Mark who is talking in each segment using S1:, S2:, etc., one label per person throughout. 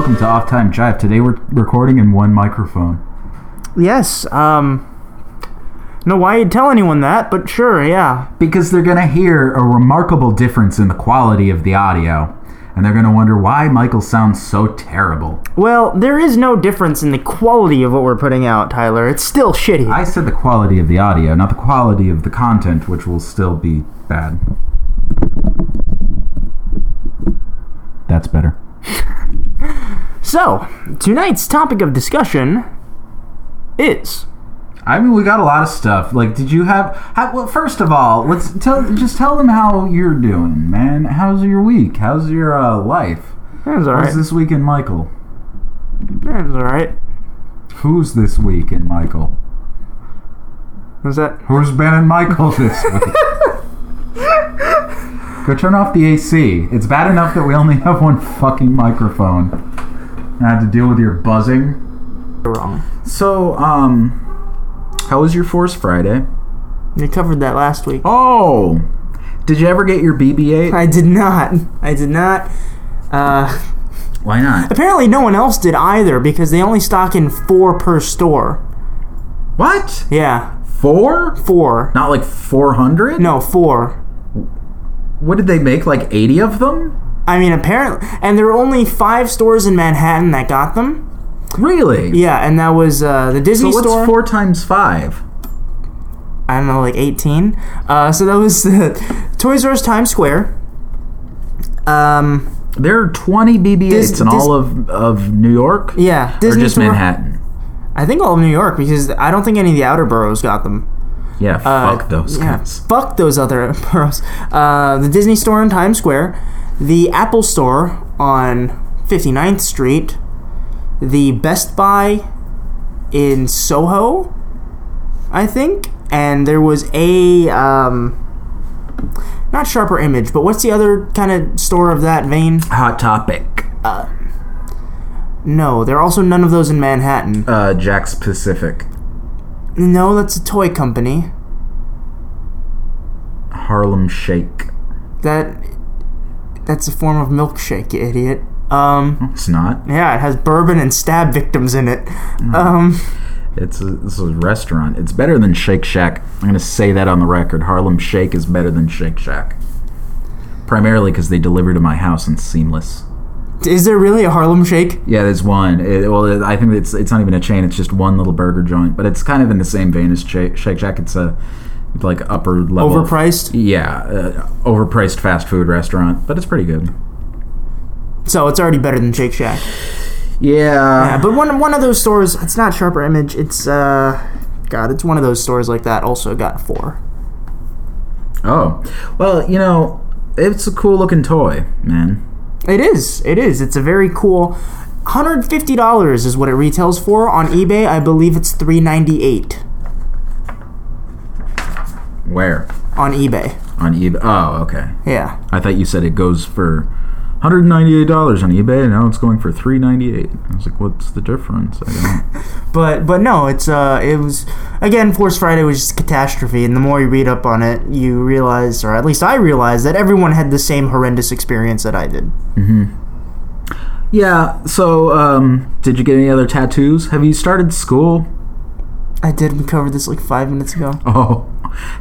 S1: time jive. Today we're recording in one microphone.
S2: Yes. Um. No, why you'd tell anyone that? But sure, yeah.
S1: Because they're going to hear a remarkable difference in the quality of the audio. And they're going to wonder why Michael sounds so terrible.
S2: Well, there is no difference in the quality of what we're putting out, Tyler. It's still shitty.
S1: I said the quality of the audio, not the quality of the content, which will still be bad. That's better.
S2: so, tonight's topic of discussion is
S1: I mean, we got a lot of stuff. Like, did you have? How, well, first of all, let's tell. Just tell them how you're doing, man. How's your week? How's your uh, life?
S2: That's all
S1: How's
S2: right.
S1: this week in Michael?
S2: That's all right.
S1: Who's this week in Michael?
S2: Is that?
S1: Who's Ben and Michael this week? Go turn off the AC. It's bad enough that we only have one fucking microphone. And I had to deal with your buzzing.
S2: You're wrong.
S1: So, um, how was your Force Friday?
S2: You covered that last week.
S1: Oh, did you ever get your BB-8?
S2: I did not. I did not. Uh,
S1: Why not?
S2: apparently, no one else did either because they only stock in four per store.
S1: What?
S2: Yeah,
S1: Four?
S2: four.
S1: Not like 400?
S2: No, four.
S1: What did they make? Like 80 of them?
S2: I mean, apparently, and there were only five stores in Manhattan that got them.
S1: Really?
S2: Yeah, and that was uh, the
S1: So
S2: Disney
S1: what's
S2: store.
S1: four times five?
S2: I don't know, like 18. Uh, so that was uh, Toys R Us Times Square. Um,
S1: There are 20 BB-8s
S2: Dis-
S1: in
S2: dis-
S1: all of, of New York?
S2: yeah,
S1: Or
S2: Disney
S1: just
S2: store-
S1: Manhattan?
S2: I think all of New York because I don't think any of the outer boroughs got them.
S1: Yeah,
S2: Uh,
S1: fuck those
S2: yeah,
S1: guys.
S2: Fuck those other boroughs. Uh, the Disney store on Times Square, the Apple store on 59th Street, the Best Buy in Soho, I think, and there was a um, not Sharper Image, but what's the other kind of store of that vein?
S1: Hot Topic.
S2: No, there are also none of those in Manhattan.
S1: Uh, Jack's Pacific.
S2: No, that's a toy company.
S1: Harlem Shake.
S2: That that's a form of milkshake, you idiot. Um.
S1: It's not.
S2: Yeah, it has bourbon and stab victims in it. Um,
S1: It's a, this is a restaurant. It's better than Shake Shack. I'm going to say that on the record. Harlem Shake is better than Shake Shack. Primarily because they deliver to my house and seamless.
S2: is there really a Harlem Shake?
S1: Yeah, there's one. It, well, it, I think it's it's not even a chain. It's just one little burger joint, but it's kind of in the same vein as Shake Shake Shack. It's a like upper level,
S2: Overpriced?
S1: Yeah, uh, overpriced fast food restaurant, but it's pretty good.
S2: So it's already better than Shake Shack. Yeah,
S1: Yeah,
S2: but one one of those stores, it's not Sharper Image, it's uh God, it's one of those stores like that also got four.
S1: oh, well, you know, it's a cool looking toy, man.
S2: It is. It is. It's a very cool $150 is what it retails for on eBay. I believe it's 398
S1: Where
S2: on eBay.
S1: on eBay? Oh, okay.
S2: Yeah.
S1: I thought you said it goes for. $198 on eBay, and now it's going for $398. I was like, what's the difference? I don't.
S2: But but no, it's uh it was again Force Friday was just a catastrophe, and the more you read up on it, you realize, or at least I realized, that everyone had the same horrendous experience that I did.
S1: yeah, so, um, did you get any other tattoos? Have you started school?
S2: I did. We covered this like five minutes ago.
S1: Oh,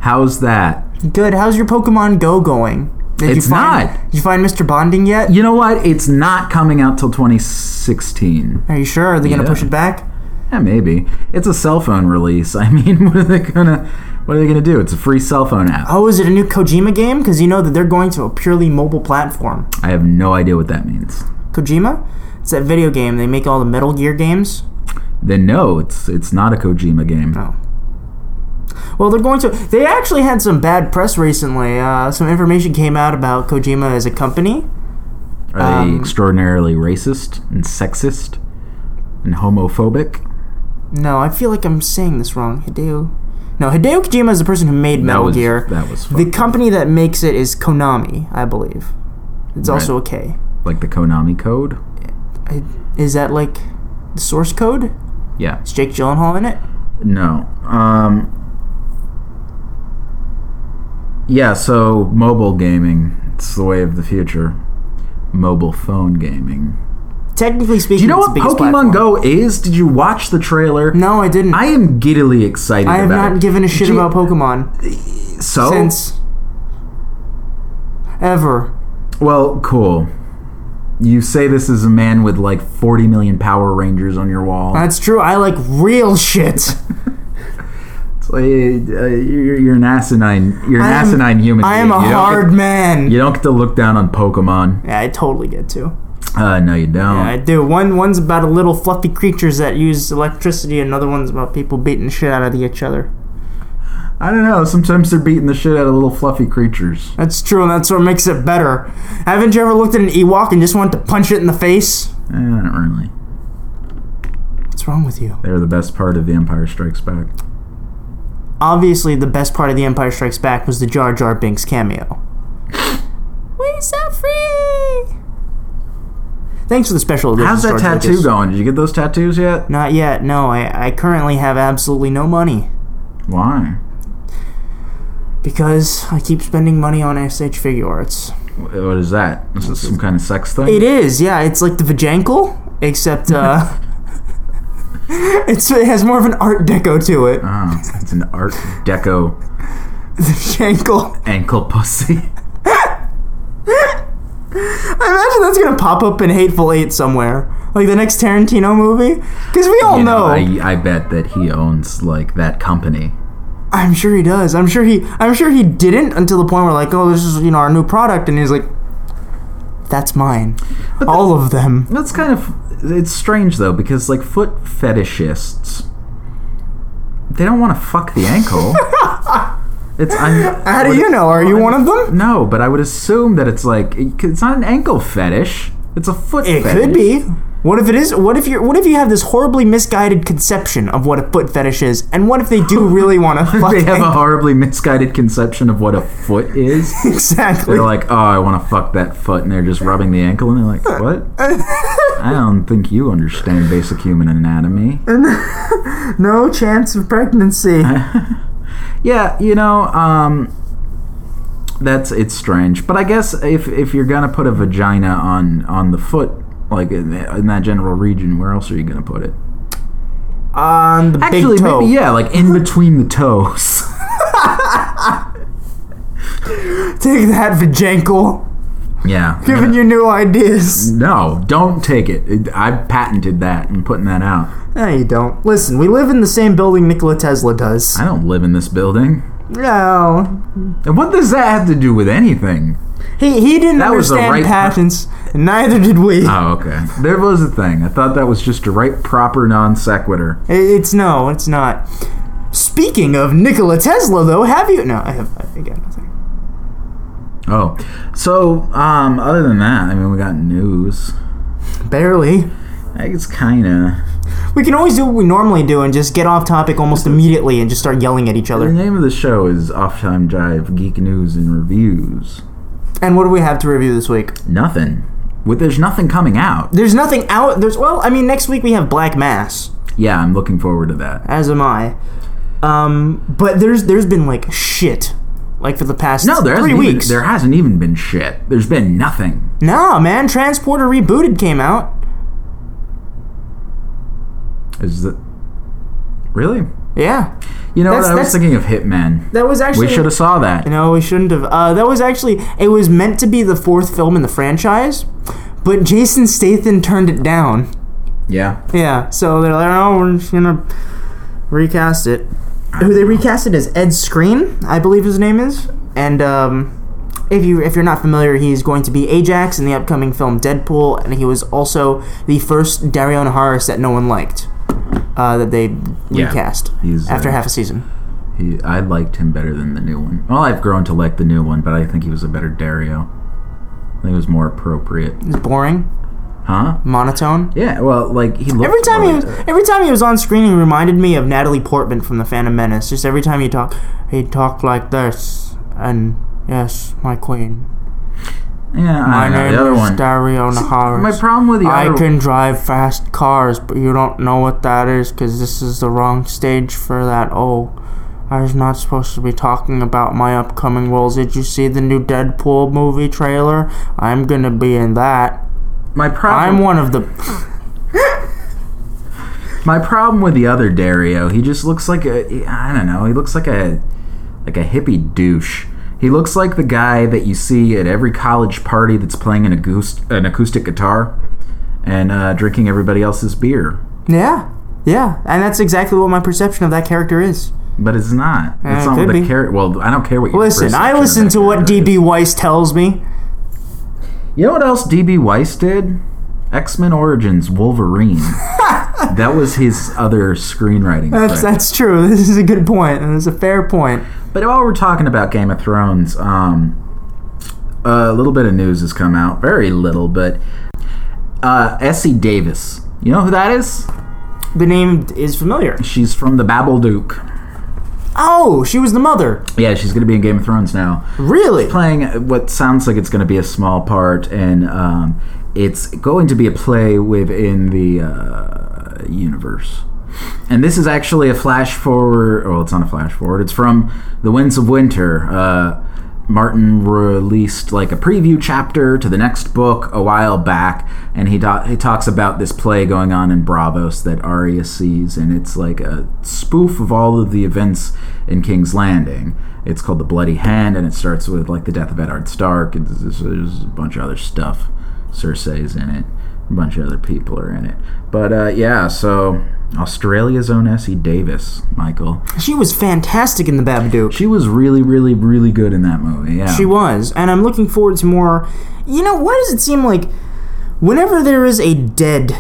S1: how's that?
S2: Good. How's your Pokemon Go going? Did
S1: It's
S2: you find,
S1: not.
S2: Did you find Mr. Bonding yet?
S1: You know what? It's not coming out till 2016.
S2: Are you sure? Are they gonna
S1: Yeah.
S2: push it back?
S1: Yeah, maybe. It's a cell phone release. I mean, what are they gonna? What are they gonna do? It's a free cell phone app.
S2: Oh, is it a new Kojima game? Because you know that they're going to a purely mobile platform.
S1: I have no idea what that means.
S2: Kojima, it's that video game they make all the Metal Gear games.
S1: Then no, it's it's not a Kojima game.
S2: Oh. Well, they're going to. They actually had some bad press recently. Uh, some information came out about Kojima as a company.
S1: Are they
S2: Um,
S1: extraordinarily racist and sexist and homophobic?
S2: No, I feel like I'm saying this wrong. Hideo. No, Hideo Kojima is the person who made Metal
S1: was-
S2: Gear.
S1: that was
S2: the
S1: fucked
S2: company that makes it is Konami, I believe. It's also a K.
S1: Like the Konami code?
S2: I, is that like the source code?
S1: Yeah.
S2: Is Jake Gyllenhaal in it?
S1: No. Um. Yeah. So mobile gaming. It's the way of the future. Mobile phone gaming.
S2: technically speaking,
S1: Do you know
S2: it's
S1: what
S2: the biggest
S1: Pokemon
S2: platform.
S1: Go is? Did you watch the trailer?
S2: No, I didn't.
S1: I am giddily excited
S2: I have
S1: about
S2: not
S1: it.
S2: given a shit
S1: Do you- Oh.
S2: about Pokemon
S1: So,
S2: since ever.
S1: well, cool. You say this as a man with like 40 million Power Rangers on your wall.
S2: That's true. I like real shit.
S1: It's like, uh, you're, you're an asinine, you're an
S2: I am-
S1: asinine human.
S2: I am
S1: being.
S2: a
S1: You don't
S2: hard
S1: Get,
S2: man.
S1: you don't get to look down on Pokemon.
S2: Yeah, I totally get to.
S1: Uh, no, you don't.
S2: I do. One one's about little fluffy creatures that use electricity. Another one's about people beating the shit out of each other.
S1: I don't know. Sometimes they're beating the shit out of little fluffy creatures.
S2: That's true, and that's what makes it better. Haven't you ever looked at an Ewok and just wanted to punch it in the face?
S1: Eh, not really.
S2: What's wrong with you?
S1: They're the best part of The Empire Strikes Back.
S2: Obviously, the best part of The Empire Strikes Back was the Jar Jar Binks cameo. We're so free. Thanks for the special edition.
S1: How's that
S2: George
S1: tattoo
S2: Lucas.
S1: going? Did you get those tattoos yet?
S2: Not yet. No, I, I currently have absolutely no money
S1: Why?
S2: because I keep spending money on SH Figure Arts.
S1: Wh- What is that? Is this some kind of sex thing?
S2: It is, yeah. It's like the Vajankle, except uh, it's it has more of an Art Deco to it.
S1: Oh, it's an Art Deco
S2: The Vajankle.
S1: ankle pussy.
S2: I imagine that's gonna pop up in Hateful Eight somewhere, like the next Tarantino movie, because we all
S1: You
S2: know.
S1: I, I bet that he owns like that company.
S2: I'm sure he does. I'm sure he. I'm sure he didn't until the point where like, oh, this is you know our new product, and he's like, that's mine, all of them.
S1: That's kind of it's strange though because like foot fetishists, they don't want to fuck the ankle. it's un-
S2: How do you know? Are you one of them?
S1: No, but I would assume that it's like it's not an ankle fetish. It's a foot.
S2: It
S1: fetish.
S2: could be. What if it is? What if you're? What if you have this horribly misguided conception of what a foot fetish is, and what if they do really want to fuck?
S1: They have a
S2: ankle-
S1: horribly misguided conception of what a foot is.
S2: exactly.
S1: They're like, oh, I want to fuck that foot, and they're just rubbing the ankle, and they're like, what? I don't think you understand basic human anatomy.
S2: no chance of pregnancy.
S1: Yeah, you know, um, that's it's strange, but I guess if if you're gonna put a vagina on on the foot, like in, that- in that general region, where else are you gonna put it?
S2: On the
S1: Actually,
S2: big toe.
S1: maybe yeah, like in between the toes.
S2: Take that, Vajankle.
S1: yeah. I'm
S2: Giving
S1: gonna-
S2: you new ideas.
S1: no, don't take it. it. I patented that and putting that out.
S2: No, you don't. Listen, we live in the same building Nikola Tesla does.
S1: I don't live in this building.
S2: No,
S1: And what does that have to do with anything?
S2: he he didn't
S1: That was the
S2: understand
S1: right-
S2: patents, and neither did we.
S1: Oh, okay. There was a thing. I thought that was just a right proper non sequitur.
S2: I- it's no, it's not. Speaking of Nikola Tesla, though, have you? No, I have. I think I have nothing.
S1: Oh, so um, other than that, I mean, we got news.
S2: Barely.
S1: I guess kind of.
S2: We can always do what we normally do and just get off topic almost immediately and just start yelling at each
S1: The
S2: other.
S1: name of the show is Off Time Jive Geek News and Reviews.
S2: And what do we have to review this week?
S1: Nothing. With there's nothing coming out.
S2: There's nothing out. There's well, I mean, next week we have Black Mass.
S1: Yeah, I'm looking forward to that.
S2: as am I. Um, but there's there's been like shit, like for the past
S1: No, there
S2: three
S1: hasn't
S2: weeks.
S1: Even, there hasn't even been shit. There's been nothing.
S2: Nah, man, Transporter rebooted came out.
S1: Is that really?
S2: Yeah,
S1: You know,
S2: That's-
S1: what? I was
S2: that's-
S1: thinking of Hitman.
S2: that was actually.
S1: We should have saw that.
S2: No, we shouldn't have. Uh, that was actually it was meant to be the fourth film in the franchise, but Jason Statham turned it down.
S1: Yeah.
S2: Yeah, so they're like, oh, we're just gonna recast it. Who they recast it as Ed Screen, I believe his name is. And um, if you if you're not familiar, he's going to be Ajax in the upcoming film Deadpool, and he was also the first Darion Harris that no one liked. Uh, that they
S1: Yeah,
S2: recast
S1: he's,
S2: after
S1: uh,
S2: half a season.
S1: He, I liked him better than the new one. Well, I've grown to like the new one, but I think he was a better Dario. I think it was more appropriate.
S2: It's boring,
S1: Huh?
S2: monotone.
S1: Yeah, well, like, he looked
S2: Every time he
S1: more-
S2: was, every time he was on screen, he reminded me of Natalie Portman from The Phantom Menace. Just every time he talked, he talked like this, and yes, my queen.
S1: Yeah, I
S2: My
S1: don't know.
S2: name
S1: The other
S2: is
S1: one.
S2: Dario Naharis.
S1: My problem with the
S2: I
S1: other
S2: can drive fast cars, but you don't know what that is because this is the wrong stage for that. Oh, I was not supposed to be talking about my upcoming roles. Did you see the new Deadpool movie trailer? I'm gonna be in that.
S1: my problem
S2: I'm one of the.
S1: My problem with the other Dario, he just looks like a I don't know, he looks like a like a hippie douche. He looks like the guy that you see at every college party that's playing an acoustic, an acoustic guitar and uh, drinking everybody else's beer.
S2: Yeah, yeah, and that's exactly what my perception of that character is.
S1: But it's not. That's
S2: it
S1: not what
S2: could
S1: the
S2: be.
S1: character. Well, I don't care what you
S2: Listen, I listen to what DB Weiss tells me.
S1: You know what else DB Weiss did? X Men Origins Wolverine. that was his other screenwriting. credit.
S2: That's that's true. This is a good point. and This is a fair point.
S1: But while we're talking about Game of Thrones, um, a little bit of news has come out. Very little, but uh, Essie Davis. You know who that is?
S2: The name is familiar.
S1: She's from the Babadook.
S2: Oh, she was the mother.
S1: Yeah, she's going to be in Game of Thrones now,
S2: Really?
S1: playing what sounds like it's going to be a small part, and um, it's going to be a play within the uh, universe. And this is actually a flash forward. Well, it's not a flash forward. It's from The Winds of Winter. Uh, Martin released like a preview chapter to the next book a while back, and he, do- he talks about this play going on in Bravos that Arya sees, and it's like a spoof of all of the events in King's Landing. It's called The Bloody Hand, and it starts with like the death of Eddard Stark, and there's, there's a bunch of other stuff. Cersei's in it, a bunch of other people are in it. But uh, yeah, so Australia's own Essie Davis, Michael.
S2: She was fantastic in the Babadook.
S1: She was really, really, really good in that movie. Yeah.
S2: She was, and I'm looking forward to more. You know, why does it seem like whenever there is a dead,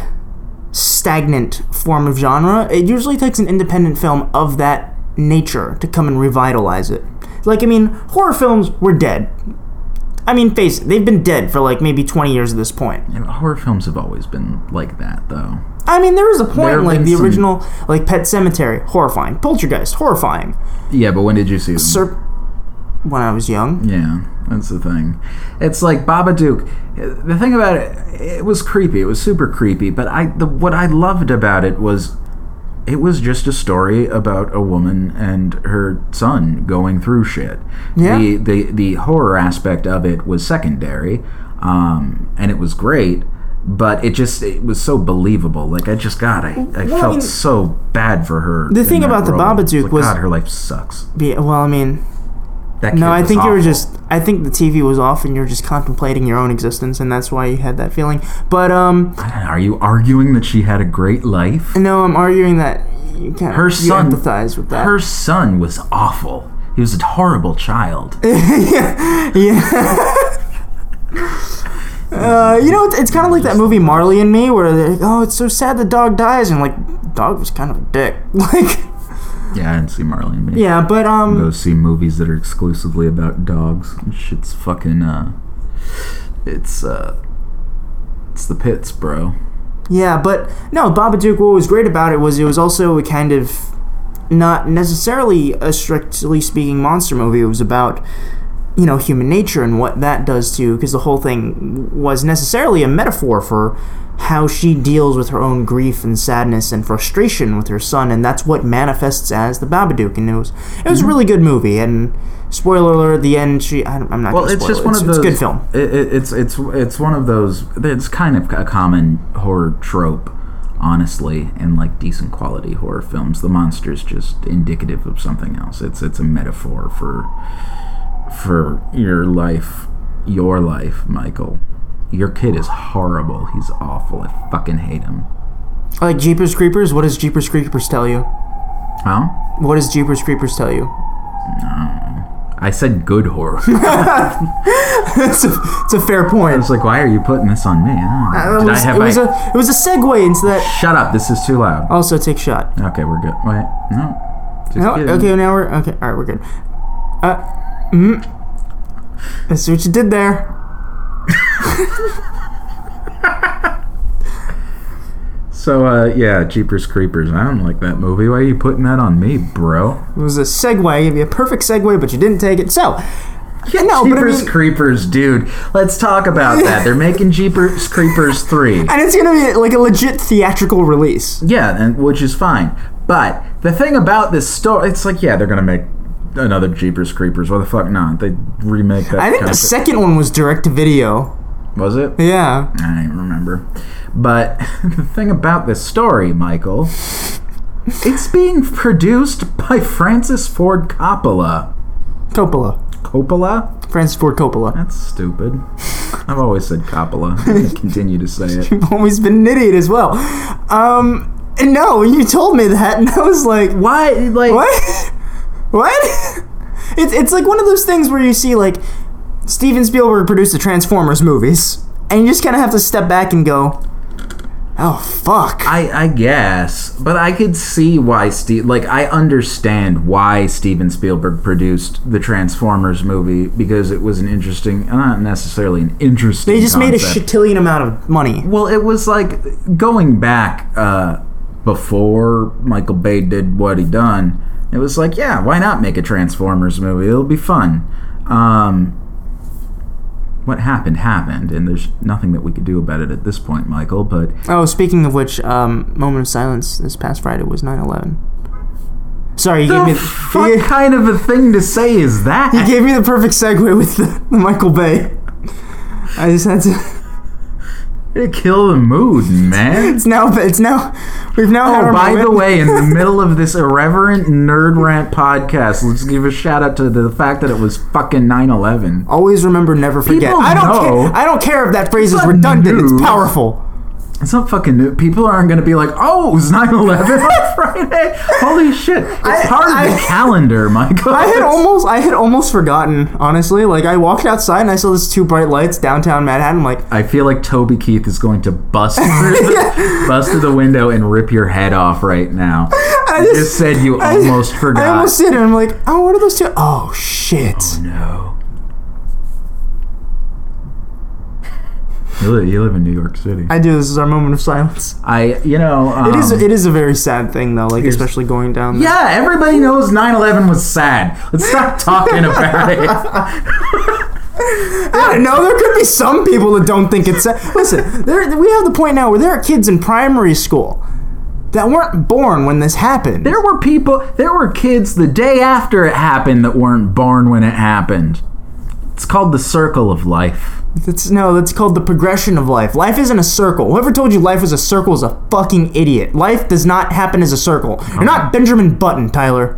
S2: stagnant form of genre, it usually takes an independent film of that nature to come and revitalize it? Like, I mean, horror films were dead. I mean, face it, they've been dead for like maybe 20 years at this point.
S1: Horror films have always been like that, though.
S2: I mean, there was a
S1: There
S2: point,
S1: have
S2: like
S1: been
S2: the
S1: some-
S2: original, like Pet Cemetery, horrifying. Poltergeist, horrifying.
S1: Yeah, but when did you see them?
S2: Serp. When I was young.
S1: Yeah, that's the thing. It's like Babadook. The thing about it, it was creepy. It was super creepy. But I, the, what I loved about it was, it was just a story about a woman and her son going through shit.
S2: Yeah.
S1: The the the horror aspect of it was secondary, um, and it was great. But it just it was so believable. Like I just God, I, I
S2: Well, I
S1: felt
S2: mean,
S1: so bad for her. in
S2: thing
S1: that
S2: about the
S1: role.
S2: Babadook
S1: Like,
S2: was-
S1: God, her life sucks.
S2: Be, well, I mean,
S1: That kid
S2: No, I
S1: was
S2: think you were
S1: awful.
S2: just. I think the TV was off, and you were just contemplating your own existence, and that's why you had that feeling. But um,
S1: Are you arguing that she had a great life?
S2: no, I'm arguing that you kind
S1: Her
S2: of
S1: son-
S2: you empathize with that.
S1: Her son was awful. He was a horrible child.
S2: Eh. uh, you know, it's, it's kind of like that movie Marley and Me, where they're like, oh, it's so sad the dog dies, and like, dog was kind of a dick. Like,
S1: yeah, I didn't see Marley and me.
S2: yeah, but um,
S1: Go see movies that are exclusively about dogs. Shit's fucking uh it's uh it's the pits, bro.
S2: Yeah, but no, Babadook. What was great about it was it was also a kind of not necessarily a strictly speaking monster movie. It was about you know human nature and what that does to because the whole thing was necessarily a metaphor for how she deals with her own grief and sadness and frustration with her son, and that's what manifests as the Babadook. And it was it
S1: Mm-hmm.
S2: was a really good movie. And spoiler alert, at the end, she I don't, I'm not.
S1: Well,
S2: gonna
S1: it's
S2: spoil
S1: just
S2: it.
S1: one of
S2: it's
S1: those
S2: a good film.
S1: It, it, it's it's it's one of those it's kind of a common horror trope honestly in like decent quality horror films the monster's just indicative of something else it's it's a metaphor for for your life your life michael your kid is horrible he's awful i fucking hate him
S2: Like Jeepers Creepers. What does Jeepers Creepers tell you?
S1: huh
S2: What does Jeepers Creepers tell you?
S1: i said good horror
S2: it's, a, it's a fair point. Uh,
S1: it's like why are you putting this on me I
S2: It
S1: don't know. did
S2: was,
S1: i have
S2: it, was
S1: my-
S2: a, it was a segue into that.
S1: shut up this is too loud
S2: Also, take shot.
S1: Okay, we're good. Wait, no. Just
S2: No,
S1: kidding.
S2: okay, now we're okay. All right, we're good. Uh, mm, I see what you did there.
S1: So, uh, yeah, Jeepers Creepers. I don't like that movie. Why are you putting that on me, bro?
S2: It was a segue. I gave you a perfect segue, but you didn't take it. So, yeah, no, but I
S1: Jeepers
S2: mean,
S1: Creepers, dude. Let's talk about that. They're making Jeepers Creepers 3.
S2: and it's gonna be like a legit theatrical release.
S1: Yeah, and which is fine. But the thing about this story, it's like, yeah, they're going to make another Jeepers Creepers. Why the fuck not? They remake that.
S2: I think the
S1: concept.
S2: second one was direct to video.
S1: Was it?
S2: Yeah.
S1: I don't remember. But the thing about this story, Michael, it's being produced by Francis Ford Coppola.
S2: Coppola.
S1: Coppola?
S2: Francis Ford Coppola.
S1: That's stupid. I've always said Coppola. I'm going to continue to say it.
S2: You've always been an idiot as well. Um, and no, you told me that, and I was like,
S1: Why? Like,
S2: what? what? It's it's like one of those things where you see like Steven Spielberg produced the Transformers movies, and you just kind of have to step back and go, "Oh fuck."
S1: I, I guess, but I could see why Steve. Like, I understand why Steven Spielberg produced the Transformers movie because it was an interesting, uh, not necessarily an interesting.
S2: they just made a
S1: concept.
S2: shitillion amount of money.
S1: Well, it was like going back uh, before Michael Bay did what he done. It was like, yeah, why not make a Transformers movie? It'll be fun. Um, what happened happened, and there's nothing that we could do about it at this point, Michael. But
S2: Oh, speaking of which, um, moment of silence this past Friday was 9/11. Sorry, you gave me
S1: the
S2: the,
S1: fuck
S2: you,
S1: kind of a thing to say is
S2: you
S1: that?
S2: gave me the perfect segue with the, the Michael Bay. I just had to.
S1: It kill the mood, man.
S2: It's now. It's now. We've now. had
S1: Oh,
S2: our
S1: by
S2: moment.
S1: the way, in the middle of this irreverent nerd rant podcast, let's give a shout out to the fact that it was fucking 9 11.
S2: Always remember, never forget.
S1: People
S2: I don't
S1: know.
S2: care. I don't care if that phrase is
S1: not
S2: redundant.
S1: news.
S2: It's powerful.
S1: It's not fucking new. People aren't going to be like, oh, it was 9 11 on Friday. Holy shit. It's part of the
S2: I-
S1: calendar, Michael.
S2: I had
S1: It's-
S2: almost, I had almost forgotten. Honestly, like I walked outside and I saw these two bright lights downtown Manhattan. I'm like,
S1: I feel like Toby Keith is going to bust through, the, bust through the window and rip your head off right now. I just,
S2: just-
S1: said you
S2: I-
S1: almost forgot.
S2: I almost did, and I'm like, oh, what are those two? Oh shit!
S1: no. You live, you live in New York City. I,
S2: I do. This is our moment of silence.
S1: you know, um,
S2: It is, it is a very sad thing though. Like especially going down. there.
S1: yeah, everybody knows 9/11 was sad. Let's stop talking about it.
S2: I don't know. There could be some people that don't think it's. Listen, there, we have the point now where there are kids in primary school that weren't born when this happened.
S1: There were people, there were kids the day after it happened that weren't born when it happened. It's called the circle of life.
S2: That's no, that's called the progression of life. Life isn't a circle. Whoever told you life was a circle is a fucking idiot. Life does not happen as a circle. You're not Benjamin Button, Tyler.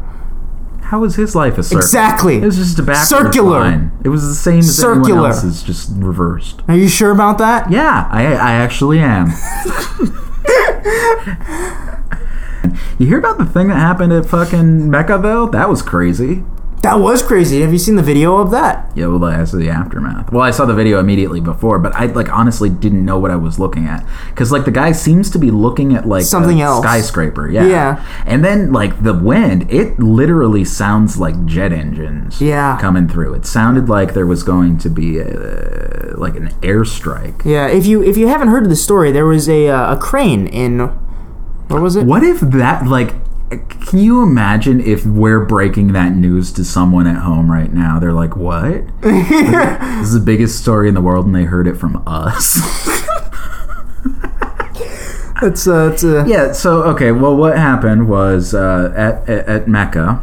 S1: How was his life a circle?
S2: Exactly.
S1: It was just a backwards
S2: Circular.
S1: line. It was the same as
S2: Circular.
S1: everyone else's, just reversed.
S2: Are you sure about that?
S1: Yeah, I, I actually am. you hear about the thing that happened at fucking Mechaville? That was crazy.
S2: That was crazy. Have you seen the video of that?
S1: Yeah, well, that's the aftermath. Well, I saw the video immediately before, but I like honestly didn't know what I was looking at because like the guy seems to be looking at like
S2: Something
S1: a
S2: else.
S1: skyscraper. Yeah,
S2: Yeah.
S1: And then like the wind, it literally sounds like jet engines.
S2: Yeah.
S1: coming through. It sounded like there was going to be a, like an airstrike.
S2: Yeah. If you if you haven't heard the story, there was a uh, a crane in where was it?
S1: What if that like? Can you imagine if we're breaking that news to someone at home right now? They're like, "What? this is the biggest story in the world," and they heard it from us.
S2: It's uh, it's uh,
S1: Yeah. So okay. Well, what happened was uh, at, at at Mecca,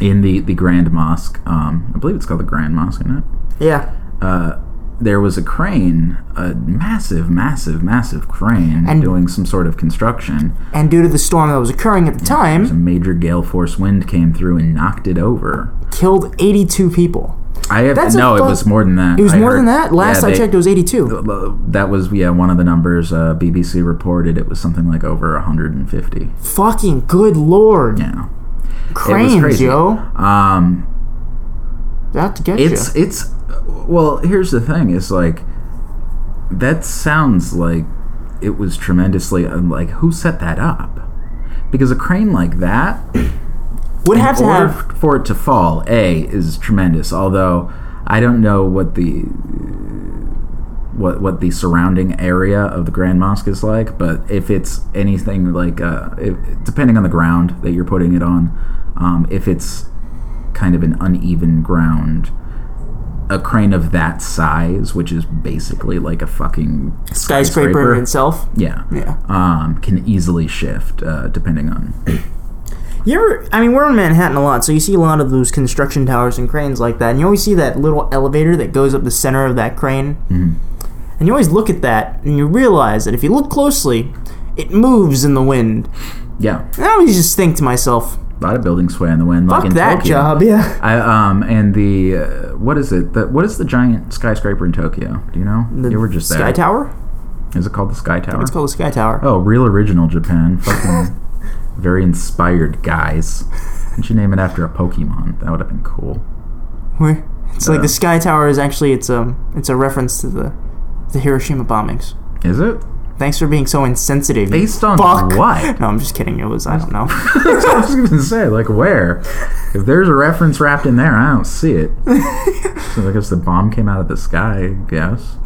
S1: in the the Grand Mosque. Um, I believe it's called the Grand Mosque, isn't it?
S2: yeah.
S1: Uh, there was a crane, a massive, massive, massive crane,
S2: And-
S1: doing some sort of construction.
S2: And due to the storm that was occurring at the
S1: A
S2: time,
S1: major gale force wind came through and knocked it over.
S2: killed 82 people.
S1: I have
S2: That's a
S1: no. It
S2: fu-
S1: was more than that.
S2: It was
S1: I
S2: more
S1: heard-
S2: than that. Last
S1: yeah,
S2: I
S1: they-
S2: checked, it was 82.
S1: That was yeah one of the numbers uh, BBC reported. It was something like over 150.
S2: Fucking good lord,
S1: Yeah.
S2: cranes,
S1: crazy.
S2: yo.
S1: Um,
S2: That gets
S1: it's it's well here's the thing is like that sounds like it was tremendously um, like who set that up because a crane like that
S2: Would have
S1: in
S2: to
S1: order
S2: have.
S1: for it to fall a is tremendous although i don't know what the what what the surrounding area of the grand mosque is like but if it's anything like uh if, depending on the ground that you're putting it on um if it's kind of an uneven ground a crane of that size which is basically like a fucking
S2: skyscraper,
S1: skyscraper.
S2: in itself.
S1: yeah
S2: Yeah.
S1: um can easily shift uh depending on
S2: You ever? I mean, we're in Manhattan a lot, so you see a lot of those construction towers and cranes like that, and you always see that little elevator that goes up the center of that crane,
S1: Mm-hmm.
S2: and you always look at that, and you realize that if you look closely, it moves in the wind.
S1: Yeah,
S2: And I always just think to myself,
S1: a lot of buildings sway in the wind. like
S2: "Fuck
S1: in
S2: that
S1: Tokyo.
S2: job, yeah."
S1: I, um and the uh, what is it? The, what is the giant skyscraper in Tokyo? Do you know?
S2: The
S1: you were just
S2: Sky
S1: there.
S2: Tower.
S1: Is it called the Sky Tower?
S2: It's called the Sky Tower.
S1: Oh, real original Japan. Fucking very inspired guys. Didn't you name it after a Pokemon? That would have been cool.
S2: Where it's like
S1: Uh.
S2: the Sky Tower is actually it's um it's a reference to the the Hiroshima bombings.
S1: Is it
S2: Thanks for being so insensitive. you
S1: based on
S2: fuck.
S1: what?
S2: No, I'm just kidding. It was I don't know.
S1: I was gonna say like where? If there's a reference wrapped in there, I don't see it. so I guess the bomb came out of the sky. I guess.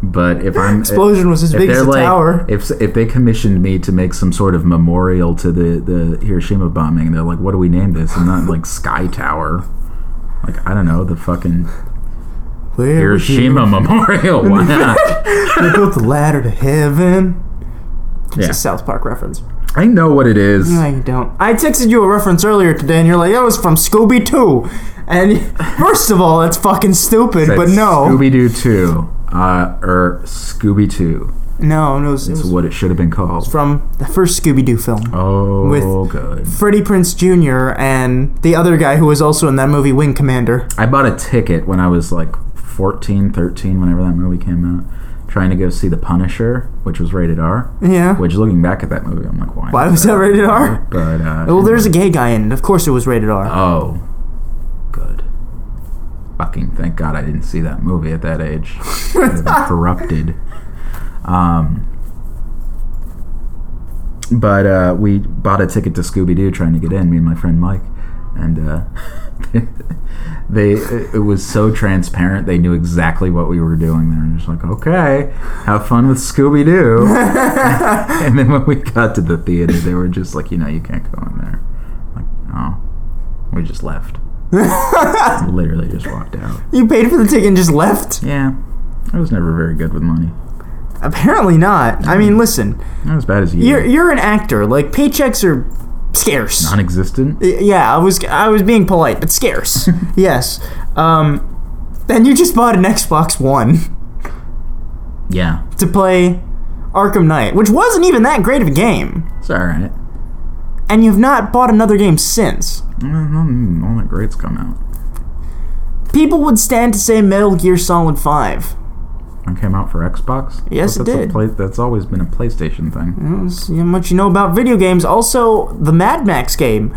S1: But if I'm
S2: Explosion was as
S1: if
S2: big as
S1: they're
S2: a
S1: like,
S2: tower.
S1: If if they commissioned me to make some sort of memorial to the the Hiroshima bombing, they're like, "What do we name this?" And not like Sky Tower. Like I don't know the fucking
S2: Where would
S1: Hiroshima Memorial. Why not?
S2: you- They built the ladder to heaven. It's
S1: Yeah.
S2: a South Park reference.
S1: I know what it is.
S2: No, you don't. I texted you a reference earlier today, and you're like, "That was from Scooby Doo." And first of all, that's fucking stupid. but no,
S1: Scooby Doo Two, uh, or Scooby Two.
S2: no, no, it was, it
S1: That's
S2: was
S1: what it should have been called.
S2: from the first Scooby Doo film.
S1: Oh,
S2: With-
S1: good.
S2: Freddie Prince Jr. and the other guy who was also in that movie, Wing Commander.
S1: I bought a ticket when I was like 14, 13, whenever that movie came out, trying to go see The Punisher, which was rated R.
S2: Yeah.
S1: Which, looking back at that movie, I'm like, why?
S2: Why
S1: is
S2: was that rated R?
S1: But uh,
S2: Well, there's a gay guy in it. Of course, it was rated R.
S1: oh, good. Fucking thank God I didn't see that movie at that age. I'd have been corrupted. Um. But uh, we bought a ticket to Scooby Doo, trying to get in. Me and my friend Mike, and uh, they it it was so transparent. They knew exactly what we were doing. They were just like, "Okay, have fun with Scooby Doo." and then when we got to the theater, they were just like, "You know, you can't go in there." Like, oh, we just left. Literally just walked out.
S2: You paid for the ticket and just left?
S1: Yeah, I was never very good with money.
S2: Apparently not. I mean, listen,
S1: Not as bad as you.
S2: you're you're an actor. Like paychecks are scarce.
S1: non-existent.
S2: Y- yeah, I was I was being polite, but scarce. yes. Um, and you just bought an Xbox One
S1: Yeah,
S2: to play Arkham Knight, which wasn't even that great of a game,
S1: it's all right.
S2: and you've not bought another game since.
S1: Mm, All the greats come out.
S2: People would stand to say Metal Gear Solid Five.
S1: It came out for Xbox.
S2: Yes,
S1: But
S2: it
S1: that's a
S2: did. Mm-hmm.
S1: Play, that's always been a PlayStation thing.
S2: That's how much you know about video games. Also, the Mad Max game,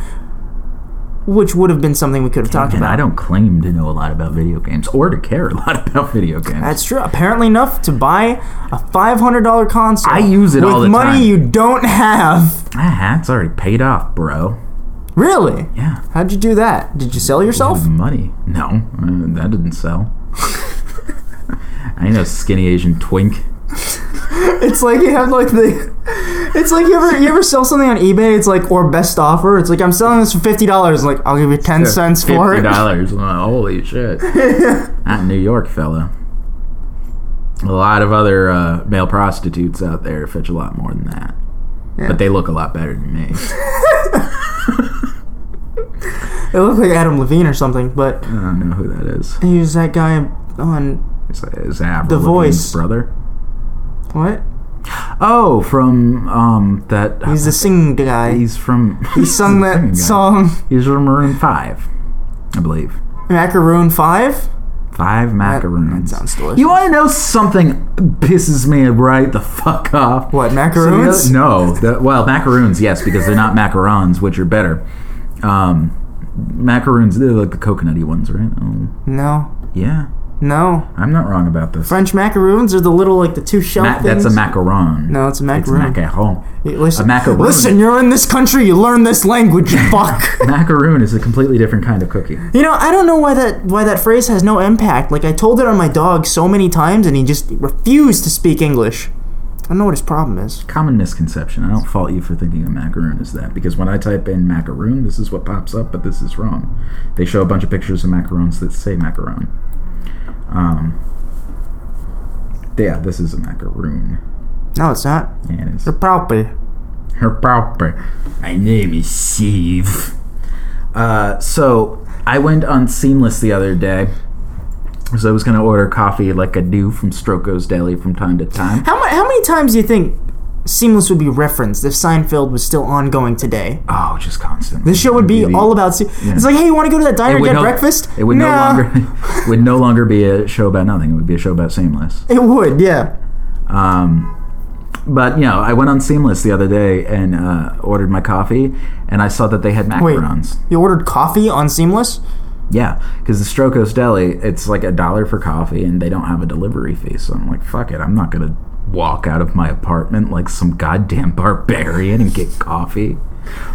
S2: which would have been something we could have talked
S1: And
S2: about.
S1: I don't claim to know a lot about video games or to care a lot about video games.
S2: That's true. Apparently enough to buy a five hundred dollar console.
S1: I use it
S2: with
S1: all the
S2: money
S1: time.
S2: you don't have.
S1: ah, it's already paid off, bro.
S2: Really?
S1: Yeah.
S2: How'd you do that? Did you sell yourself?
S1: With Money. No, uh, that didn't sell. I ain't no skinny Asian twink.
S2: It's like you have like the. It's like you ever you ever sell something on eBay. It's like or best offer. It's like I'm selling this for fifty dollars. Like I'll give you ten cents for
S1: Fifty
S2: it.
S1: dollars. Holy shit! Not in New York, fella. A lot of other uh, male prostitutes out there fetch a lot more than that, but they look a lot better than me.
S2: It looked like Adam Levine or something, but
S1: I don't know who that is.
S2: he was that guy on
S1: Is that, is that
S2: The
S1: Avril
S2: Voice.
S1: Lavigne's brother?
S2: what?
S1: Oh, from um that.
S2: He's
S1: He's,
S2: the singing guy.
S1: from.
S2: He
S1: singing
S2: sung
S1: guy.
S2: that song
S1: He's from Maroon Five, I believe.
S2: Macaroon Five.
S1: Five
S2: That
S1: macaroons.
S2: sounds delicious.
S1: You want to know something pisses me right the fuck off?
S2: What, macaroons?
S1: So the other- no. The, well, macaroons, yes, because they're not macarons, which are better. Um, macaroons, they're like the coconutty ones, right? Oh,
S2: no,
S1: yeah,
S2: no.
S1: I'm not wrong about this.
S2: French macaroons are the little like the two shell
S1: Ma-
S2: things.
S1: that's a macaron.
S2: No, it's a
S1: It's
S2: macaroon.
S1: macaron.
S2: Hey, listen,
S1: a macaroon.
S2: listen, you're in this country. You learn this language. You fuck.
S1: Macaroon is a completely different kind of cookie.
S2: You know, I don't know why that why that phrase has no impact. Like I told it on my dog so many times, and he just refused to speak English. I don't know what his problem is.
S1: Common misconception. I don't fault you for thinking a macaroon is that because when I type in macaroon, this is what pops up, but this is wrong. They show a bunch of pictures of macarons that say macaron. Um, yeah, this is a macaroon.
S2: No, it's not.
S1: Yeah, it is.
S2: It's a proper.
S1: Her proper. My name is Steve. Uh, so I went on Seamless the other day. because I was gonna order coffee like I do from Stroko's Deli from time to time.
S2: How, mu- how many times do you think Seamless would be referenced if Seinfeld was still ongoing today?
S1: Oh, just constantly.
S2: The show would be all about. Se- It's like, hey, you want to go to that diner and get breakfast?
S1: It would no
S2: Nah.
S1: longer it would no longer be a show about nothing. It would be a show about Seamless.
S2: It would, yeah.
S1: Um, but you know, I went on Seamless the other day and uh, ordered my coffee, and I saw that they had
S2: Wait,
S1: macarons.
S2: you ordered coffee on Seamless?
S1: Yeah, because the Stroko's Deli, it's like a dollar for coffee, and they don't have a delivery fee. So I'm like, fuck it, I'm not gonna walk out of my apartment like some goddamn barbarian and get coffee.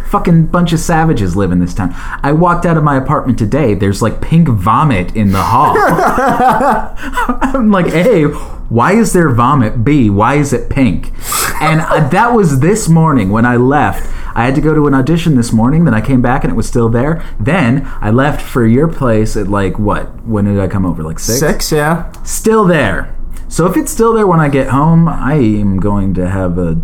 S1: Fucking bunch of savages live in this town. I walked out of my apartment today. There's like pink vomit in the hall. I'm like, A, why is there vomit? B, why is it pink? And I, that was this morning when I left. I had to go to an audition this morning. Then I came back and it was still there. Then I left for your place at like what? When did I come over? Like six.
S2: Six, yeah.
S1: Still there. So if it's still there when I get home, I am going to have a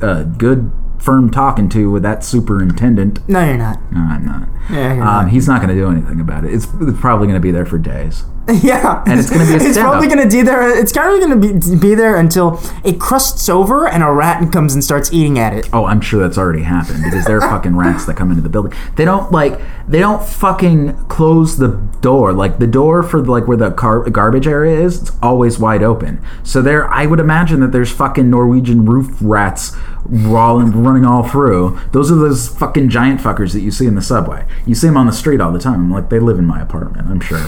S1: a good firm talking to with that superintendent.
S2: No, you're not.
S1: No, I'm not.
S2: Yeah, you're
S1: Um, he's not going to do anything about it. It's, it's probably going to be there for days.
S2: not. yeah.
S1: and it's gonna be a
S2: It's
S1: stand-up.
S2: probably gonna be there. It's probably gonna be be there until it crusts over and a rat comes and starts eating at it.
S1: Oh, I'm sure that's already happened because there are fucking rats that come into the building. They don't like they don't fucking close the door. Like the door for like where the car- garbage area is, it's always wide open. So there, I would imagine that there's fucking Norwegian roof rats rolling, running all through. Those are those fucking giant fuckers that you see in the subway. You see them on the street all the time. I'm like, they live in my apartment. I'm sure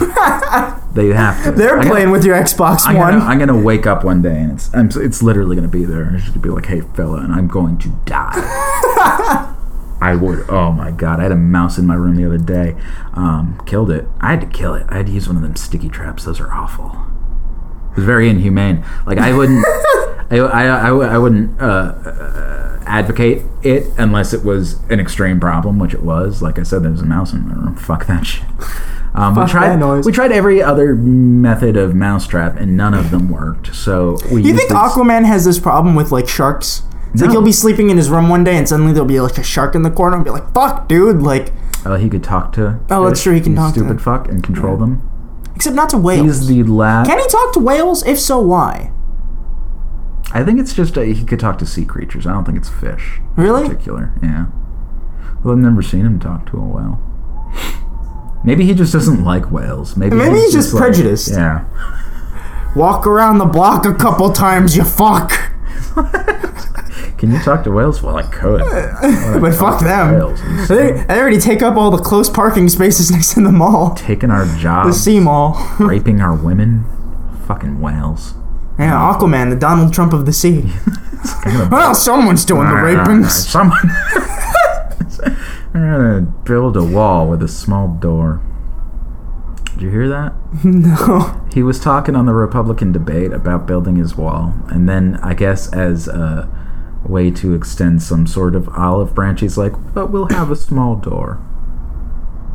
S1: they have to.
S2: They're
S1: I got-
S2: playing with your Xbox
S1: I'm
S2: One.
S1: gonna, I'm gonna wake up one day and it's I'm, it's literally gonna be there. and It's just gonna be like, hey fella, and I'm going to die. I would. Oh my god, I had a mouse in my room the other day. Um, killed it. I had to kill it. I had to use one of them sticky traps. Those are awful. It was very inhumane. Like I wouldn't. I, I, I, wou- I wouldn't uh, uh, advocate it unless it was an extreme problem, which it was. Like I said, there was a mouse in my room. Fuck that shit. Um, we
S2: Fuck
S1: tried.
S2: that noise.
S1: We tried every other method of mousetrap, and none of them worked. So we.
S2: You
S1: used
S2: think
S1: these-
S2: Aquaman has this problem with like sharks? It's like
S1: No.
S2: he'll be sleeping in his room one day and suddenly there'll be like a shark in the corner and be like, "Fuck, dude!" Like,
S1: Oh, he could talk to.
S2: Oh, that's
S1: it,
S2: true, he can
S1: you
S2: talk to
S1: Stupid
S2: them.
S1: fuck and control them.
S2: except not to whales.
S1: He's the last.
S2: Can he talk to whales? If so, why?
S1: I think it's just uh, he could talk to sea creatures. I don't think it's fish.
S2: Really?
S1: In particular, yeah. Well, I've never seen him talk to a whale. Maybe he just doesn't like whales. Maybe
S2: Maybe he's just
S1: like-
S2: prejudiced.
S1: yeah.
S2: Walk around the block a couple times, you fuck.
S1: Can you talk to whales? Well, I could.
S2: But fuck them.
S1: Whales. I'm
S2: Uh, um, They, they already take up all the close parking spaces next to the mall.
S1: Taking our
S2: The
S1: jobs,
S2: sea mall.
S1: raping our women. Fucking whales.
S2: Yeah, Aquaman, the Donald Trump of the sea. well, someone's doing the rapings.
S1: Someone. They're gonna build a wall with a small door. Did you hear that?
S2: No.
S1: He was talking on the Republican debate about building his wall, and then I guess as a way to extend some sort of olive branch, he's like, "But we'll have a small door."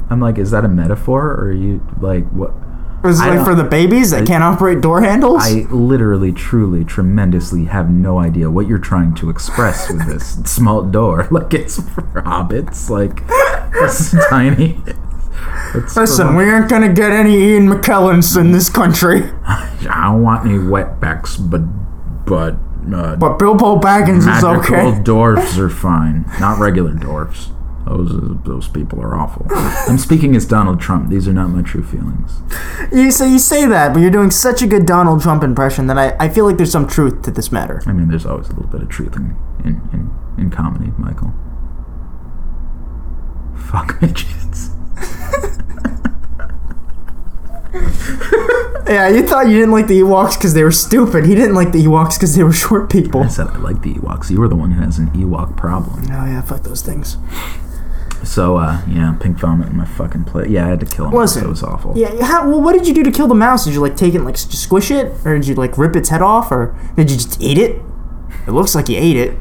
S1: I'm like, "Is that a metaphor, or are you like what?"
S2: Is it
S1: I
S2: like
S1: don't-
S2: for the babies that can't operate door handles?
S1: I literally, truly, tremendously have no idea what you're trying to express with this small door. Like it's for hobbits. Like it's tiny. It's for
S2: Listen,
S1: one-
S2: we aren't gonna get any Ian McKellens in this country,
S1: I don't want any wetbacks, but but uh,
S2: but Bilbo Baggins is
S1: magical
S2: okay.
S1: dwarfs are fine. Not regular dwarfs. Those those people are awful. I'm speaking as Donald Trump. These are not my true feelings.
S2: You say you say that, but you're doing such a good Donald Trump impression that I, I feel like there's some truth to this matter.
S1: I mean, there's always a little bit of truth in in, in, in comedy, Michael. Fuck midgets.
S2: Yeah, you thought you didn't like the Ewoks because they were stupid. He didn't like the Ewoks because they were short people.
S1: I
S2: Oh
S1: said I like the Ewoks. You were the one who has an Ewok problem.
S2: yeah, fuck those things.
S1: So uh, yeah, pink vomit in my fucking plate. Yeah, I had to kill him.
S2: Listen.
S1: it was awful.
S2: Yeah, you- how, well, what did you do to kill the mouse? Did you like take it, and, like s- just squish it, or did you like rip its head off, or did you just eat it? It looks like you ate it.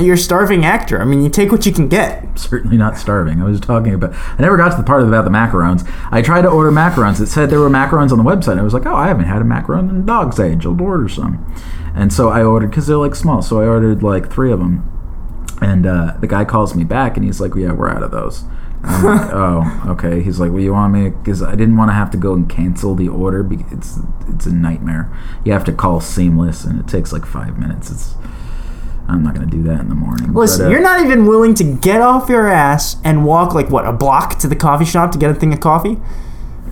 S2: You're a starving actor. I mean, you take what you can get.
S1: certainly not starving. I was talking about. I never got to the part about the macarons. I tried to order macarons. It said there were macarons on the website. I was like, oh, I haven't had a macaron in a dog's age. I'll order some. And so I ordered because they're like small. So I ordered like three of them. And uh, the guy calls me back and he's like, yeah, we're out of those. I'm like, oh, okay. He's like, well, you want me? Because I didn't want to have to go and cancel the order. Be- It's it's a nightmare. You have to call Seamless, and it takes like five minutes. It's I'm not gonna do that in the morning.
S2: Listen,
S1: But, uh,
S2: you're not even willing to get off your ass and walk like what a block to the coffee shop to get a thing of coffee.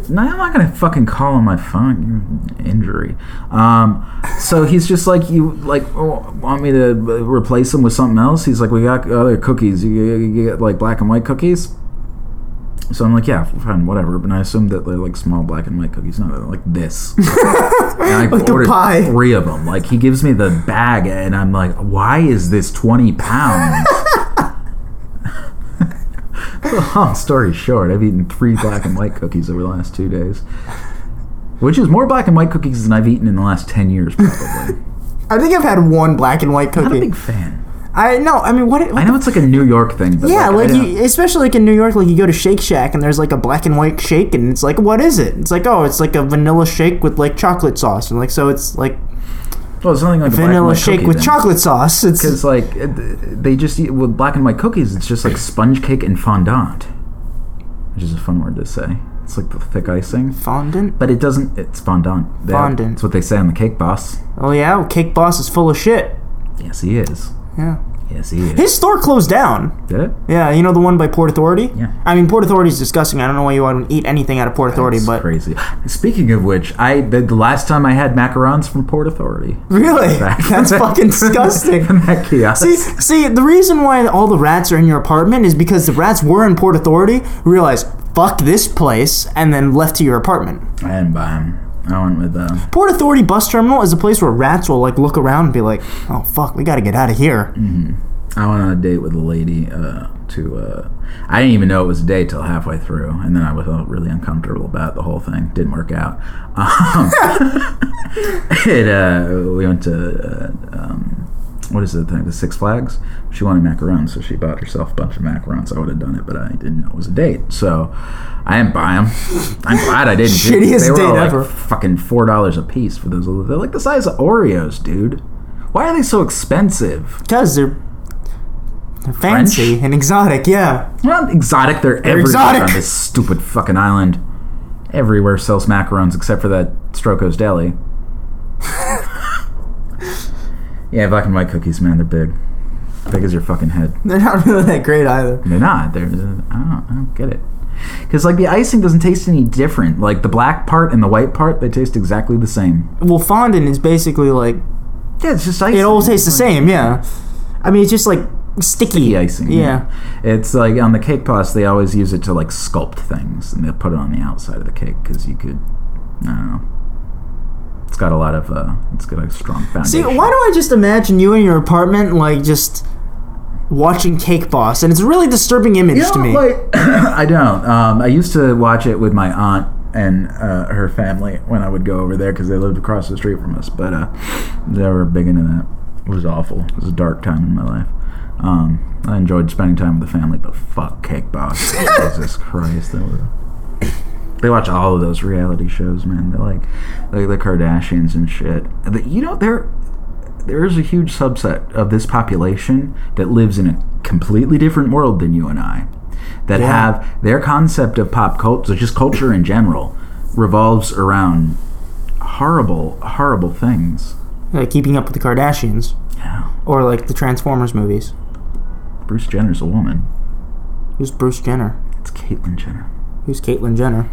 S1: No, I'm not gonna fucking call on my phone. You're an injury. Um, so he's just like, you like oh, want me to replace him with something else? He's like, we got other cookies. You, you get like black and white cookies. So I'm like, yeah, fine, whatever. But I assume that they're like small black and white cookies, not like this. and I
S2: the
S1: ordered
S2: pie.
S1: three of them. Like he gives me the bag, and I'm like, why is this 20 pounds? Long story short, I've eaten three black and white cookies over the last two days, which is more black and white cookies than I've eaten in the last 10 years, probably.
S2: I think I've had one black and white
S1: I'm not a
S2: cookie.
S1: big fan.
S2: I no, I mean what?
S1: I know it's like a New York thing, but
S2: yeah,
S1: like,
S2: like
S1: I don't-
S2: you, especially like in New York, like you go to Shake Shack and there's like a black and white shake, and it's like, what is it? It's like, oh, it's like a vanilla shake with like chocolate sauce, and like so it's like
S1: well, it's nothing like a black and
S2: vanilla
S1: white
S2: shake
S1: cookie
S2: with
S1: then.
S2: chocolate sauce. It's
S1: Because like it- they just eat with black and white cookies, it's just like sponge cake and fondant, which is a fun word to say. It's like the thick icing,
S2: fondant.
S1: but it doesn't. It's fondant. They-
S2: Fondant.
S1: That's what they say on the cake boss.
S2: Oh yeah, well, Cake Boss is full of shit.
S1: Yes, he is.
S2: Yeah,
S1: Yes, he is.
S2: his store closed down.
S1: Did it?
S2: Yeah, you know the one by Port Authority.
S1: Yeah.
S2: I mean Port Authority is disgusting. I don't know why you wouldn't eat anything out of Port Authority,
S1: It's
S2: but
S1: crazy. Speaking of which, I the, the last time I had macarons from Port Authority.
S2: really, that's fucking disgusting.
S1: From that kiosk.
S2: See, see, the reason why all the rats are in your apartment is because the rats were in Port Authority, realized, fuck this place, and then left to your apartment.
S1: I didn't buy 'em. I went with uh,
S2: Port Authority bus terminal is a place where rats will, like, look around and be like, oh, fuck, we gotta get out of here.
S1: I went on a date with a lady uh, to. Uh, I didn't even know it was a date till halfway through, and then I was uh, really uncomfortable about the whole thing. Didn't work out. Um, it, uh, we went to uh, um, what is the thing? The Six Flags. She wanted macarons, so she bought herself a bunch of macarons. I would have done it, but I didn't know it was a date, so I didn't buy them. I'm glad I didn't.
S2: Shittiest
S1: they were all,
S2: date
S1: like,
S2: ever.
S1: Fucking four dollars a piece for those. little- They're like the size of Oreos, dude. Why are they so expensive?
S2: Because they're, they're fancy and exotic, yeah.
S1: They're not exotic. They're, everywhere
S2: exotic.
S1: on this stupid fucking island. Everywhere sells macarons except for that Stroko's Deli. yeah, black and white cookies, man. They're big. Big as your fucking head.
S2: They're not really that great either.
S1: They're not. They're. I don't, I don't get it. Because, like, the icing doesn't taste any different. Like, the black part and the white part, they taste exactly the same.
S2: Well, fondant is basically like,
S1: Yeah, it's just icing.
S2: it all tastes the same, yeah. I mean, it's just like sticky.
S1: the icing.
S2: Yeah.
S1: It's like on the cake boss, they always use it to like sculpt things and they'll put it on the outside of the cake because you could, I don't know. It's got a lot of, uh, it's got a strong
S2: See,
S1: foundation.
S2: why do I just imagine you in your apartment, like just watching Cake Boss, and it's a really disturbing image
S1: You know,
S2: to me.
S1: like, I don't. Um, I used to watch it with my aunt and uh, her family when I would go over there because they lived across the street from us. But uh, they were big into that. It was awful. It was a dark time in my life. Um, I enjoyed spending time with the family, but fuck Cake Boss. Jesus Christ, they were. They watch all of those reality shows, man. They're like, like the Kardashians and shit. The- You know, there, there is a huge subset of this population that lives in a completely different world than you and I, that have their concept of pop culture, just culture in general, revolves around horrible, horrible things.
S2: like keeping up with the Kardashians,
S1: Yeah,
S2: or like the Transformers movies.
S1: Bruce Jenner's a woman.
S2: Who's Bruce Jenner?
S1: It's Caitlyn Jenner.
S2: Who's Caitlyn Jenner?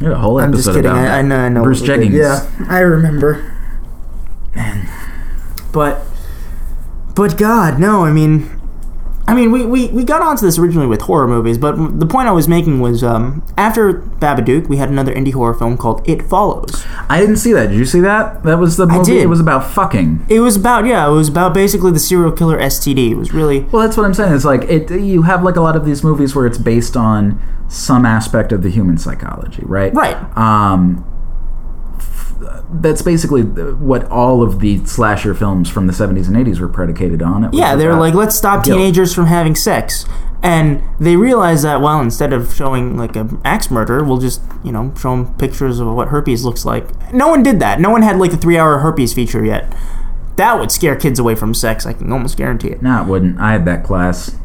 S1: You had a whole
S2: I'm
S1: episode
S2: just kidding.
S1: about
S2: I, I
S1: that.
S2: know. I know.
S1: Bruce
S2: what we did.
S1: Jennings.
S2: Yeah, I remember. Man, but but God, no. I mean, I mean, we, we, we got onto this originally with horror movies, but the point I was making was um, after Babadook, we had another indie horror film called It Follows.
S1: I didn't see that. Did you see that? That was the movie.
S2: did.
S1: It was about fucking.
S2: It was about yeah, it was about basically the serial killer STD. It was really
S1: Well, that's what I'm saying. It's like it. You have like a lot of these movies where it's based on some aspect of the human psychology, right?
S2: Right.
S1: Um, f- that's basically what all of the slasher films from the 70s and 80s were predicated on. It was
S2: Yeah, they were
S1: about-
S2: like, let's stop
S1: guilt.
S2: teenagers from having sex. And they realized that, well, instead of showing like an axe murder, we'll just, you know, show them pictures of what herpes looks like. No one did that. No one had like the three hour herpes feature yet. That would scare kids away from sex. I can almost guarantee it.
S1: Nah, it wouldn't. I had that class.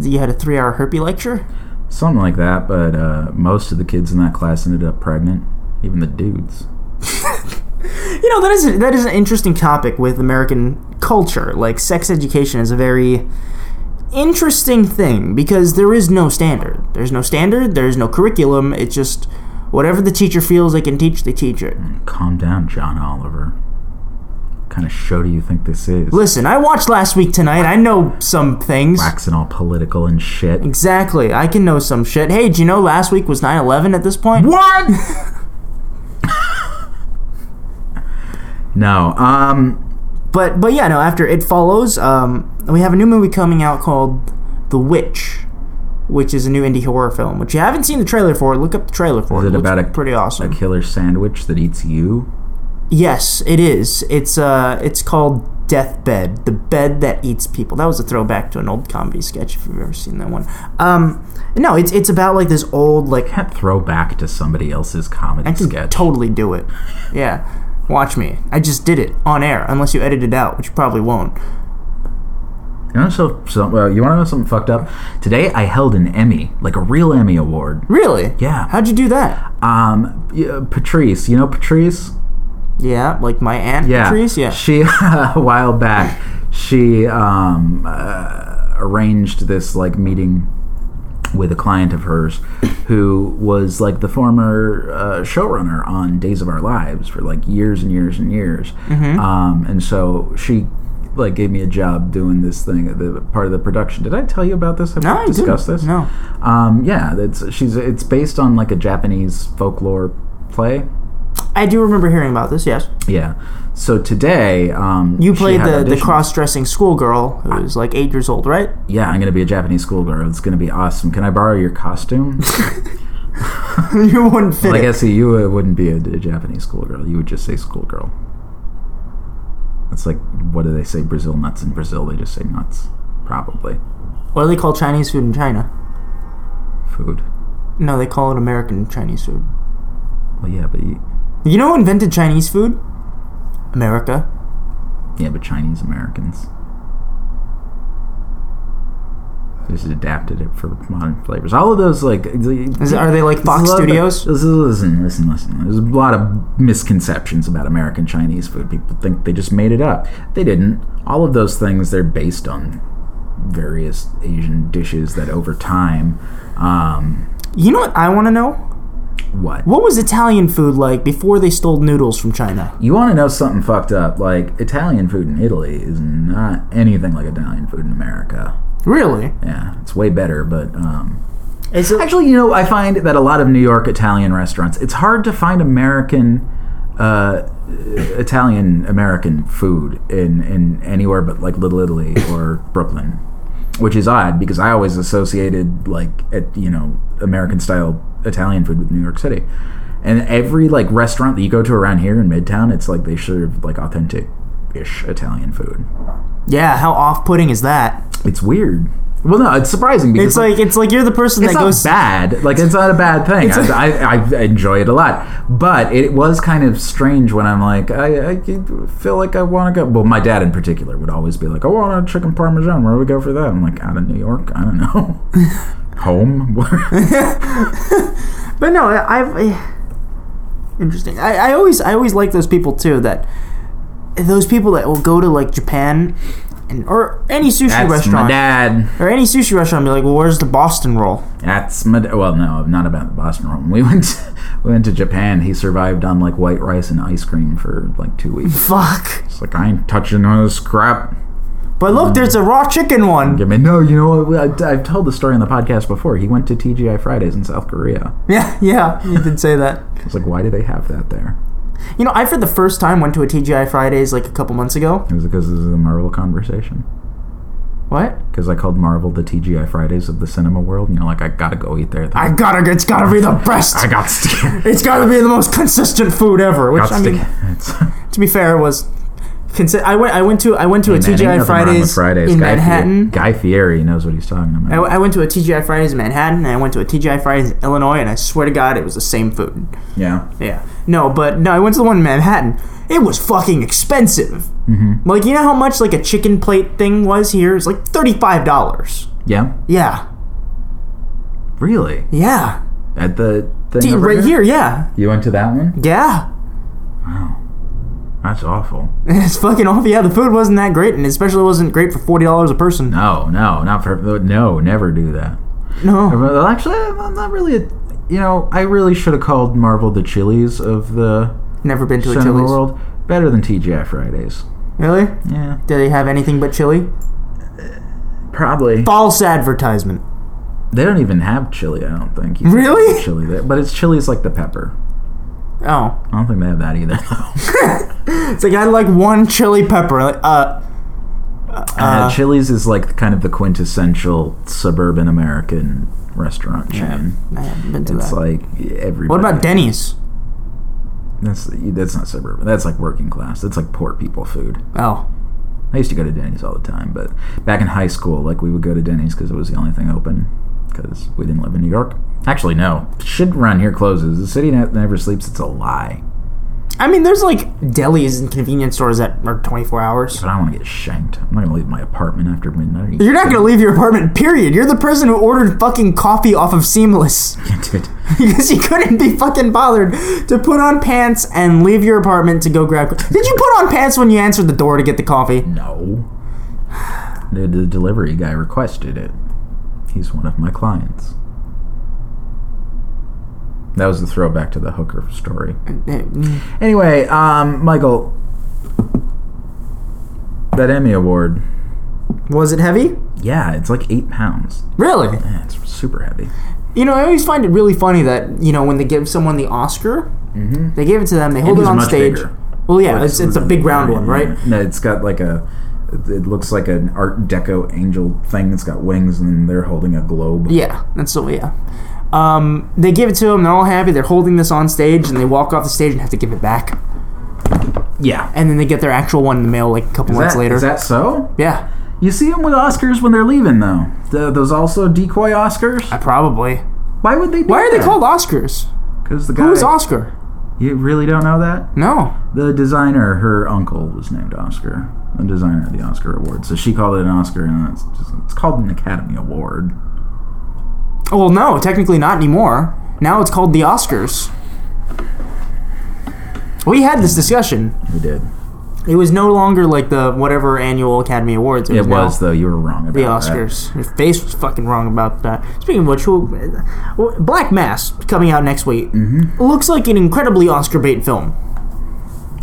S2: You had a three hour herpes lecture?
S1: Something like that, but uh, most of the kids in that class ended up pregnant, even the dudes.
S2: You know, that is, that is an interesting topic with American culture. Like, sex education is a very interesting thing because there is no standard. There's no standard, there's no curriculum. It's just whatever the teacher feels they can teach, they teach it.
S1: Calm down, John Oliver. What kind of show do you think this is?
S2: Listen, I watched last week tonight. I know some things.
S1: Waxing all political and shit.
S2: Exactly. I can know some shit. Hey, do you know last week was 9 11 at this point? What?
S1: No, um,
S2: But but yeah, no. After it follows, um, we have a new movie coming out called The Witch, which is a new indie horror film. Which you haven't seen the trailer for. Look up the trailer for.
S1: Is it
S2: looks
S1: about a-
S2: pretty
S1: a
S2: awesome?
S1: killer sandwich that eats you.
S2: yes, it is. It's uh, it's called Deathbed, the bed that eats people. That was a throwback to an old comedy sketch. If you've ever seen that one. Um, no, it's it's about like this old like
S1: Can't throw back to somebody else's comedy
S2: I can
S1: sketch.
S2: totally do it. Yeah. Watch me. I just did it on air, unless you edit it out, which you probably won't.
S1: You want to know, some, uh, you wanna know something fucked up? Today I held an Emmy, like a real Emmy award.
S2: Really?
S1: Yeah.
S2: How'd you do that?
S1: Um, yeah, Patrice, you know Patrice?
S2: Yeah, like my aunt
S1: Yeah.
S2: Patrice? Yeah.
S1: She a while back, she um, uh, arranged this like meeting with a client of hers who was like the former uh, showrunner on Days of Our Lives for like years and years and years.
S2: Mm-hmm.
S1: Um, and so she like gave me a job doing this thing at the part of the production. Did I tell you about this? Have
S2: No,
S1: we
S2: I
S1: discussed
S2: didn't.
S1: this?
S2: No.
S1: Um, yeah, it's she's it's based on like a Japanese folklore play.
S2: I do remember hearing about this, yes.
S1: Yeah. So today, um,
S2: You
S1: she
S2: played
S1: had
S2: the, the
S1: auditions.
S2: cross dressing schoolgirl who was like eight years old, right?
S1: Yeah, I'm gonna be a Japanese schoolgirl. It's gonna be awesome. Can I borrow your costume?
S2: you wouldn't fit
S1: like I
S2: it.
S1: see, you uh, wouldn't be a, a Japanese schoolgirl. You would just say schoolgirl. That's like what do they say? Brazil nuts in Brazil? They just say nuts, probably.
S2: What do they call Chinese food in China?
S1: Food.
S2: No, they call it American Chinese food.
S1: Well, yeah, but you-
S2: You know who invented Chinese food? America.
S1: yeah, but Chinese Americans. They just adapted it for modern flavors. All of those like
S2: Is, are they like
S1: There's
S2: Fox
S1: a lot of-
S2: Studios?
S1: listen, listen, listen, listen. There's a lot of misconceptions about American Chinese food. People think they just made it up. They didn't. All of those things, they're based on various Asian dishes that over time, um,
S2: you know what I want to know?
S1: what?
S2: What was Italian food like before they stole noodles from China?
S1: You want to know something fucked up? Like, Italian food in Italy is not anything like Italian food in America.
S2: Really?
S1: Yeah, it's way better, but, um,
S2: Is it,
S1: Actually, you know, I find that a lot of New York Italian restaurants, it's hard to find American, uh, Italian American food in, in anywhere but like Little Italy or Brooklyn, which is odd because I always associated like at you know American style Italian food with New York City, and every like restaurant that you go to around here in Midtown, it's like they serve like authentic ish Italian food.
S2: yeah, how off-putting is that?
S1: It's weird. Well, no, it's surprising because
S2: It's like it's like you're the person that
S1: it's not
S2: goes.
S1: bad. Like it's not a bad thing. I I- I enjoy it a lot, but it was kind of strange when I'm like, I, I feel like I want to go. Well, my dad in particular would always be like, I want a chicken parmesan. Where do we go for that? I'm like, out of New York. I don't know. Home.
S2: But no, I- I've eh, interesting. I, I always I always like those people too. That those people that will go to like Japan and or any sushi
S1: That's my
S2: restaurant
S1: dad.
S2: or any sushi restaurant and be like, well, where's the Boston roll?
S1: That's my. da- Well, no, not about the Boston roll. When we went. To, we went to Japan. He survived on like white rice and ice cream for like two weeks.
S2: Fuck.
S1: It's like I ain't touching none of this crap.
S2: But look, there's a raw chicken one.
S1: I mean, no, you know what? I, I've told the story on the podcast before. He went to TGI Fridays in South Korea.
S2: Yeah, yeah, you did say that.
S1: It's like, why do they have that there?
S2: You know, I for the first time went to a TGI Fridays like a couple months ago.
S1: It was because this is a Marvel conversation.
S2: What?
S1: because I called Marvel the TGI Fridays of the cinema world. And you're like, I gotta go eat there.
S2: I gotta. It's gotta be the best.
S1: I got scared.
S2: it's gotta be the most consistent food ever. Which
S1: got
S2: I mean,
S1: scared.
S2: to be fair, was. Consi- I went. I went to. I went to a
S1: Man, ain't nothing
S2: TGI
S1: wrong with
S2: Fridays,
S1: Fridays.
S2: in
S1: Guy Fie-
S2: Manhattan.
S1: Guy Fieri knows what he's talking
S2: I,
S1: about.
S2: I went to a TGI Fridays in Manhattan, and I went to a TGI Fridays in Illinois, and I swear to God, it was the same food.
S1: yeah.
S2: Yeah. No, but no, I went to the one in Manhattan. It was fucking expensive. Mm-hmm. Like, you know how much like a chicken plate thing was here? It's like thirty-five dollars.
S1: Yeah.
S2: Yeah.
S1: Really?
S2: Yeah.
S1: At the thing
S2: D-
S1: over
S2: right here. Yeah.
S1: You went to that one?
S2: Yeah.
S1: That's awful.
S2: It's fucking awful. Yeah, the food wasn't that great, and especially wasn't great for forty dollars a person.
S1: No, no, not for no. Never do that.
S2: No.
S1: Well, Actually, I'm not really. A, you know, I really should have called Marvel the Chili's of the
S2: Never been to a
S1: cinema
S2: Chili's.
S1: world. Better than TGI Fridays.
S2: Really?
S1: Yeah,
S2: Do they have anything but chili?
S1: probably.
S2: False advertisement.
S1: They don't even have chili. I don't think. You can
S2: Really?
S1: get Chili, there. but it's chili's like the pepper.
S2: Oh.
S1: I don't think they have that either. though.
S2: It's like I like one chili pepper. Like, uh,
S1: uh, Chili's is like kind of the quintessential suburban American restaurant chain.
S2: I haven't been to
S1: It's
S2: that.
S1: like everybody.
S2: what about Denny's?
S1: That's that's not suburban. That's like working class. That's like poor people food.
S2: Oh.
S1: I used to go to Denny's all the time, but back in high school, like we would go to Denny's because it was the only thing open because we didn't live in New York. Actually, no. Shit around here closes. The city ne- never sleeps. It's a lie.
S2: I mean, there's like delis and convenience stores that are 24 hours.
S1: But I want to get shanked. I'm not gonna leave my apartment after midnight.
S2: You're not gonna leave your apartment, period. You're the person who ordered fucking coffee off of Seamless
S1: Dude,
S2: because you couldn't be fucking bothered to put on pants and leave your apartment to go grab. Did you put on pants when you answered the door to get the coffee?
S1: no. The, the delivery guy requested it. He's one of my clients. That was the throwback to the hooker story.
S2: Mm,
S1: Anyway, um, Michael, that Emmy Award.
S2: Was it heavy?
S1: Yeah, it's like eight pounds.
S2: Really?
S1: Yeah, it's super heavy.
S2: You know, I always find it really funny that you know when they give someone the Oscar, they give it to them. They hold it
S1: It's
S2: on
S1: Mm-hmm. much
S2: stage.
S1: bigger.
S2: Well, yeah, it's, it's a big round one,
S1: Yeah.
S2: right?
S1: No, it's got like a. It looks like an Art Deco angel thing. It's got wings, and they're holding a globe.
S2: Yeah, that's so yeah. Um, they give it to them. They're all happy. They're holding this on stage, and they walk off the stage and have to give it back.
S1: Yeah.
S2: And then they get their actual one in the mail like a couple
S1: Is
S2: months
S1: that,
S2: later.
S1: is that so?
S2: yeah,
S1: You see them with Oscars when they're leaving, though. Th- those also decoy Oscars.
S2: probably.
S1: Why would they? Do
S2: Why are they called Oscars?
S1: Because the guy.
S2: Who's Oscar?
S1: You really don't know that?
S2: No.
S1: The designer, her uncle, was named Oscar. The designer of the Oscar Award. So she called it an Oscar, and it's, just, it's called an Academy Award.
S2: Well, no, technically not anymore. Now it's called the Oscars. We had this discussion.
S1: We did.
S2: It was no longer like the whatever annual Academy Awards.
S1: It
S2: now
S1: was though. You were wrong about
S2: the
S1: that.
S2: Oscars. Your face was fucking wrong about that. Speaking of which, who- uh, Black Mass coming out next week
S1: Mm-hmm.
S2: looks like an incredibly Oscar bait film.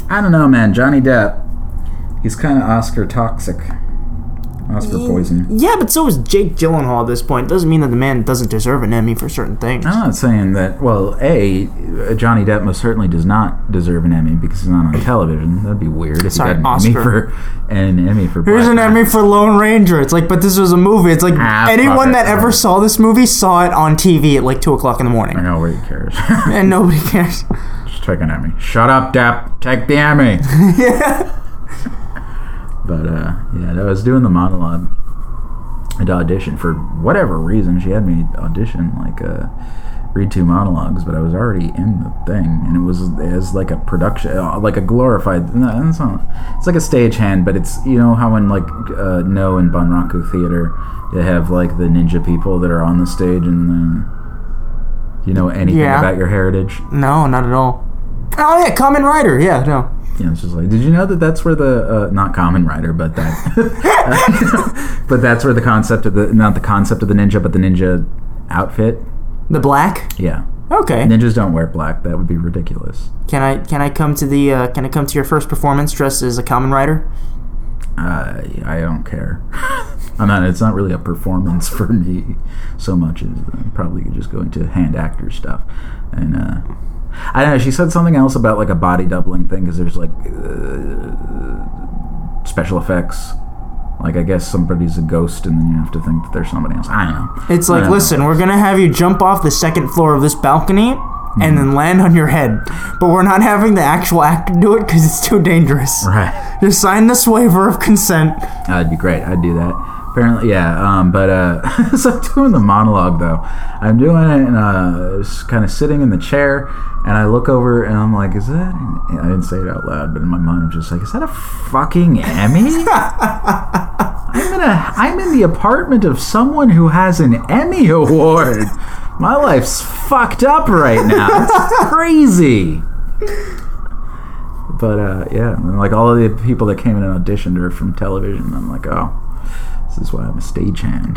S1: I don't know, man. Johnny Depp, he's kind of Oscar toxic, Oscar poison.
S2: Yeah, but so is Jake Gyllenhaal at this point. Doesn't mean that the man doesn't deserve an Emmy for certain things.
S1: I'm not saying that. Well, a Johnny Depp most certainly does not deserve an Emmy because he's not on television. That'd be weird if
S2: Sorry,
S1: he got an
S2: Oscar.
S1: Emmy for an Emmy for.
S2: Here's
S1: Black
S2: an
S1: Mass.
S2: Emmy for Lone Ranger. It's like, but this was a movie. It's like
S1: Ah, fuck
S2: anyone
S1: it.
S2: that ever saw this movie saw it on TV at like two o'clock in the morning,
S1: I know where he cares.
S2: and nobody cares.
S1: Just take an Emmy. Shut up, Depp. Take the Emmy. But uh, yeah, I was doing the monologue at audition for whatever reason. She had me audition like uh, read two monologues, but I was already in the thing, and it was as like a production, uh, like a glorified. No, it's not. It's like a stagehand, but it's you know how in like uh, No and Banraku Theater, they have like the ninja people that are on the stage and. Uh, you know anything
S2: Yeah.
S1: about your heritage?
S2: No, not at all. Oh yeah, Common Rider. Yeah, no.
S1: Yeah, it's just like, did you know that that's where the uh, not common rider, but that, uh, but that's where the concept of the not the concept of the ninja, but the ninja outfit.
S2: The Black.
S1: Yeah,
S2: Okay.
S1: ninjas don't wear black. That would be ridiculous.
S2: Can I can I come to the uh, can I come to your first performance dressed as a common rider?
S1: Uh, I don't care. I'm not. It's not really a performance for me so much as uh, probably just going to hand actor stuff. And uh, I don't know. She said something else about like a body doubling thing because there's like uh, special effects, Like I guess somebody's a ghost, and then you have to think that there's somebody else. I don't know.
S2: It's
S1: I
S2: like,
S1: don't know.
S2: listen, we're gonna have you jump off the second floor of this balcony
S1: Mm-hmm.
S2: and then land on your head, but we're not having the actual actor do it because it's too dangerous.
S1: Right.
S2: Just sign this waiver of consent.
S1: That'd be great. I'd do that. Apparently, yeah. Um, but uh, so I'm doing the monologue though. I'm doing it and uh, just kind of sitting in the chair, and I look over and I'm like, "Is that?" An-? I didn't say it out loud, but in my mind, I'm just like, "Is that a fucking Emmy?" I'm in a. I'm in the apartment of someone who has an Emmy award. My life's fucked up right now. It's crazy. But uh, yeah, and like all of the people that came in and auditioned are from television. I'm like, oh, this is why I'm a stagehand.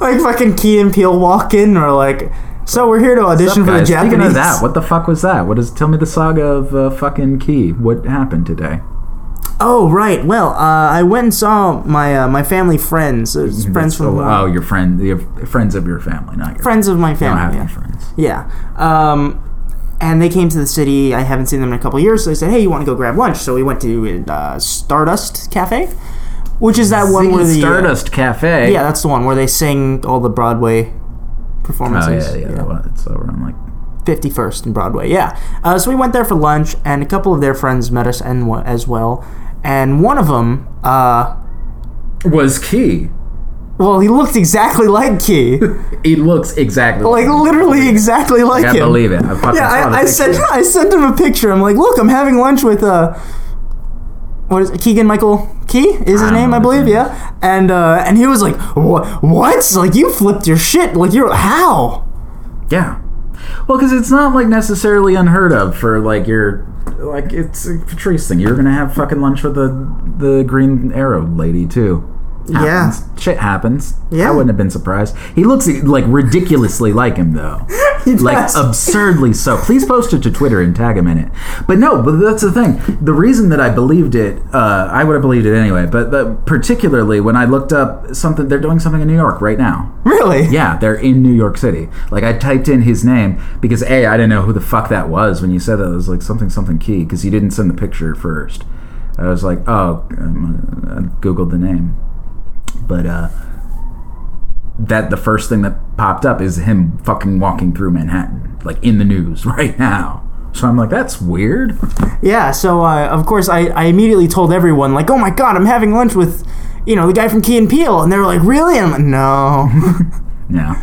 S2: Like fucking Key and Peele walk in or like, so we're here to audition for the
S1: Guys, speaking
S2: Japanese.
S1: of that, what the fuck was that? What is? Tell me the saga of uh, fucking Key. What happened today?
S2: Oh right, well uh, I went and saw my uh, my family friends, uh, friends from
S1: oh, oh, your friend, your friends of your family, not your
S2: friends of my
S1: I don't have
S2: family.
S1: any
S2: yeah.
S1: friends.
S2: Yeah. Um, and they came to the city. I haven't seen them in a couple years, so they said, "Hey, you want to go grab lunch?" So we went to uh, Stardust Cafe, which is that one where
S1: Ziggy
S2: the uh,
S1: Stardust Cafe.
S2: yeah, that's the one where they sing all the
S1: Oh
S2: Broadway
S1: yeah,
S2: performances.
S1: yeah. that one. It's over. I'm like,
S2: 51st and Broadway. Yeah. Uh, so we went there for lunch, and a couple of their friends met us and wa- as well. And one of them, uh,
S1: was Key?
S2: well, he looked exactly like Key,
S1: He looks exactly
S2: like literally exactly like
S1: I
S2: him.
S1: believe it. I fucking
S2: Yeah,
S1: saw the
S2: I, I
S1: picture.
S2: sent I sent him a picture. I'm like, look, I'm having lunch with uh, what is it? Keegan Michael Key is his
S1: don't
S2: name,
S1: know
S2: I
S1: his
S2: believe.
S1: name.
S2: Yeah, and uh, and he was like, what? What? Like you flipped your shit? Like you're how?
S1: Yeah. Well, because it's not like necessarily unheard of for like your like it's a Patrice thing. You're gonna have fucking lunch with the the Green Arrow lady too.
S2: Yeah.
S1: Happens. Shit happens.
S2: Yeah.
S1: I wouldn't have been surprised. He looks like ridiculously like him though.
S2: He
S1: like
S2: does.
S1: absurdly so. Please post it to Twitter and tag him in it. But no, but that's the thing. The reason that I believed it, uh, I would have believed it anyway. But, but particularly when I looked up something, they're doing something in New York right now.
S2: Really?
S1: Yeah, they're in New York City. Like I typed in his name because a I didn't know who the fuck that was when you said that. It was like something something key because you didn't send the picture first. I was like, oh, um, I googled the name, but uh, that the first thing that popped up is him fucking walking through Manhattan, like in the news right now. So I'm like, that's weird.
S2: Yeah. So uh, of course I, I immediately told everyone like, oh my god, I'm having lunch with, you know, the guy from Key and Peele, and they were like, really? And I'm like, no.
S1: Yeah.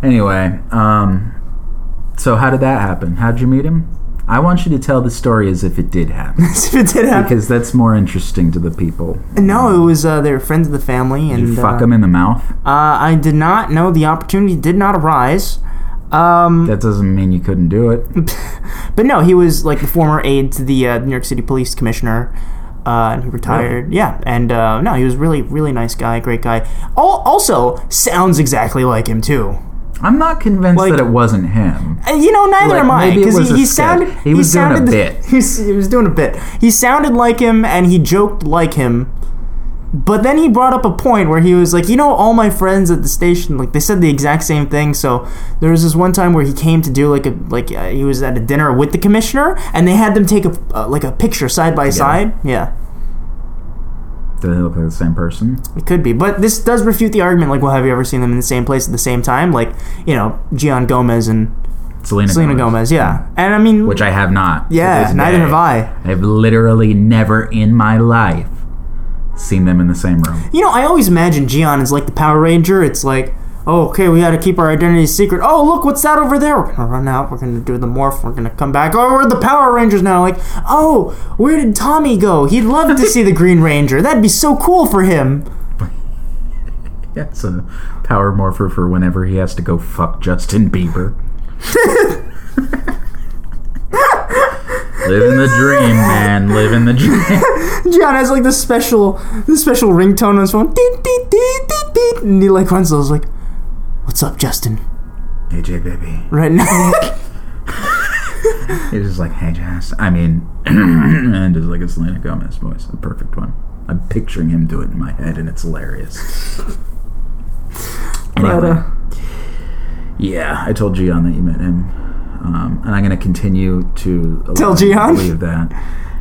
S1: Anyway, um, so how did that happen? How'd you meet him? I want you to tell the story as if it did happen.
S2: So it did happen.
S1: Because that's more interesting to the people.
S2: No, it was uh, they were friends of the family, and
S1: You
S2: uh,
S1: fuck them in the mouth.
S2: Uh, I did not know the opportunity did not arise. Um,
S1: That doesn't mean you couldn't do it.
S2: but no, he was like the former aide to the uh, New York City Police Commissioner. Uh, and he retired. Yeah, and uh, no, he was really, really nice guy, great guy. Al- also, sounds exactly like him too.
S1: I'm not convinced
S2: Like-
S1: that it wasn't him.
S2: And, you know, neither
S1: Like,
S2: am I
S1: maybe it
S2: because
S1: was
S2: he,
S1: a
S2: he
S1: skit.
S2: sounded
S1: He was doing a
S2: sounded,
S1: bit.
S2: He, was- he was doing a bit. He sounded like him, and he joked like him. But then he brought up a point where he was like, you know, all my friends at the station, like they said the exact same thing. So there was this one time where he came to do like a like uh, he was at a dinner with the commissioner, and they had them take a uh, like a picture side by side. Yeah,
S1: Did they look like the same person?
S2: it could be, but this does refute the argument. Like, well, have you ever seen them in the same place at the same time? Like, you know, Gian Gomez and
S1: Selena,
S2: Selena Gomez. Yeah, and I mean,
S1: Which I have not. to
S2: yeah,
S1: this
S2: neither
S1: day.
S2: have I.
S1: I've literally never in my life seen them in the same room.
S2: You know, I always imagine Gion is like the Power Ranger. It's like, oh, okay, we gotta keep our identity secret. Oh, look, what's that over there? We're gonna run out. We're gonna do the morph. We're gonna come back. Oh, we're the Power Rangers now. Like, oh, where did Tommy go? He'd love to see the Green Ranger. That'd be so cool for him.
S1: Yeah, it's a power morpher for whenever he has to go fuck Justin Bieber. Living the dream, man. Living the dream.
S2: Gion has like this special, this special ringtone on his phone. Deet, deet, deet, deet, deet. And he like runs those like, what's up, Justin?
S1: AJ, baby.
S2: Right now.
S1: It's just like, hey, Jazz. I mean, and it's like a Selena Gomez voice, the perfect one. I'm picturing him do it in my head, and it's hilarious.
S2: But,
S1: Anyway,
S2: uh,
S1: yeah, I told Gian that you met him, um, and I'm gonna continue to
S2: Tell
S1: allow you to
S2: Gian?
S1: believe that.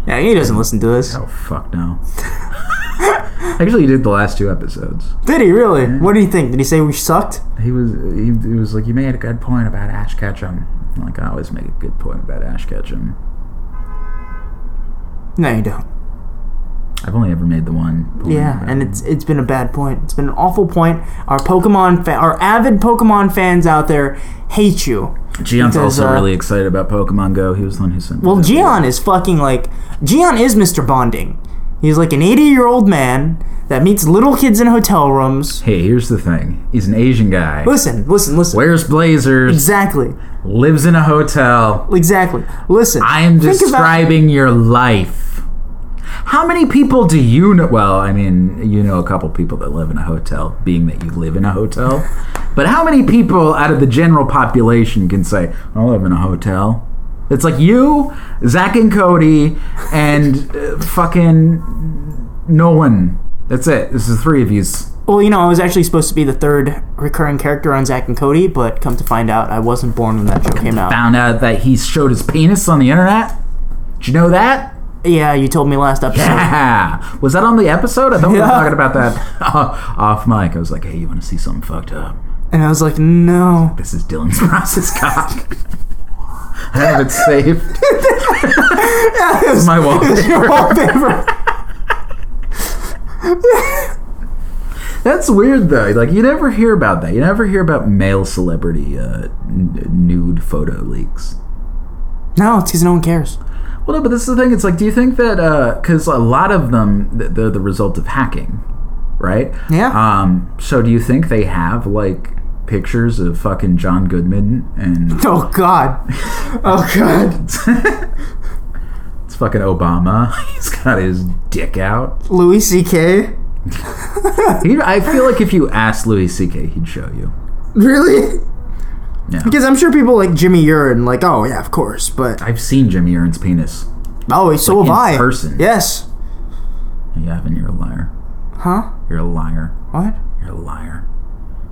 S2: yeah, he doesn't listen to this.
S1: Oh fuck no! Actually, he did the last two episodes.
S2: Did he really? What do you think? Did he say we sucked?
S1: He was he, he was like, you made a good point about Ash Ketchum. I'm Like I always make a good point about Ash Ketchum.
S2: No, you don't.
S1: I've only ever made the one. Point
S2: Yeah,
S1: about
S2: and
S1: him.
S2: it's it's been a bad point. It's been an awful point. Our Pokemon, fa- our avid Pokemon fans out there hate you.
S1: Gion's
S2: because,
S1: also
S2: uh,
S1: really excited about Pokemon Go. He was the one who sent. me
S2: Well,
S1: that.
S2: Gion is fucking like Gion is Mr. Bonding. He's like an 80 year old man that meets little kids in hotel rooms.
S1: Hey, here's the thing. He's an Asian guy.
S2: Listen, listen, listen.
S1: Wears blazers.
S2: Exactly,
S1: Lives in a hotel.
S2: exactly. Listen.
S1: I am
S2: Think about-
S1: describing your life. How many people do you know? Well, I mean, you know a couple people that live in a hotel, being that you live in a hotel. But how many people out of the general population can say, I live in a hotel? It's like you, Zach and Cody, and uh, fucking no one. That's it. This is the three of yous.
S2: Well, you know, I was actually supposed to be the third recurring character on Zack and Cody, but come to find out, I wasn't born when that show came out.
S1: Found out that he showed his penis on the internet. Did you know that?
S2: Yeah, you told me last episode.
S1: Yeah. Was that on the episode? I thought we were
S2: Yeah.
S1: talking about that off mic. I was like, hey, you want to see something fucked up?
S2: And I was like, no.
S1: This is Dylan's Ross's cock. I have it saved. It's my wallpaper.
S2: Wallpaper.
S1: That's weird though. Like you never hear about that. You never hear about male celebrity uh, n- nude photo leaks.
S2: no, it's because no one cares.
S1: Well, no, but this is the thing. It's like, do you think that because a lot of them th- they're the result of hacking, right?
S2: Yeah.
S1: Um. So, do you think they have like pictures of fucking John Goodman and
S2: Oh God. Oh God.
S1: it's fucking Obama? He's got his dick out.
S2: Louis C.K.
S1: He, I feel like if you asked Louis C.K., he'd show you.
S2: Really?
S1: Yeah.
S2: Because I'm sure people like Jimmy Urine, like, oh yeah, of course, but
S1: I've seen Jimmy Urban's penis.
S2: oh, so have
S1: in
S2: I.
S1: person.
S2: Yes.
S1: You haven't. You're a liar.
S2: Huh?
S1: You're a liar.
S2: What?
S1: You're a liar.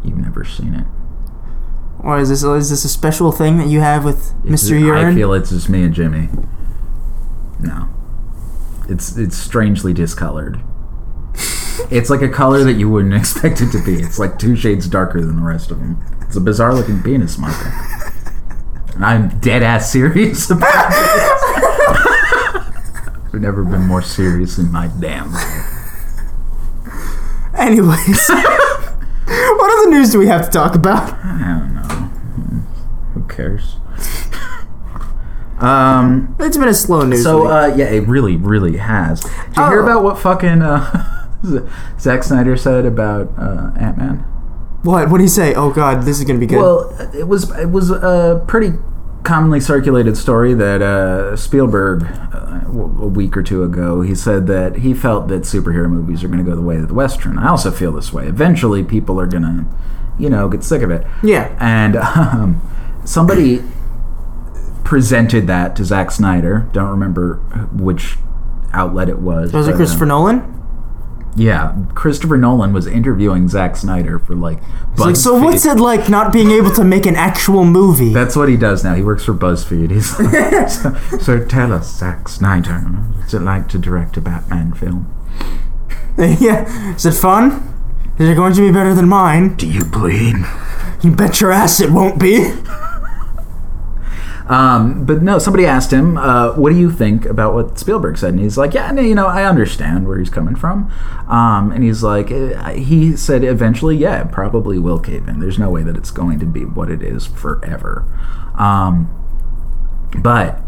S1: You've never seen it.
S2: Or is this is this a special thing that you have with
S1: It's
S2: Mr.
S1: just- I
S2: Urine?
S1: feel it's just me and Jimmy. No. It's it's strangely discolored. it's like a color that you wouldn't expect it to be. It's like two shades darker than the rest of them. It's a bizarre looking penis, Michael. And I'm dead ass serious about this. I've never been more serious in my damn life.
S2: Anyways. what other news do we have to talk about?
S1: I don't know. Who cares? Um.
S2: It's been a slow news.
S1: So
S2: week.
S1: uh, yeah, it really, really has. Did you hear
S2: Oh.
S1: about what fucking uh, Zack Snyder said about uh, Ant Man?
S2: what? What do you say? Oh God, this is gonna be good.
S1: Well, it was it was a pretty commonly circulated story that uh, Spielberg uh, w- a week or two ago he said that he felt that superhero movies are going to go the way of the western. I also feel this way. Eventually, people are going to, you know, get sick of it.
S2: yeah.
S1: And um, somebody presented that to Zack Snyder. Don't remember which outlet it was.
S2: Was it
S1: but, uh,
S2: Christopher Nolan?
S1: yeah, Christopher Nolan was interviewing Zack Snyder for like.
S2: It's like, so what's it like not being able to make an actual movie?
S1: That's what he does now. He works for BuzzFeed. He's like, so, so tell us, Zack Snyder, what's it like to direct a Batman film?
S2: yeah. Is it fun? Is it going to be better than mine?
S1: Do you bleed?
S2: You bet your ass it won't be.
S1: Um, but no, somebody asked him, uh, "What do you think about what Spielberg said?" And he's like, "Yeah, no, you know, I understand where he's coming from." Um, and he's like, eh, "He said eventually, yeah, it probably will cave in. There's no way that it's going to be what it is forever." Um, but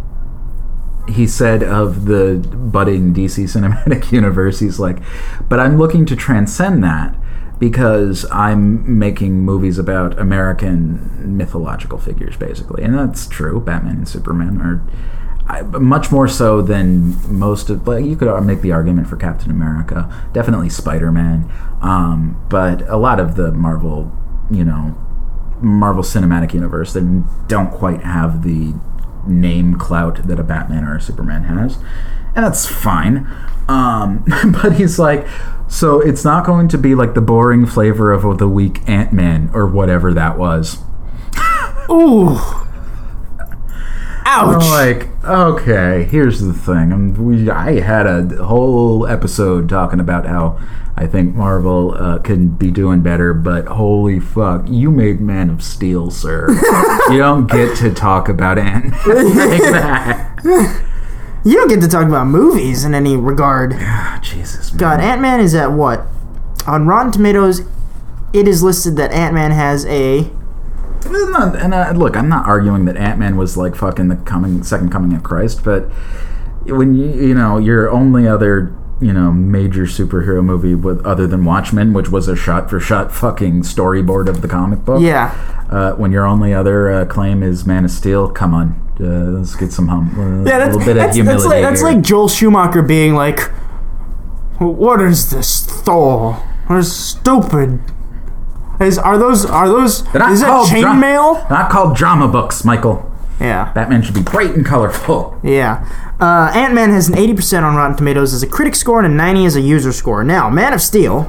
S1: he said of the budding DC cinematic universe, he's like, but I'm looking to transcend that because I'm making movies about American mythological figures, basically. And that's true. Batman and Superman are I, much more so than most of, like, you could ar- make the argument for Captain America, definitely Spider Man, um, but a lot of the Marvel, you know, Marvel Cinematic Universe they don't quite have the name clout that a Batman or a Superman has, and that's fine. Um, but he's like, so it's not going to be like the boring flavor of the week Ant Man or whatever that was.
S2: Ooh. Ouch.
S1: I'm like, okay, here's the thing. i we, I had a whole episode talking about how I think Marvel uh, can be doing better, but holy fuck, you made Man of Steel, sir. you don't get to talk about Ant like that.
S2: you don't get to talk about movies in any regard.
S1: Ah, Jesus, man.
S2: God, Ant Man is at what? On Rotten Tomatoes, it is listed that Ant Man has a.
S1: It's not- and I, look, I'm not arguing that Ant Man was like fucking the coming second coming of Christ, but when you you know your only other you know major superhero movie with other than Watchmen, which was a shot for shot fucking storyboard of the comic book.
S2: Yeah.
S1: Uh, when your only other uh, claim is Man of Steel, come on, uh, let's get some hum, uh,
S2: Yeah, that's,
S1: a little bit of
S2: that's,
S1: humility.
S2: that's like, that's
S1: here.
S2: like Joel Schumacher being like, "What is this Thor? What is stupid? Is are those are those
S1: They're not
S2: is that
S1: called dra-
S2: chainmail?
S1: they're not called drama books, Michael.
S2: Yeah,
S1: Batman should be bright and colorful.
S2: yeah. Uh, Ant Man has an eighty percent on Rotten Tomatoes as a critic score and a ninety as a user score. Now, Man of Steel,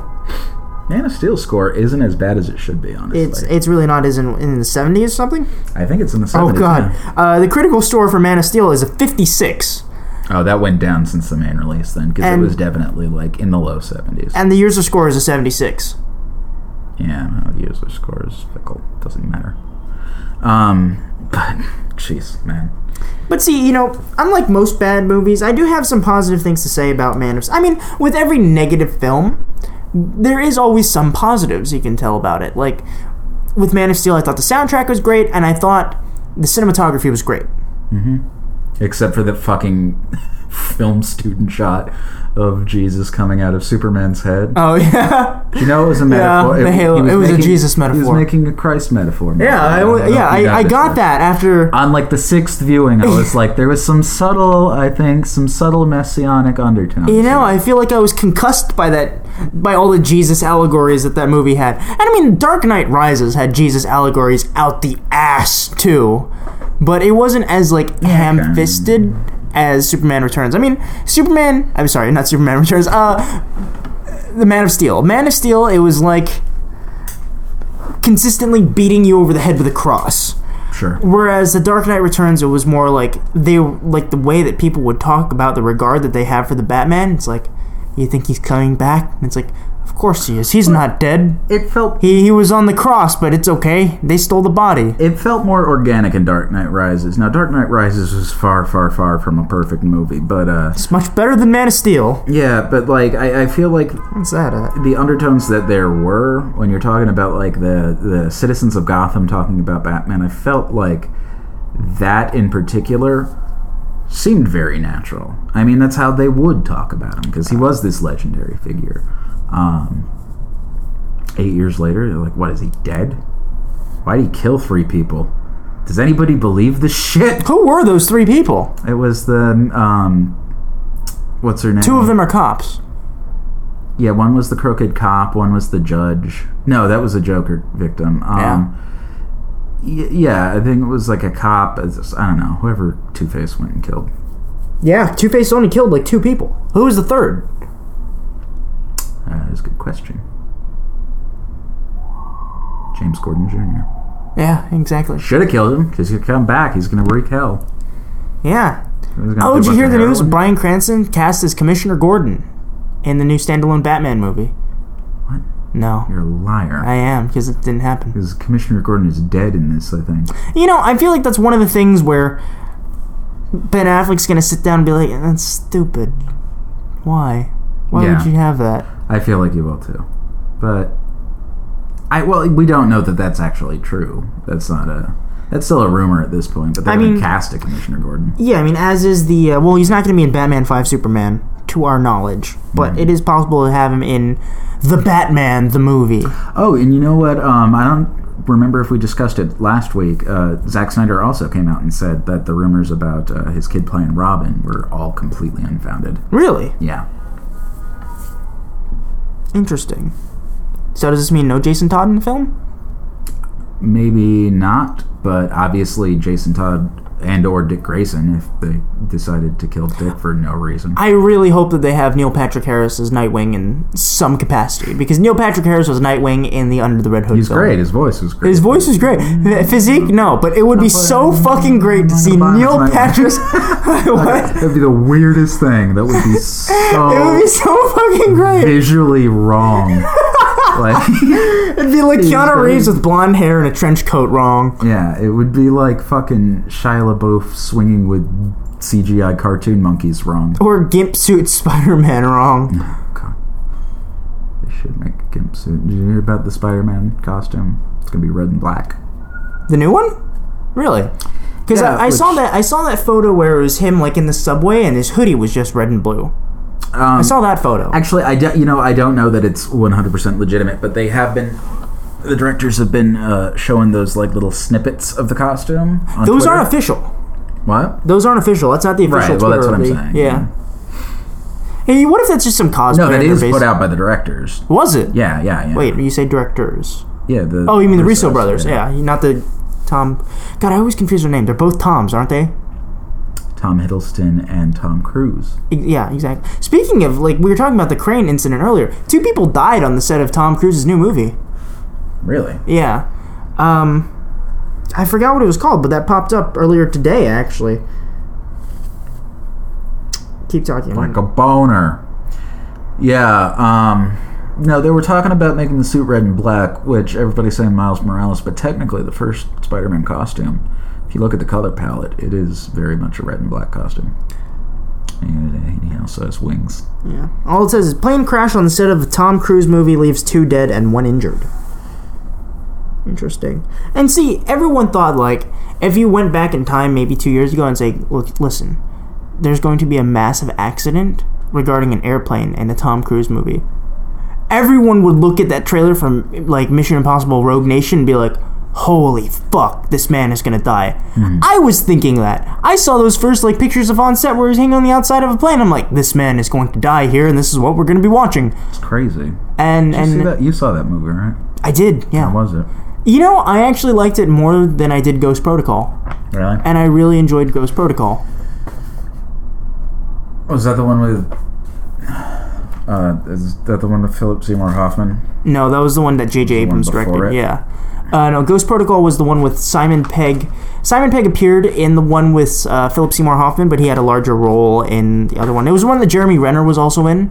S1: Man of Steel score isn't as bad as it should be, honestly.
S2: it's it's really not is in in the seventies or something.
S1: I think it's in the 70s.
S2: Oh God,
S1: now.
S2: uh, the critical score for Man of Steel is a fifty-six,
S1: Oh, that went down since the main release then, because it
S2: And-
S1: was definitely like in the low seventies.
S2: and the user score is a seventy-six.
S1: Yeah, no, the user score is fickle. Doesn't matter. Um, but jeez, man.
S2: But see, you know, unlike most bad movies, I do have some positive things to say about Man of Steel. I mean, with every negative film, there is always some positives you can tell about it. Like with Man of Steel, I thought the soundtrack was great, and I thought the cinematography was great.
S1: Except for the fucking film student shot of Jesus coming out of Superman's head.
S2: Oh yeah,
S1: you know, it was a metaphor.
S2: the halo-
S1: he
S2: it was a
S1: making-
S2: Jesus
S1: He
S2: metaphor.
S1: was making a Christ metaphor. man.
S2: yeah, I,
S1: don't
S2: wa-
S1: know
S2: yeah.
S1: if you
S2: I, I
S1: noticed
S2: got that after.
S1: On like the sixth viewing, I was like, there was some subtle, I think, some subtle messianic undertone.
S2: You know, I feel like I was concussed by that, by all the Jesus allegories that that movie had. And I mean, Dark Knight Rises had Jesus allegories out the ass too, but it wasn't as like ham-fisted as Superman Returns. I mean, Superman. I'm sorry, not Superman Returns. Uh, the Man of Steel. Man of Steel. It was like consistently beating you over the head with a cross.
S1: sure.
S2: Whereas the Dark Knight Returns, it was more like they like the way that people would talk about the regard that they have for the Batman. It's like, you think he's coming back? And it's like, of course he is. He's not dead.
S1: It felt
S2: He he was on the cross, but it's okay. They stole the body.
S1: it felt more organic in Dark Knight Rises. Now, Dark Knight Rises was far, far, far from a perfect movie, but uh,
S2: It's much better than Man of Steel.
S1: yeah, but like I, I feel like
S2: What's that? uh? At?
S1: the undertones that there were when you're talking about like the the citizens of Gotham talking about Batman, I felt like that in particular seemed very natural. I mean, that's how they would talk about him because he was this legendary figure. Um, eight years later, they're like, what is he dead? Why did he kill three people? Does anybody believe this shit?
S2: Who were those three people?
S1: It was the um, what's her name?
S2: Two of them are cops.
S1: Yeah, one was the crooked cop, one was the judge. No, that was a Joker victim. Um, yeah. yeah, I think it was like a cop. it's just- I don't know, whoever Two Face went and killed.
S2: Yeah, Two Face only killed like two people. Who was the third?
S1: Uh, is a good question. James Gordon Jr.
S2: Yeah, exactly.
S1: Should have killed him because he'll come back. He's gonna wreak hell.
S2: Yeah.
S1: He's gonna do
S2: Oh,
S1: a
S2: did you
S1: bunch
S2: hear
S1: of
S2: the news?
S1: heroin.
S2: Brian Cranston cast as Commissioner Gordon in the new standalone Batman movie.
S1: What?
S2: No.
S1: You're a liar.
S2: I am because it didn't happen.
S1: Because Commissioner Gordon is dead in this. I think.
S2: You know, I feel like that's one of the things where Ben Affleck's gonna sit down and be like, "That's stupid. Why? Why
S1: Yeah.
S2: would you have that?"
S1: I feel like you will too, but I well, we don't know that that's actually true. That's not a that's still a rumor at this point. But they're
S2: I
S1: going
S2: mean-
S1: to cast a Commissioner Gordon.
S2: Yeah, I mean, as is the uh, well, he's not gonna be in Batman Five Superman to our knowledge,
S1: Hmm.
S2: but it is possible to have him in the Batman the movie.
S1: Oh, and you know what? Um, I don't remember if we discussed it last week. Uh, Zack Snyder also came out and said that the rumors about uh, his kid playing Robin were all completely unfounded.
S2: Really
S1: Yeah.
S2: interesting. So does this mean no Jason Todd in the film?
S1: maybe not, but obviously Jason Todd and or Dick Grayson if they decided to kill Dick for no reason.
S2: I really hope that they have Neil Patrick Harris as Nightwing in some capacity because Neil Patrick Harris was Nightwing in the Under the Red Hood.
S1: He's
S2: film.
S1: great. His voice was great.
S2: His voice was great.
S1: Mm-hmm.
S2: The Physique, no, but it would be so fucking great to see
S1: Bonds
S2: Neil
S1: Nightwing.
S2: Patrick's. what?
S1: That'd be the weirdest thing. That would be
S2: It would be
S1: so
S2: so fucking great.
S1: visually wrong. like,
S2: It'd be like Keanu
S1: Oh. great.
S2: Reeves with blonde hair and a trench coat. Wrong.
S1: yeah, it would be like fucking Shia LaBeouf swinging with CGI cartoon monkeys wrong.
S2: Or gimp suit Spider-Man
S1: Mm.
S2: wrong.
S1: God. They should make a gimp suit. Did you hear about the Spider Man costume? It's gonna be red and black.
S2: The new one? Really? Because
S1: Yeah,
S2: I, I saw
S1: which-
S2: that I saw that photo where it was him like in the subway and his hoodie was just red and blue. I
S1: Um,
S2: saw that photo.
S1: Actually, I do, you know I don't know that it's 100% legitimate, but they have been the directors have been uh, showing those like little snippets of the costume. On
S2: Those
S1: Twitter.
S2: aren't official.
S1: what?
S2: Those aren't official. That's not the official.
S1: Right, well, that's
S2: Twitter
S1: what
S2: of
S1: I'm
S2: the-
S1: saying,
S2: Yeah. Hey, what if that's just some cosplay?
S1: No, that
S2: on their
S1: is
S2: base-
S1: put out by the directors.
S2: Was it?
S1: Yeah, yeah, yeah.
S2: Wait, you say directors?
S1: yeah. The
S2: Oh, you mean the Russo brothers? Yeah. not the Tom. God, I always confuse their name. They're both Toms, aren't they?
S1: Tom Hiddleston and Tom Cruise.
S2: E- Yeah, exactly. Speaking of, like, we were talking about the crane incident earlier. Two people died on the set of Tom Cruise's new movie.
S1: Really?
S2: Yeah. Um, I forgot what it was called, but that popped up earlier today, actually. Keep talking.
S1: Like a boner. Yeah. Um. No, they were talking about making the suit red and black, which everybody's saying Miles Morales, but technically the first Spider-Man costume, if you look at the color palette, it is very much a red and black costume. And uh, he also has wings.
S2: Yeah. All it says is plane crash on the set of the Tom Cruise movie leaves two dead and one injured. Interesting. And see, everyone thought like if you went back in time maybe two years ago and say, look, listen, there's going to be a massive accident regarding an airplane in the Tom Cruise movie. Everyone would look at that trailer from like Mission Impossible Rogue Nation and be like, "Holy fuck, this man is gonna die."
S1: Hmm.
S2: I was thinking that. I saw those first like pictures of on set where he's hanging on the outside of a plane. I'm like, "This man is going to die here, and this is what we're gonna be watching."
S1: It's crazy.
S2: And Oh.
S1: You, see
S2: and
S1: that? you saw that movie, right?
S2: I did, yeah.
S1: How was it?
S2: You know, I actually liked it more than I did Ghost Protocol,
S1: Really?
S2: and I really enjoyed Ghost Protocol.
S1: Was that the one with? Uh, is that the one with Philip Seymour Hoffman?
S2: No, that was the one that J.J.
S1: one
S2: Abrams
S1: before
S2: directed.
S1: it?
S2: Yeah. Uh, no, Ghost Protocol was the one with Simon Pegg. Simon Pegg appeared in the one with uh, Philip Seymour Hoffman, but he had a larger role in the other one. It was the one that Jeremy Renner was also in.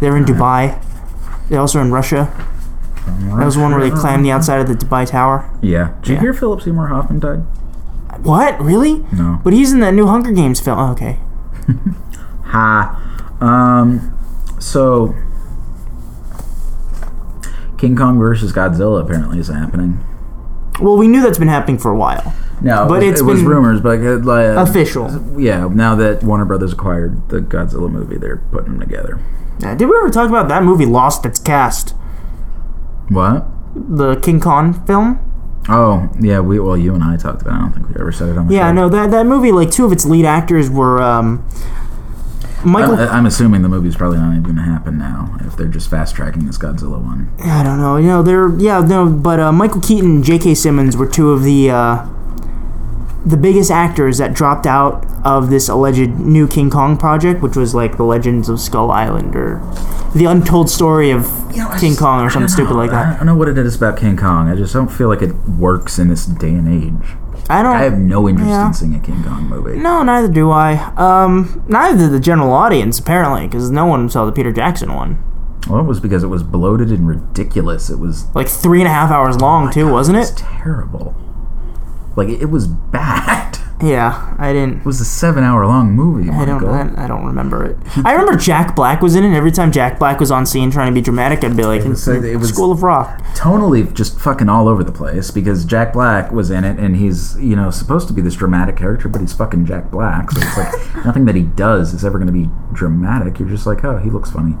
S2: They're in
S1: Mm-hmm.
S2: Dubai. They're also in Russia. That was the one where they climbed the outside of the Dubai Tower.
S1: Yeah. Did you
S2: Yeah.
S1: hear Philip Seymour Hoffman died?
S2: What? Really?
S1: No.
S2: But he's in that new Hunger Games film. Oh, okay.
S1: Ha. Um, so King Kong versus Godzilla apparently is happening.
S2: Well, we knew that's been happening for a while.
S1: No,
S2: But
S1: but it was,
S2: it's
S1: it was
S2: been
S1: rumors, but uh, like,
S2: Official.
S1: Yeah, now that Warner Brothers acquired the Godzilla movie, they're putting them together.
S2: Uh, Did we ever talk about that movie lost its cast?
S1: What?
S2: The King Kong film?
S1: Oh, yeah. We well, you and I talked about. it. I don't think we ever said it on the
S2: Yeah,
S1: show.
S2: no, that that movie, like two of its lead actors were um, Michael.
S1: I- I'm assuming the movie's probably not even going to happen now if they're just fast tracking this Godzilla one.
S2: I don't know, you know, they're yeah, no, but uh, Michael Keaton, and J.K. Simmons were two of the uh, the biggest actors that dropped out of this alleged new King Kong project, which was like the Legends of Skull Island or the Untold Story of King Kong or something stupid like
S1: I
S2: that.
S1: don't know what it is about King Kong. I just don't feel like it works in this day and age.
S2: I don't.
S1: I have no interest
S2: Yeah.
S1: in seeing a King Kong movie.
S2: no, neither do I. Um, neither did the general audience apparently, because no one saw the Peter Jackson one.
S1: Well, it was because it was bloated and ridiculous. It was
S2: Like three and a half hours
S1: Oh
S2: long too, wasn't
S1: it was
S2: it?
S1: terrible. Like it, it was bad.
S2: Yeah, I didn't.
S1: It was a seven-hour-long movie.
S2: I don't. I, I don't remember it. I remember Jack Black was in it. And every time Jack Black was on scene trying to be dramatic, I'd be like,
S1: was like- it was-
S2: "School of Rock."
S1: Tonally, just fucking all over the place because Jack Black was in it, and he's you know supposed to be this dramatic character, but he's fucking Jack Black. So it's like nothing that he does is ever going to be dramatic. You're just like, oh, he looks funny.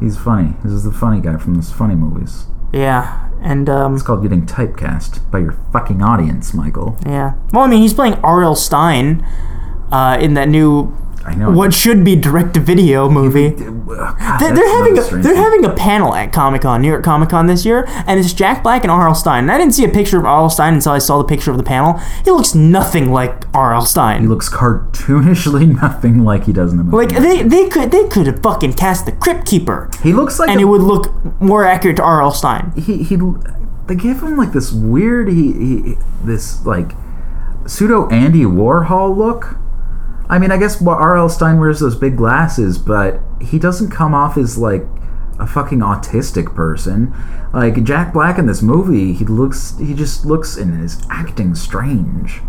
S1: He's funny. This is the funny guy from those funny movies.
S2: Yeah, and um,
S1: It's called getting typecast by your fucking audience, Michael.
S2: yeah. Well, I mean, he's playing R.L. Stein uh, in that new
S1: I know.
S2: what should be direct to video movie. They're, they're having a, they're having a panel at Comic Con, New York Comic Con this year, and it's Jack Black and R.L. Stein. And I didn't see a picture of R.L. Stein until I saw the picture of the panel. He looks nothing like R.L. Stein.
S1: He looks cartoonishly nothing like he does in the movie.
S2: Like they, they could they could have fucking cast the Crypt Keeper,
S1: he looks like
S2: and
S1: a-
S2: it would look more accurate to R.L. Stein.
S1: he he they give him like this weird he, he this like pseudo Andy Warhol look. I mean, I guess Wa- R.L. Stein wears those big glasses, but he doesn't come off as like a fucking autistic person. Like Jack Black in this movie, he looks he just looks and is acting strange.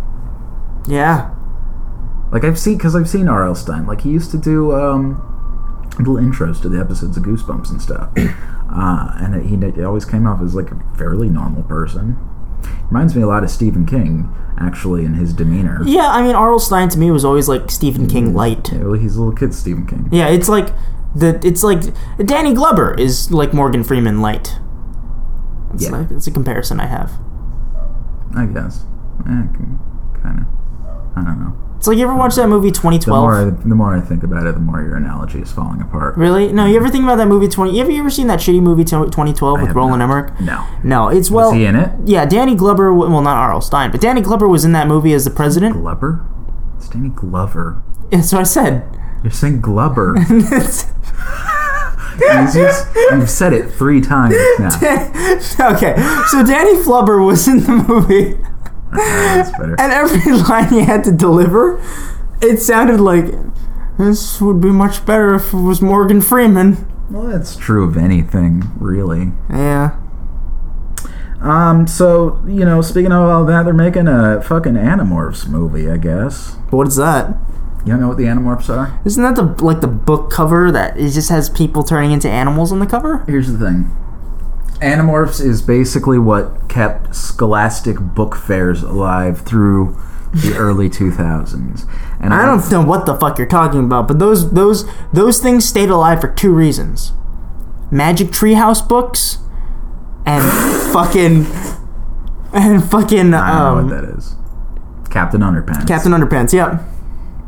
S2: Yeah,
S1: Like I've seen because I've seen R.L. Stein. Like he used to do um, little intros to the episodes of Goosebumps and stuff, uh, and it, he, he always came off as like a fairly normal person. Reminds me a lot of Stephen King, actually, in his demeanor.
S2: yeah. I mean, R.L. Stein to me was always like Stephen King light.
S1: Yeah, well, he's a little kid, Stephen King.
S2: Yeah, it's like the it's like Danny Glover is like Morgan Freeman light. It's
S1: Yeah.
S2: like it's a comparison I have.
S1: I guess. Eh, kind of. I don't know.
S2: It's like you ever watch that movie Twenty
S1: The more, I,
S2: Twelve?
S1: the more I think about it, the more your analogy is falling apart.
S2: Really? No, you ever think about that movie Twenty? Have you ever seen that shitty movie Twenty Twelve with
S1: have
S2: Roland
S1: not.
S2: Emmerich?
S1: No.
S2: No, it's well.
S1: Is he in it?
S2: Yeah, Danny Glover. w- Well, not R.L. Stein, but Danny Glover was in that movie as the president.
S1: Glover? It's Danny Glover.
S2: That's what I said.
S1: You're saying Glover. He's just- you've said it three times now.
S2: okay, so Danny Flubber was in the movie,
S1: That's better.
S2: and every line he had to deliver, it sounded like this would be much better if it was Morgan Freeman.
S1: Well, that's true of anything, really.
S2: Yeah.
S1: Um, so you know, speaking of all that, they're making a fucking Animorphs movie, I guess.
S2: But what is that?
S1: You know what the Animorphs are?
S2: Isn't that the like the book cover that it just has people turning into animals on the cover?
S1: Here's the thing. Animorphs is basically what kept scholastic book fairs alive through the early 2000s. And
S2: I don't know what the fuck you're talking about, but those those those things stayed alive for two reasons: Magic Treehouse books and fucking and fucking
S1: I don't
S2: um,
S1: know what that is. Captain Underpants.
S2: Captain Underpants. Yep.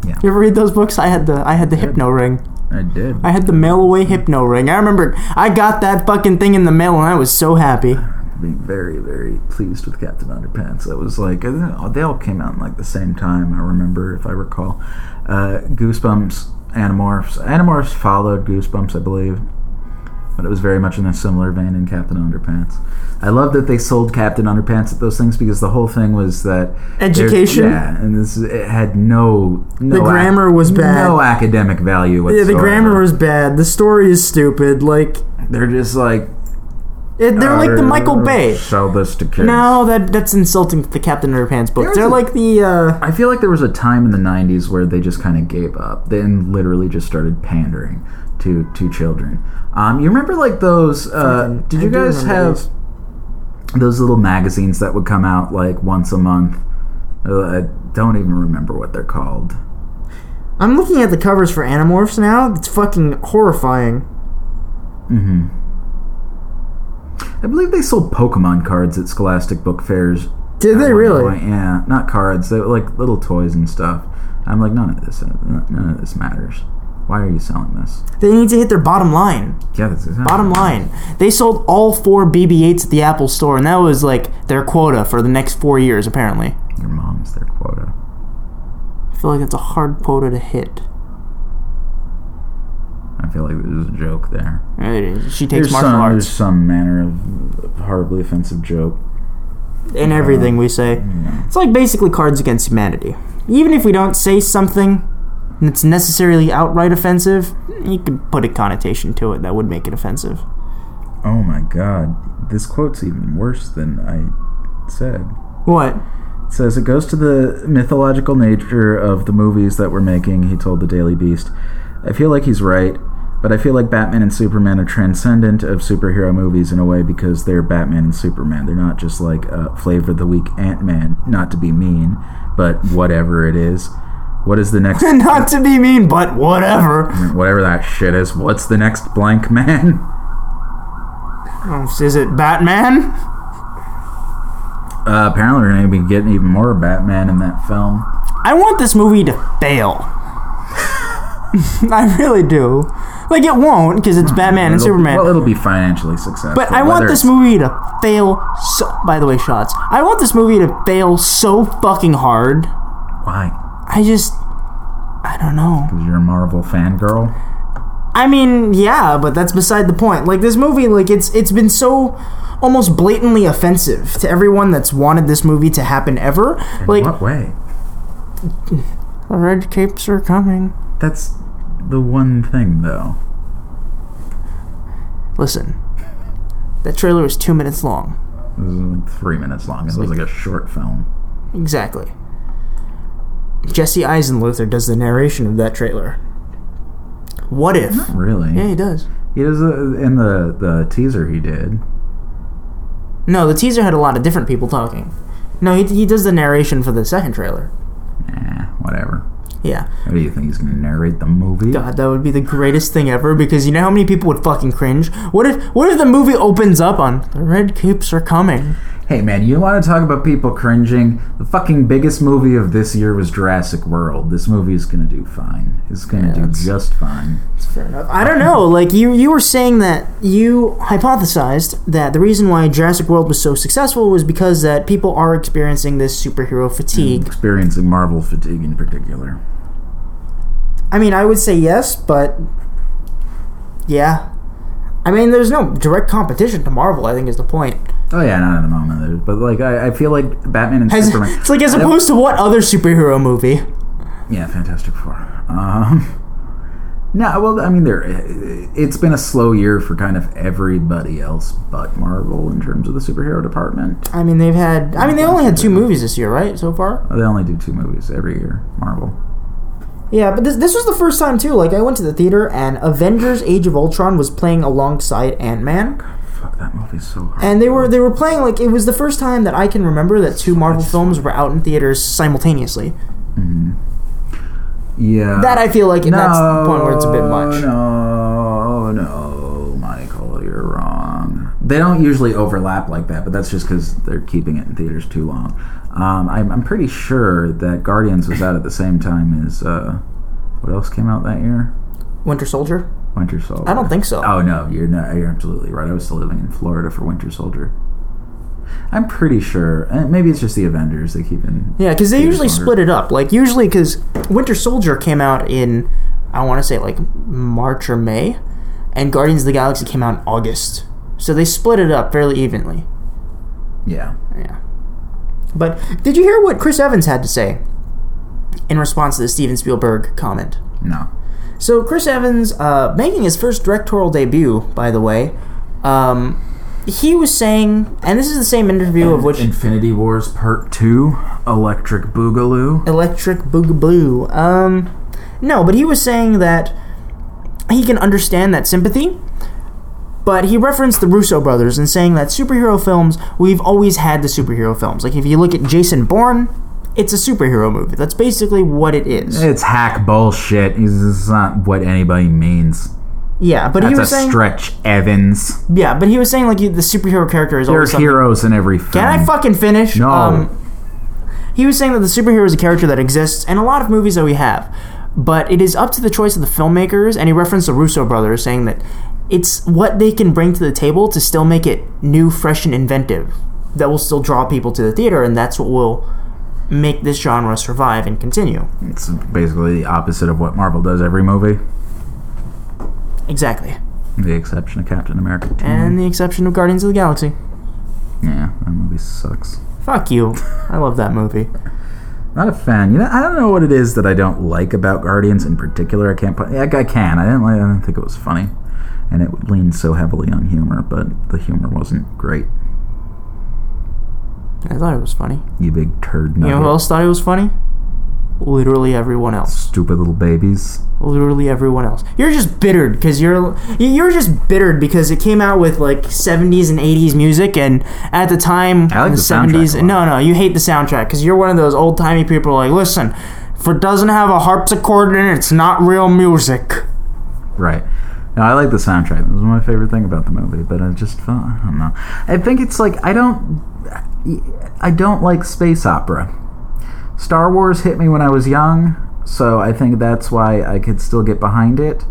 S1: Yeah.
S2: You ever read those books? I had the I had the Hypno Ring.
S1: I did.
S2: I had the mail away Hypno Ring. I remember I got that fucking thing in the mail and I was so happy.
S1: be very very pleased with Captain Underpants. That was like I don't know, they all came out in like the same time. I remember if I recall, uh, Goosebumps, Animorphs. Animorphs followed Goosebumps, I believe, but it was very much in a similar vein in Captain Underpants. I love that they sold Captain Underpants at those things because the whole thing was that there-
S2: Education?
S1: Yeah, and this it had no, no ac-
S2: grammar was bad.
S1: No academic value
S2: Yeah,
S1: whatsoever.
S2: the grammar was bad. The story is stupid. Like
S1: They're just like
S2: it, they're like the Michael
S1: "Uh,
S2: Bay.
S1: Sell this to kids.
S2: No, that that's insulting to the Captain Underpants books.
S1: There's
S2: They're
S1: a-
S2: like the uh
S1: I feel like there was a time in the '90s where they just kind of gave up, then literally just started pandering to to children. Um, you remember like those? Uh,
S2: Fucking-
S1: did
S2: I
S1: you
S2: do
S1: guys
S2: remember
S1: have
S2: these.
S1: those little magazines that would come out like once a month? Uh, I don't even remember what they're called.
S2: I'm looking at the covers for Animorphs now. It's fucking horrifying.
S1: I believe they sold Pokemon cards at Scholastic Book Fairs.
S2: Did they
S1: at one
S2: really?
S1: point. Yeah, not cards. They were like little toys and stuff. I'm like, none of this, uh, none of this matters. Why are you selling this?
S2: They need to hit their bottom line.
S1: Yeah, that's exactly.
S2: Bottom line. They sold all four BB-8s at the Apple store and that was like their quota for the next 4 years apparently.
S1: Your mom's their quota.
S2: I feel like it's a hard quota to hit.
S1: I feel like there's a joke there.
S2: It is. Uh, She takes
S1: There's
S2: martial
S1: some, there's
S2: arts
S1: some manner of horribly offensive joke.
S2: in everything we say. It's like basically Cards Against Humanity. Even if we don't say something that's necessarily outright offensive, you could put a connotation to it that would make it offensive.
S1: Oh my god, this quote's even worse than I said.
S2: What?
S1: It says, It goes to the mythological nature of the movies that we're making, he told the Daily Beast. I feel like he's right, but I feel like Batman and Superman are transcendent of superhero movies in a way because they're Batman and Superman. They're not just like uh, Flavor of the Week Ant Man, not to be mean, but whatever it is. What is the next
S2: Not to be mean, but whatever.
S1: whatever that shit is. What's the next blank man?
S2: Oh, Is it Batman?
S1: Uh, apparently, we're gonna be getting even more Batman in that film.
S2: I want this movie to fail. I really do. Like it won't because it's Batman and
S1: It'll-
S2: Superman.
S1: Well, it'll be financially successful.
S2: But I want
S1: whether
S2: this
S1: it's-
S2: movie to fail. So, by the way, shots. I want this movie to fail so fucking hard.
S1: Why?
S2: I just, I don't know.
S1: Because you're a Marvel fangirl.
S2: I mean, yeah, but that's beside the point. Like this movie, like it's it's been so almost blatantly offensive to everyone that's wanted this movie to happen ever.
S1: In
S2: like
S1: what way?
S2: the red capes are coming.
S1: That's the one thing, though.
S2: Listen, that trailer was two minutes long.
S1: This is like three minutes long. It was like a short film.
S2: Exactly. Jesse Eisenluther does the narration of that trailer. What if?
S1: Really?
S2: Yeah, he does.
S1: He does uh, in the the teaser he did.
S2: No, the teaser had a lot of different people talking. No, he, he does the narration for the second trailer.
S1: Nah, eh, whatever.
S2: Yeah.
S1: What do you think he's gonna narrate the movie?
S2: God, that would be the greatest thing ever because you know how many people would fucking cringe? What if what if the movie opens up on the red capes are coming?
S1: Hey man, you want to talk about people cringing? The fucking biggest movie of this year was Jurassic World. This movie is gonna do fine. It's gonna do
S2: that's-
S1: just fine.
S2: Fair enough. I don't know. Like you you were saying that you hypothesized that the reason why Jurassic World was so successful was because that people are experiencing this superhero fatigue.
S1: Experiencing Marvel fatigue in particular.
S2: I mean, I would say yes, but yeah. I mean, there's no direct competition to Marvel, I think is the point.
S1: Oh yeah, not at the moment, but like I, I feel like Batman and
S2: As-
S1: Superman.
S2: it's like as
S1: I don't-
S2: opposed to what other superhero movie?
S1: Yeah, Fantastic Four. Um, no, well, I mean, there. It's been a slow year for kind of everybody else but Marvel in terms of the superhero department.
S2: I mean, they've had. I mean, they only had two movies this year, right? So far.
S1: They only do two movies every year. Marvel.
S2: Yeah, but this this was the first time too. Like, I went to the theater and Avengers: Age of Ultron was playing alongside Ant Man,
S1: Fuck that movie's so hard.
S2: and they were they were playing like it was the first time that I can remember that two Marvel films were out in theaters simultaneously.
S1: yeah.
S2: That I feel like that's the point where it's a bit much.
S1: No, no, Michael, you're wrong. They don't usually overlap like that, but that's just because they're keeping it in theaters too long. Um, I'm, I'm pretty sure that Guardians was out at the same time as uh, what else came out that year?
S2: Winter Soldier?
S1: Winter Soldier.
S2: I don't think so.
S1: Oh no, you're not, you're absolutely right. I was still living in Florida for Winter Soldier. I'm pretty sure. and Maybe it's just the Avengers they keep in.
S2: Yeah, because they
S1: Winter
S2: usually
S1: Soldier.
S2: split it up. Like usually, because Winter Soldier came out in I want to say like March or May, and Guardians of the Galaxy came out in August. So they split it up fairly evenly.
S1: Yeah.
S2: Yeah. But did you hear what Chris Evans had to say in response to the Steven Spielberg comment?
S1: No.
S2: So Chris Evans, uh, making his first directorial debut, by the way, um, he was saying, and this is the same interview of which
S1: Infinity Wars Part Two, Electric Boogaloo.
S2: Electric Boogaloo. Um, no, but he was saying that he can understand that sympathy, but he referenced the Russo brothers and saying that superhero films, we've always had the superhero films. Like, if you look at Jason Bourne, it's a superhero movie. That's basically what it is.
S1: It's hack bullshit. This is not what anybody means.
S2: Yeah, but he
S1: That's a
S2: was saying,
S1: stretch, Evans.
S2: yeah, but he was saying like you- the superhero character is always
S1: There's
S2: something.
S1: heroes in every film.
S2: Can I fucking finish? Um,
S1: No.
S2: he was saying that the superhero is a character that exists in a lot of movies that we have, but it is up to the choice of the filmmakers. And he referenced the Russo brothers, saying that it's what they can bring to the table to still make it new, fresh, and inventive. That will still draw people to the theater, and that's what will make this genre survive and continue.
S1: It's basically the opposite of what Marvel does every movie,
S2: Exactly.
S1: with the exception of Captain America. 2.
S2: And the exception of Guardians of the Galaxy.
S1: yeah, that movie sucks.
S2: Fuck you. I love that movie.
S1: Not a fan. You know, I don't know what it is that I don't like about Guardians in particular. I can't. put- yeah, I can. I didn't. Like, I didn't think it was funny, and it leaned so heavily on humor, but the humor wasn't great.
S2: I thought it was funny.
S1: You big turd.
S2: You know who
S1: nugget.
S2: else thought it was funny? Literally everyone else.
S1: Stupid little babies.
S2: literally everyone else. You're just bittered because you're you're just bittered because it came out with like 70s and 80s music, and at the time
S1: I like
S2: in
S1: the soundtrack a lot.
S2: no, no, you hate the soundtrack because you're one of those old timey people. who are Like, listen, if it doesn't have a harpsichord in it, it's not real music.
S1: Right. Now I like the soundtrack. That was my favorite thing about the movie. But I just felt I don't know. I think it's like I don't. I don't like space opera. Star Wars hit me when I was young. so I think that's why I could still get behind it.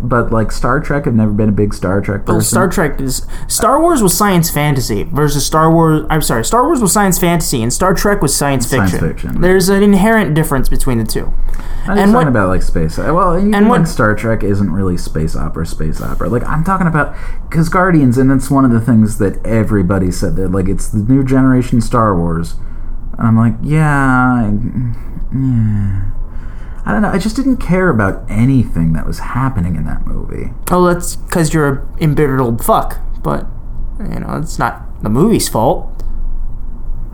S1: But like Star Trek, I've never been a big Star Trek person.
S2: Well, Star Trek is Star Wars was science fantasy versus Star Wars. I'm sorry, Star Wars was science fantasy and Star Trek was science fiction.
S1: Science fiction.
S2: There's an inherent difference between the two.
S1: I'm talking
S2: and what-
S1: about like space. uh, Well, even
S2: and what-
S1: like Star Trek isn't really space opera, space opera. Like I'm talking about because Guardians, and that's one of the things that everybody said that like it's the new generation Star Wars. And I'm like, yeah, I- yeah. I don't know. I just didn't care about anything that was happening in that movie.
S2: Oh, that's because you're a embittered old fuck. But you know, it's not the movie's fault.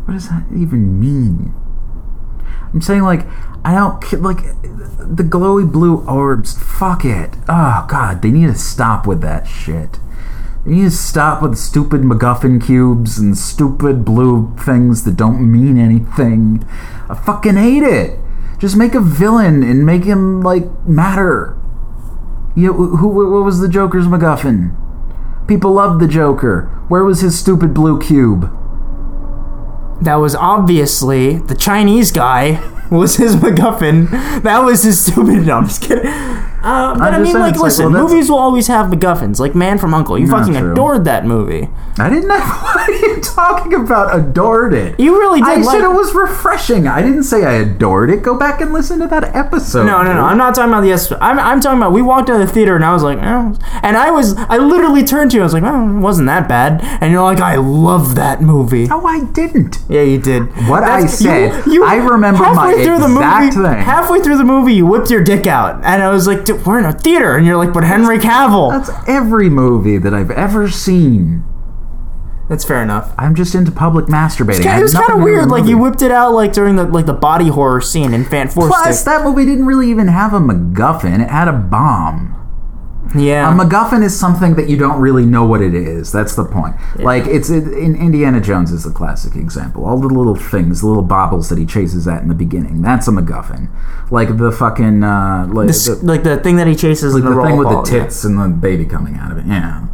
S1: What does that even mean? I'm saying like I don't ca- like the glowy blue orbs. Fuck it. Oh god, they need to stop with that shit. They need to stop with stupid MacGuffin cubes and stupid blue things that don't mean anything. I fucking hate it. Just make a villain and make him like matter. Yeah, who, who what was the Joker's MacGuffin? People loved the Joker. Where was his stupid blue cube?
S2: That was obviously the Chinese guy was his MacGuffin. That was his stupid. No, I'm just kidding. Uh,
S1: I'm
S2: but I
S1: just
S2: mean,
S1: saying,
S2: like,
S1: it's like,
S2: listen,
S1: well, that's-
S2: movies will always have MacGuffins. Like Man from U.N.C.L.E. You
S1: Not
S2: fucking
S1: true.
S2: adored that movie.
S1: I didn't know what are you talking about. Adored it.
S2: You really did.
S1: I
S2: like-
S1: said it was refreshing. I didn't say I adored it. Go back and listen to that episode.
S2: No, no, no. I'm not talking about the S. I'm, I'm talking about we walked out of the theater and I was like, oh. and I was, I literally turned to you. I was like, oh, it wasn't that bad. And you're like, I love that movie.
S1: No, I didn't.
S2: Yeah, you did.
S1: What I said, I remember my exact
S2: the movie,
S1: thing.
S2: Halfway through the movie, you whipped your dick out, and I was like, Dude, "We're in a theater," and you're like, "But Henry Cavill."
S1: That's every movie that I've ever seen.
S2: That's fair enough.
S1: I'm just into public masturbating. I
S2: Yeah,
S1: had
S2: it was kind
S1: nothing
S2: of
S1: do with
S2: weird.
S1: the
S2: Like you
S1: movie.
S2: whipped it out like during the like the body horror scene in Fan Four
S1: Plus,
S2: Stick.
S1: that movie didn't really even have a MacGuffin. It had a bomb.
S2: Yeah,
S1: A MacGuffin is something that you don't really know what it is. That's the point. Like it's it, in Indiana Jones is the classic example. All the little things, the little bobbles that he chases at in the beginning. That's a MacGuffin. Like the fucking uh, like
S2: This-
S1: the,
S2: like the thing that he chases in
S1: the
S2: the, roll
S1: thing with the
S2: call, yeah.
S1: tits and the baby coming out of it. Yeah,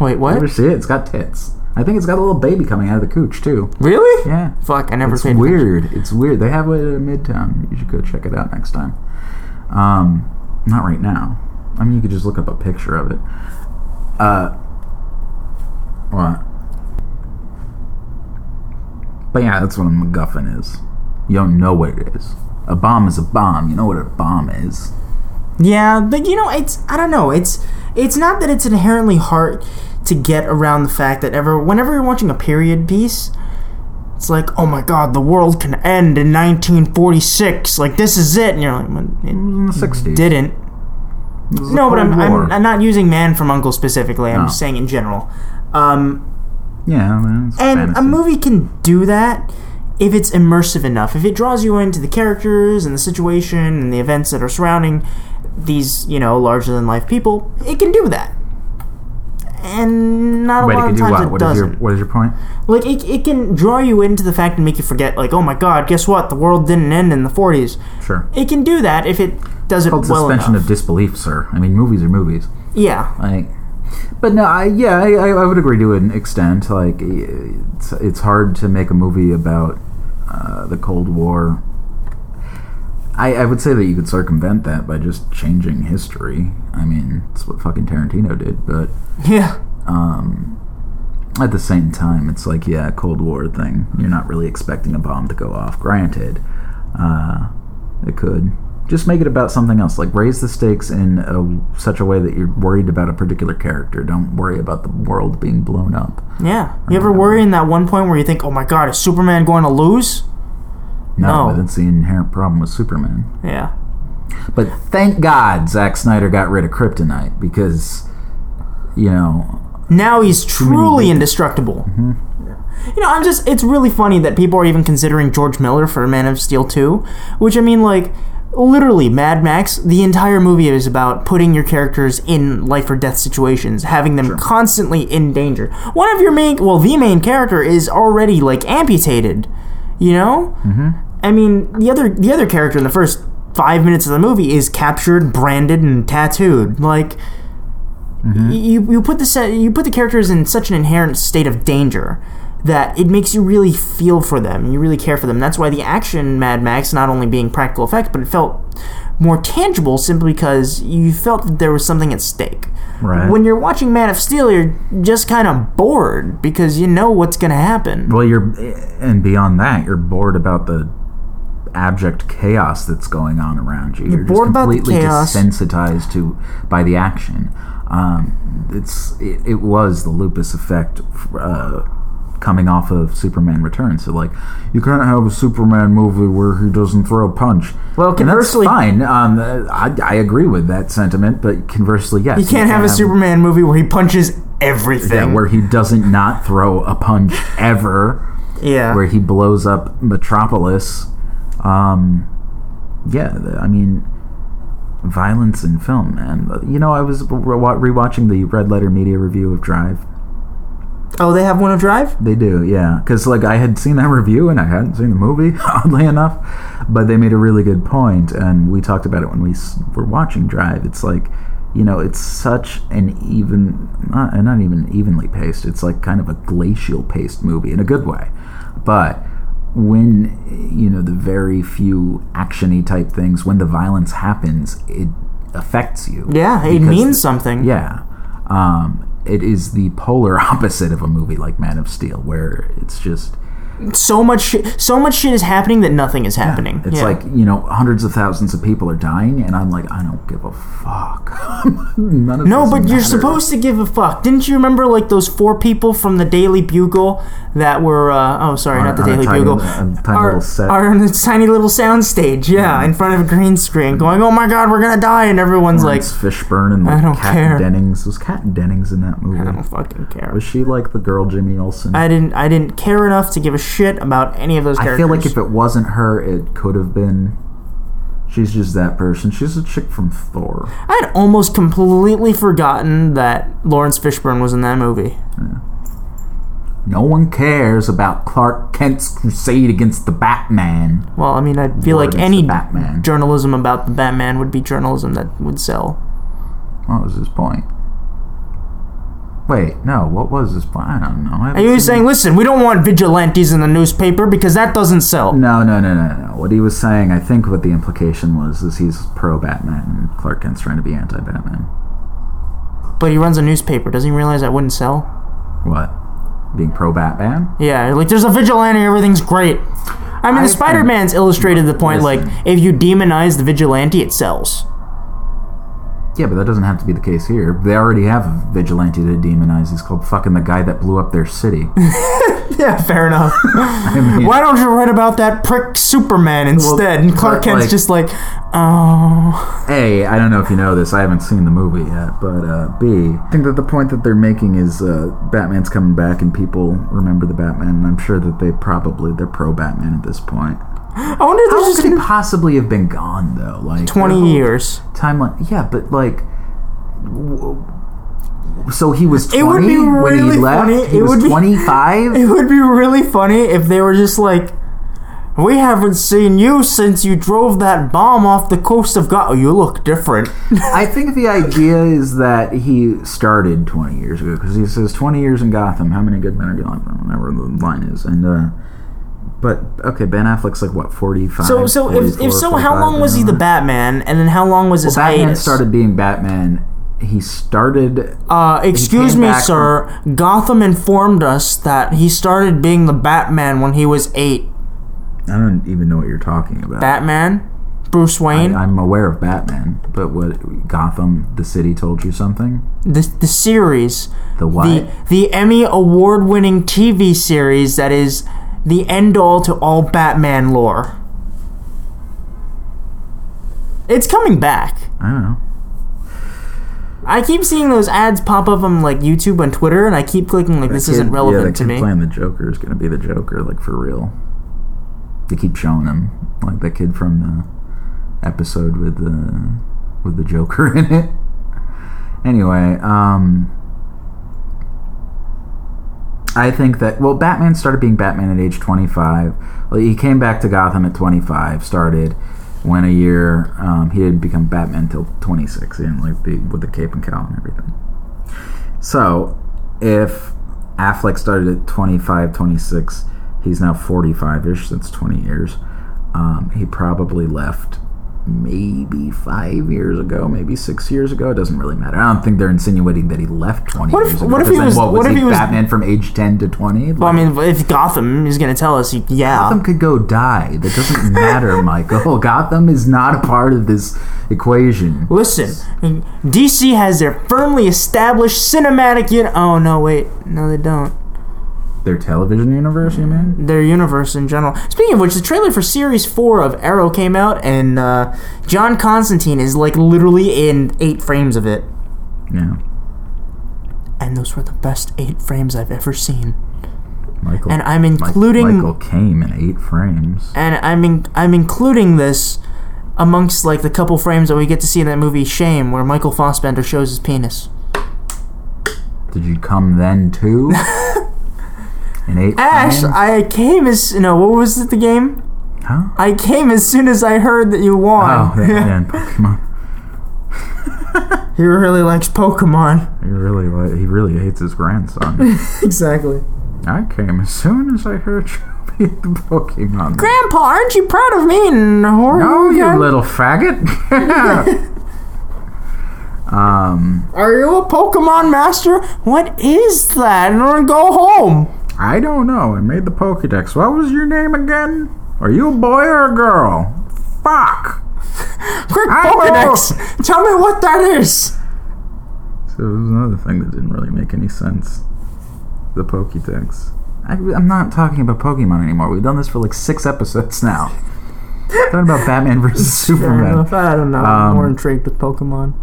S2: Wait, what?
S1: ever see it? It's got tits. I think it's got a little baby coming out of the cooch too.
S2: Really?
S1: Yeah,
S2: Fuck, I never
S1: it's
S2: paid
S1: weird. It's weird. They have it at Midtown. You should go check it out next time. Um, not right now. I mean, you could just look up a picture of it. Uh, what? But yeah, that's what a MacGuffin is. You don't know what it is. A bomb is a bomb. You know what a bomb is.
S2: Yeah, but you know, it's I don't know. It's it's not that it's inherently hard to get around the fact that ever whenever you're watching a period piece, it's like, oh my god, the world can end in 1946. Like this is it, and you're like,
S1: It
S2: "Well,
S1: was in the sixties.
S2: it didn't. No, but I'm, I'm I'm not using Man from Uncle specifically. I'm
S1: No.
S2: just saying in general. Um,
S1: yeah, man, it's
S2: and
S1: fantasy.
S2: a movie can do that if it's immersive enough. If it draws you into the characters and the situation and the events that are surrounding these, you know, larger than life people, it can do that. And not a
S1: Wait, it
S2: lot
S1: could
S2: of
S1: do
S2: times
S1: what?
S2: it
S1: What is your
S2: doesn't.
S1: What is your point?
S2: Like it, it can draw you into the fact and make you forget, like, oh my god, guess what? The world didn't end in the '40s.
S1: Sure.
S2: It can do that if it does it
S1: Called
S2: well
S1: suspension
S2: enough.
S1: of disbelief, sir. I mean, movies are movies.
S2: yeah,
S1: like but no i yeah i, I I would agree to an extent like it's, it's hard to make a movie about uh, the cold war I, I would say that you could circumvent that by just changing history i mean it's what fucking tarantino did but
S2: yeah.
S1: Um, at the same time it's like yeah cold war thing you're not really expecting a bomb to go off granted uh, it could just make it about something else like raise the stakes in a, such a way that you're worried about a particular character don't worry about the world being blown up
S2: Yeah. You
S1: Oh
S2: ever worry in that one point where you think, oh my god, is Superman going to lose?
S1: no,
S2: No.
S1: that's the inherent problem with superman
S2: Yeah.
S1: but thank god Zack snyder got rid of kryptonite because you know
S2: Now he's truly indestructible. You know, I'm just, it's really funny that people are even considering George Miller for Man of Steel 2, which I mean, like, literally, Mad Max, the entire movie is about putting your characters in life or death situations, having them constantly in danger. One of your main, well, the main character is already, like, amputated, you know? Mm-hmm. I mean, the other, the other character in the first five minutes of the movie is captured, branded, and tattooed. Like, you you put the set you put the characters in such an inherent state of danger that it makes you really feel for them. You really care for them. That's why the action Mad Max, not only being practical effects, but it felt more tangible simply because you felt that there was something at stake.
S1: Right.
S2: When you're watching Man of Steel, you're just kind of bored because you know what's going to happen.
S1: Well, you're, and beyond that, you're bored about the abject chaos that's going on around you. You're,
S2: bored about the
S1: completely
S2: chaos.
S1: desensitized to by the action. Um, it's it, it was the lupus effect uh, coming off of Superman Returns. So like, you can't have a Superman movie where he doesn't throw a punch.
S2: Well,
S1: And that's
S2: conversely-
S1: fine. Um, I, I agree with that sentiment, but conversely, yes,
S2: You can't have a Superman movie where he punches
S1: yeah,
S2: everything.
S1: where he doesn't not throw a punch ever
S2: Yeah.
S1: where he blows up Metropolis. Um, yeah, th- I mean, violence in film, man. You know, I was re- rewatching the Red Letter Media review of Drive.
S2: oh, they have one of Drive?
S1: They do, yeah, because like I had seen that review and I hadn't seen the movie, oddly enough. But they made a really good point, and we talked about it when we s- were watching Drive. It's like. You know, it's such an even, not, not even evenly paced. It's like kind of a glacial paced movie in a good way. But when you know the very few actiony type things when the violence happens it affects you
S2: Yeah, it
S1: Because-
S2: means something.
S1: yeah um, it is the polar opposite of a movie like man of steel where it's just
S2: So much shit, so much shit is happening that nothing is happening.
S1: it's
S2: Yeah.
S1: like you know hundreds of thousands of people are dying and i'm like i don't give a fuck None of
S2: No,
S1: this
S2: but you're
S1: matters.
S2: supposed to give a fuck. Didn't you remember like those four people from the Daily Bugle that were? Uh, oh, sorry, not the
S1: on a
S2: Daily
S1: tiny-
S2: Bugle.
S1: on a tiny
S2: are,
S1: little set.
S2: are on a tiny little soundstage, yeah, in front of a green screen, going, "Oh my God, we're gonna die," and everyone's like,
S1: Lawrence Fishburne and like
S2: I don't
S1: Kat
S2: care.
S1: Dennings was Kat Dennings in that
S2: "I
S1: movie.
S2: don't fucking care."
S1: Was she like the girl Jimmy Olsen?
S2: I didn't. I didn't care enough to give a shit about any of those
S1: I
S2: characters.
S1: feel like if it wasn't her, it could have been. She's just that person. She's a chick from Thor.
S2: I'd almost completely forgotten that Lawrence Fishburne was in that movie.
S1: No one cares about Clark Kent's crusade against the Batman.
S2: Well, I mean, I feel
S1: Or
S2: like
S1: against
S2: any
S1: the Batman.
S2: journalism about the Batman would be journalism that would sell.
S1: What was his point? Wait, no. What was his point? I don't know. I
S2: He was saying, listen, we don't want vigilantes in the newspaper because that doesn't sell.
S1: no, no, no, no, no. What he was saying, I think, what the implication was, is he's pro Batman, and Clark Kent's trying to be anti Batman.
S2: But he runs a newspaper. Doesn't he realize that wouldn't sell?
S1: What? Being pro Batman?
S2: Yeah, like there's a vigilante, everything's great. I mean,
S1: I
S2: the Spider Man's illustrated the point
S1: Listen.
S2: like, if you demonize the vigilante, it sells.
S1: Yeah, but that doesn't have to be the case here. They already have a vigilante to demonize. He's called fucking the guy that blew up their city.
S2: Yeah, fair enough. Why don't you write about that prick Superman instead? and Clark
S1: but,
S2: Kent's
S1: like-
S2: just like, oh.
S1: A, I don't know if you know this. I haven't seen the movie yet, but uh, B, I think that the point that they're making is uh, Batman's coming back and people remember the Batman. And I'm sure that they probably they're pro Batman at this point.
S2: I wonder
S1: How
S2: if there's
S1: long
S2: just
S1: could he possibly have been gone though? Like
S2: 20 years.
S1: timeline. Yeah, but like. w- So he was 20
S2: It would be
S1: when
S2: really
S1: he left.
S2: funny.
S1: He
S2: It
S1: was
S2: would be-
S1: 25.
S2: It would be really funny if they were just like, we haven't seen you since you drove that bomb off the coast of God. Oh, you look different.
S1: I think the idea is that he started 20 years ago because he says 20 years in Gotham. How many good men are gone from whatever the line is? And uh, but okay, Ben Affleck's like what 45.
S2: So, so if,
S1: 44,
S2: if so, how
S1: 45,
S2: long was he the
S1: uh,
S2: Batman, and then how long was his
S1: Batman
S2: hiatus?
S1: started being Batman. He started.
S2: uh, excuse
S1: came
S2: me,
S1: back
S2: sir. Gotham informed us that he started being the Batman when he was eight.
S1: I don't even know what you're talking about.
S2: Batman, Bruce Wayne,
S1: I'm aware of Batman, but what Gotham, the city, told you something.
S2: the the series,
S1: The what?
S2: the the Emmy award winning TV series that is the end all to all Batman lore. It's coming back.
S1: I don't know.
S2: I keep seeing those ads pop up on like YouTube and Twitter, and I keep clicking like this
S1: Kid-
S2: isn't relevant
S1: yeah, the
S2: to
S1: kid
S2: me.
S1: Playing the Joker is gonna be the Joker, like for real. They keep showing him, like that kid from the episode with the with the Joker in it. Anyway, um, I think that well, Batman started being Batman at age twenty five. Well, he came back to Gotham at twenty five. Started. Went a year. Um, he didn't become Batman till 26, and like the with the cape and cowl and everything. So, if Affleck started at 25, 26. He's now 45 ish since 20 years. Um, he probably left maybe five years ago, maybe six years ago. It doesn't really matter. I don't think they're insinuating that he left 20
S2: What if-
S1: years ago.
S2: what if
S1: 'cause
S2: he
S1: then
S2: was- what if
S1: he
S2: he was-
S1: Batman from age 10 to 20?
S2: Well, I mean, uh, if Gotham is going to tell us, yeah.
S1: Gotham could go die. That doesn't matter, Michael. Gotham is not a part of this equation.
S2: Listen, DC has their firmly established cinematic un- Oh no, wait, no, they don't.
S1: Their television universe, you mean?
S2: Their universe in general. Speaking of which, the trailer for series four of Arrow came out, and uh, John Constantine is like literally in eight frames of it,
S1: Yeah,
S2: and those were the best eight frames I've ever seen.
S1: Michael.
S2: And I'm
S1: Mi-
S2: including,
S1: Michael came in eight frames.
S2: and I'm in, I'm including this amongst like the couple frames that we get to see in that movie Shame, where Michael Fassbender shows his penis.
S1: Did you come then too? in eight
S2: Ash,
S1: frames?
S2: I came as no. What was it? The game?
S1: Huh?
S2: I came as soon as I heard that you
S1: Oh,
S2: won.
S1: yeah, yeah, in Pokemon.
S2: he really likes Pokemon.
S1: He really, li- he really hates his grandson.
S2: exactly.
S1: I came as soon as I heard you beat the Pokemon.
S2: Grandpa, aren't you proud of me? And horror
S1: no,
S2: movie guy?
S1: Oh, you little faggot. um,
S2: Are you a Pokemon master? What is that? I'm gonna go home.
S1: I don't know. I made the Pokedex. What was your name again? Are you a boy or a girl? Fuck.
S2: Quick,
S1: I
S2: Pokedex. Tell me what that is.
S1: So it was another thing that didn't really make any sense. The Pokédex. I, I'm not talking about Pokemon anymore. We've done this for like six episodes now. talking about Batman versus Superman.
S2: I don't know.
S1: Um, more
S2: intrigued with Pokemon.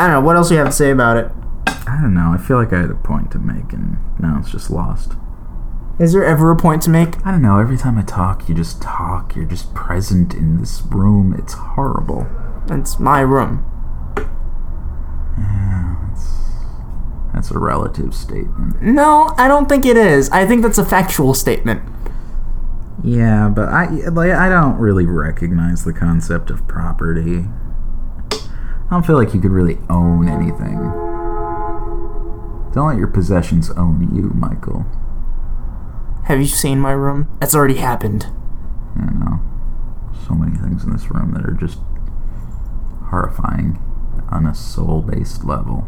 S2: I don't know. What else do you have to say about it?
S1: I don't know. I feel like I had a point to make, and now it's just lost.
S2: Is there ever a point to make?
S1: I don't know. Every time I talk, you just talk. You're just present in this room. It's horrible.
S2: It's my room.
S1: That's a relative statement.
S2: No, I don't think it is. I think that's a factual statement.
S1: Yeah, but I like I don't really recognize the concept of property. I don't feel like you could really own anything. Don't let your possessions own you, Michael.
S2: Have you seen my room? That's already happened.
S1: I don't know. So many things in this room that are just horrifying on a soul-based level.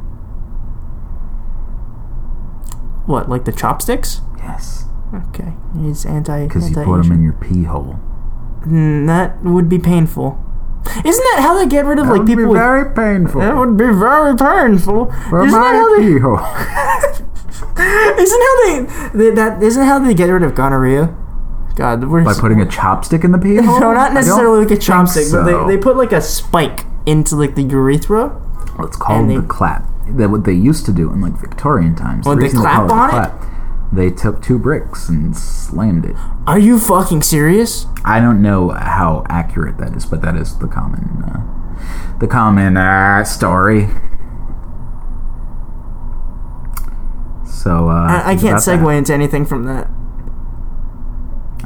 S2: What, like the chopsticks?
S1: Yes,
S2: Okay. He's anti
S1: because you
S2: anti
S1: put them in your pee hole.
S2: Mm, That would be painful. Isn't that how they get rid of like people with-
S1: painful.
S2: that would be very painful. Isn't that, how they, isn't how they, they that isn't how they get rid of gonorrhea? God, we're
S1: By putting a chopstick in the pee hole?
S2: no, not necessarily like a chopstick,
S1: so.
S2: but they, they put like a spike into like the urethra.
S1: It's called
S2: And they-
S1: the clap. That what they used to do in like Victorian times.
S2: Would
S1: the
S2: they
S1: reason
S2: clap
S1: call
S2: on
S1: it
S2: it?
S1: the clap, They took two bricks and slammed it.
S2: Are you fucking serious?
S1: I don't know how accurate that is, but that is the common, uh, the common uh, story. So uh,
S2: I, I
S1: it's
S2: can't
S1: about that.
S2: segue into anything from that.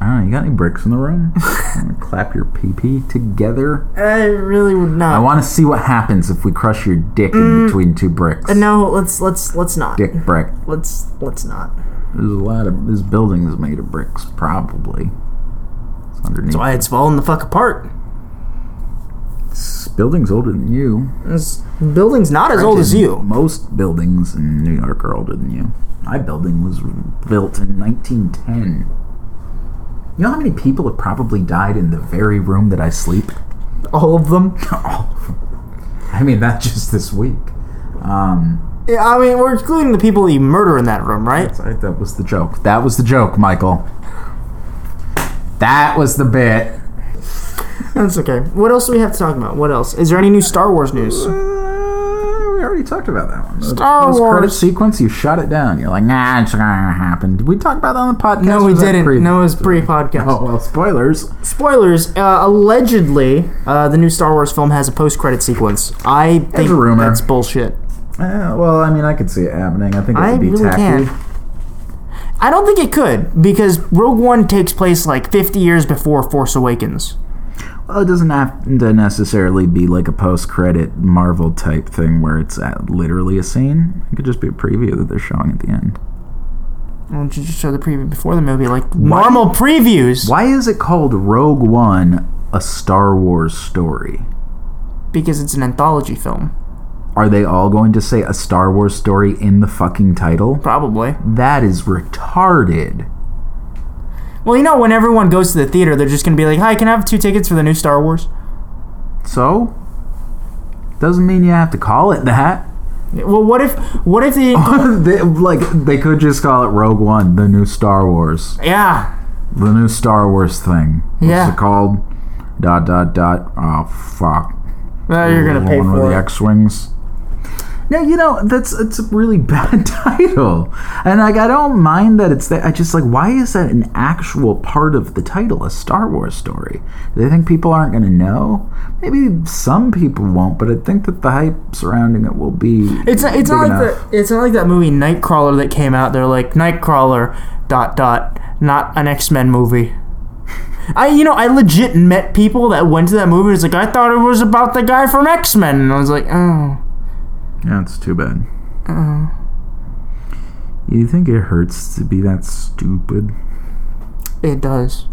S1: I don't know. You got any bricks in the room? Wanna clap your pee pee together.
S2: I really would not.
S1: I want to see what happens if we crush your dick in
S2: Mm.
S1: between two bricks.
S2: No, let's let's let's not.
S1: Dick brick.
S2: Let's let's not.
S1: There's a lot of this building is made of bricks, probably. It's underneath.
S2: Why it's falling the fuck apart?
S1: This building's older than you.
S2: This building's not as old as you.
S1: Most buildings in New York are older than you. My building was built in 1910. You know how many people have probably died in the very room that I sleep?
S2: All of them.
S1: I mean, not just this week. Um,
S2: Yeah, I mean, we're including the people you murder in that room, right?
S1: sorry, that was the joke. That was the joke, Michael. That was the bit.
S2: That's okay. What else do we have to talk about? What else? Is there any new Star Wars news?
S1: Uh, we already talked about that one.
S2: Star
S1: Post credit
S2: Wars.
S1: sequence, you shut it down. You're like, nah, it's not gonna happen. Did we talk about that on the podcast?
S2: No,
S1: or
S2: we
S1: was that
S2: didn't.
S1: pre-
S2: No, it was pre-podcast.
S1: Oh well, spoilers.
S2: Spoilers. Uh, allegedly, uh, the new Star Wars film has a post-credit sequence. I think
S1: a rumor.
S2: that's bullshit.
S1: Uh, well, I mean, I could see it happening. I think it
S2: I
S1: would be
S2: really
S1: tacky.
S2: can. I don't think it could because Rogue One takes place like 50 years before Force Awakens.
S1: Well, it doesn't have to necessarily be like a post-credit Marvel type thing where it's at literally a scene. It could just be a preview that they're showing at the end.
S2: Why don't you just show the preview before the movie, like normal previews?
S1: Why is it called Rogue One: A Star Wars Story?
S2: Because it's an anthology film,
S1: Are they all going to say a Star Wars story in the fucking title?
S2: probably.
S1: That is retarded.
S2: Well, you know, when everyone goes to the theater, they're just gonna be like, "Hi, can I have two tickets for the new Star Wars?"
S1: So, doesn't mean you have to call it that.
S2: Well, what if, what if they?
S1: they, like they could just call it Rogue One, the new Star Wars,
S2: yeah,
S1: the new Star Wars thing. What's
S2: Yeah.
S1: it called? Dot dot dot. Oh fuck.
S2: well, you're gonna
S1: The
S2: pay
S1: one with
S2: for
S1: the
S2: it.
S1: X wings. No, you know that's it's a really bad title, and like I don't mind that it's there. I just like why is that an actual part of the title, a Star Wars story? Do they think people aren't going to know? Maybe some people won't, but I think that the hype surrounding it will be.
S2: It's not, it's
S1: big
S2: not like
S1: enough.
S2: the, it's not like that movie Nightcrawler that came out. They're like Nightcrawler dot dot not an X Men movie. I you know I legit met people that went to that movie. It's like I thought it was about the guy from X Men, and I was like, oh,
S1: Yeah, it's too bad.
S2: Uh-huh.
S1: You think it hurts to be that stupid?
S2: it does.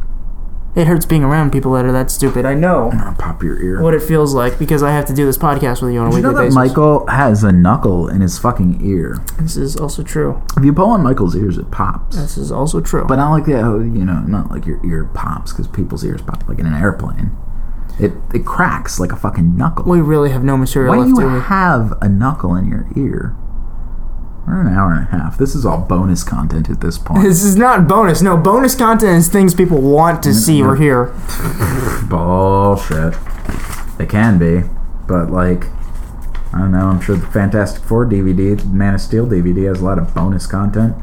S2: It hurts being around people that are that stupid. I know
S1: I'll pop your ear.
S2: what it feels like because I have to do this podcast with you on a
S1: Did you
S2: weekly
S1: know that
S2: basis.
S1: Michael has a knuckle in his fucking ear?
S2: This is also true.
S1: If you pull on Michael's ears, it pops.
S2: This is also true.
S1: But not like that, oh, you know, not like your ear pops because people's ears pop like in an airplane. It it cracks like a fucking knuckle.
S2: we really have no material
S1: Why do
S2: left.
S1: you
S2: do we?
S1: have a knuckle in your ear? We're an hour and a half. This is all bonus content at this point.
S2: This is not bonus. No, bonus content is things people want to see or hear.
S1: Bullshit. They can be, but like, I don't know. I'm sure the Fantastic Four DVD, the Man of Steel DVD, has a lot of bonus content.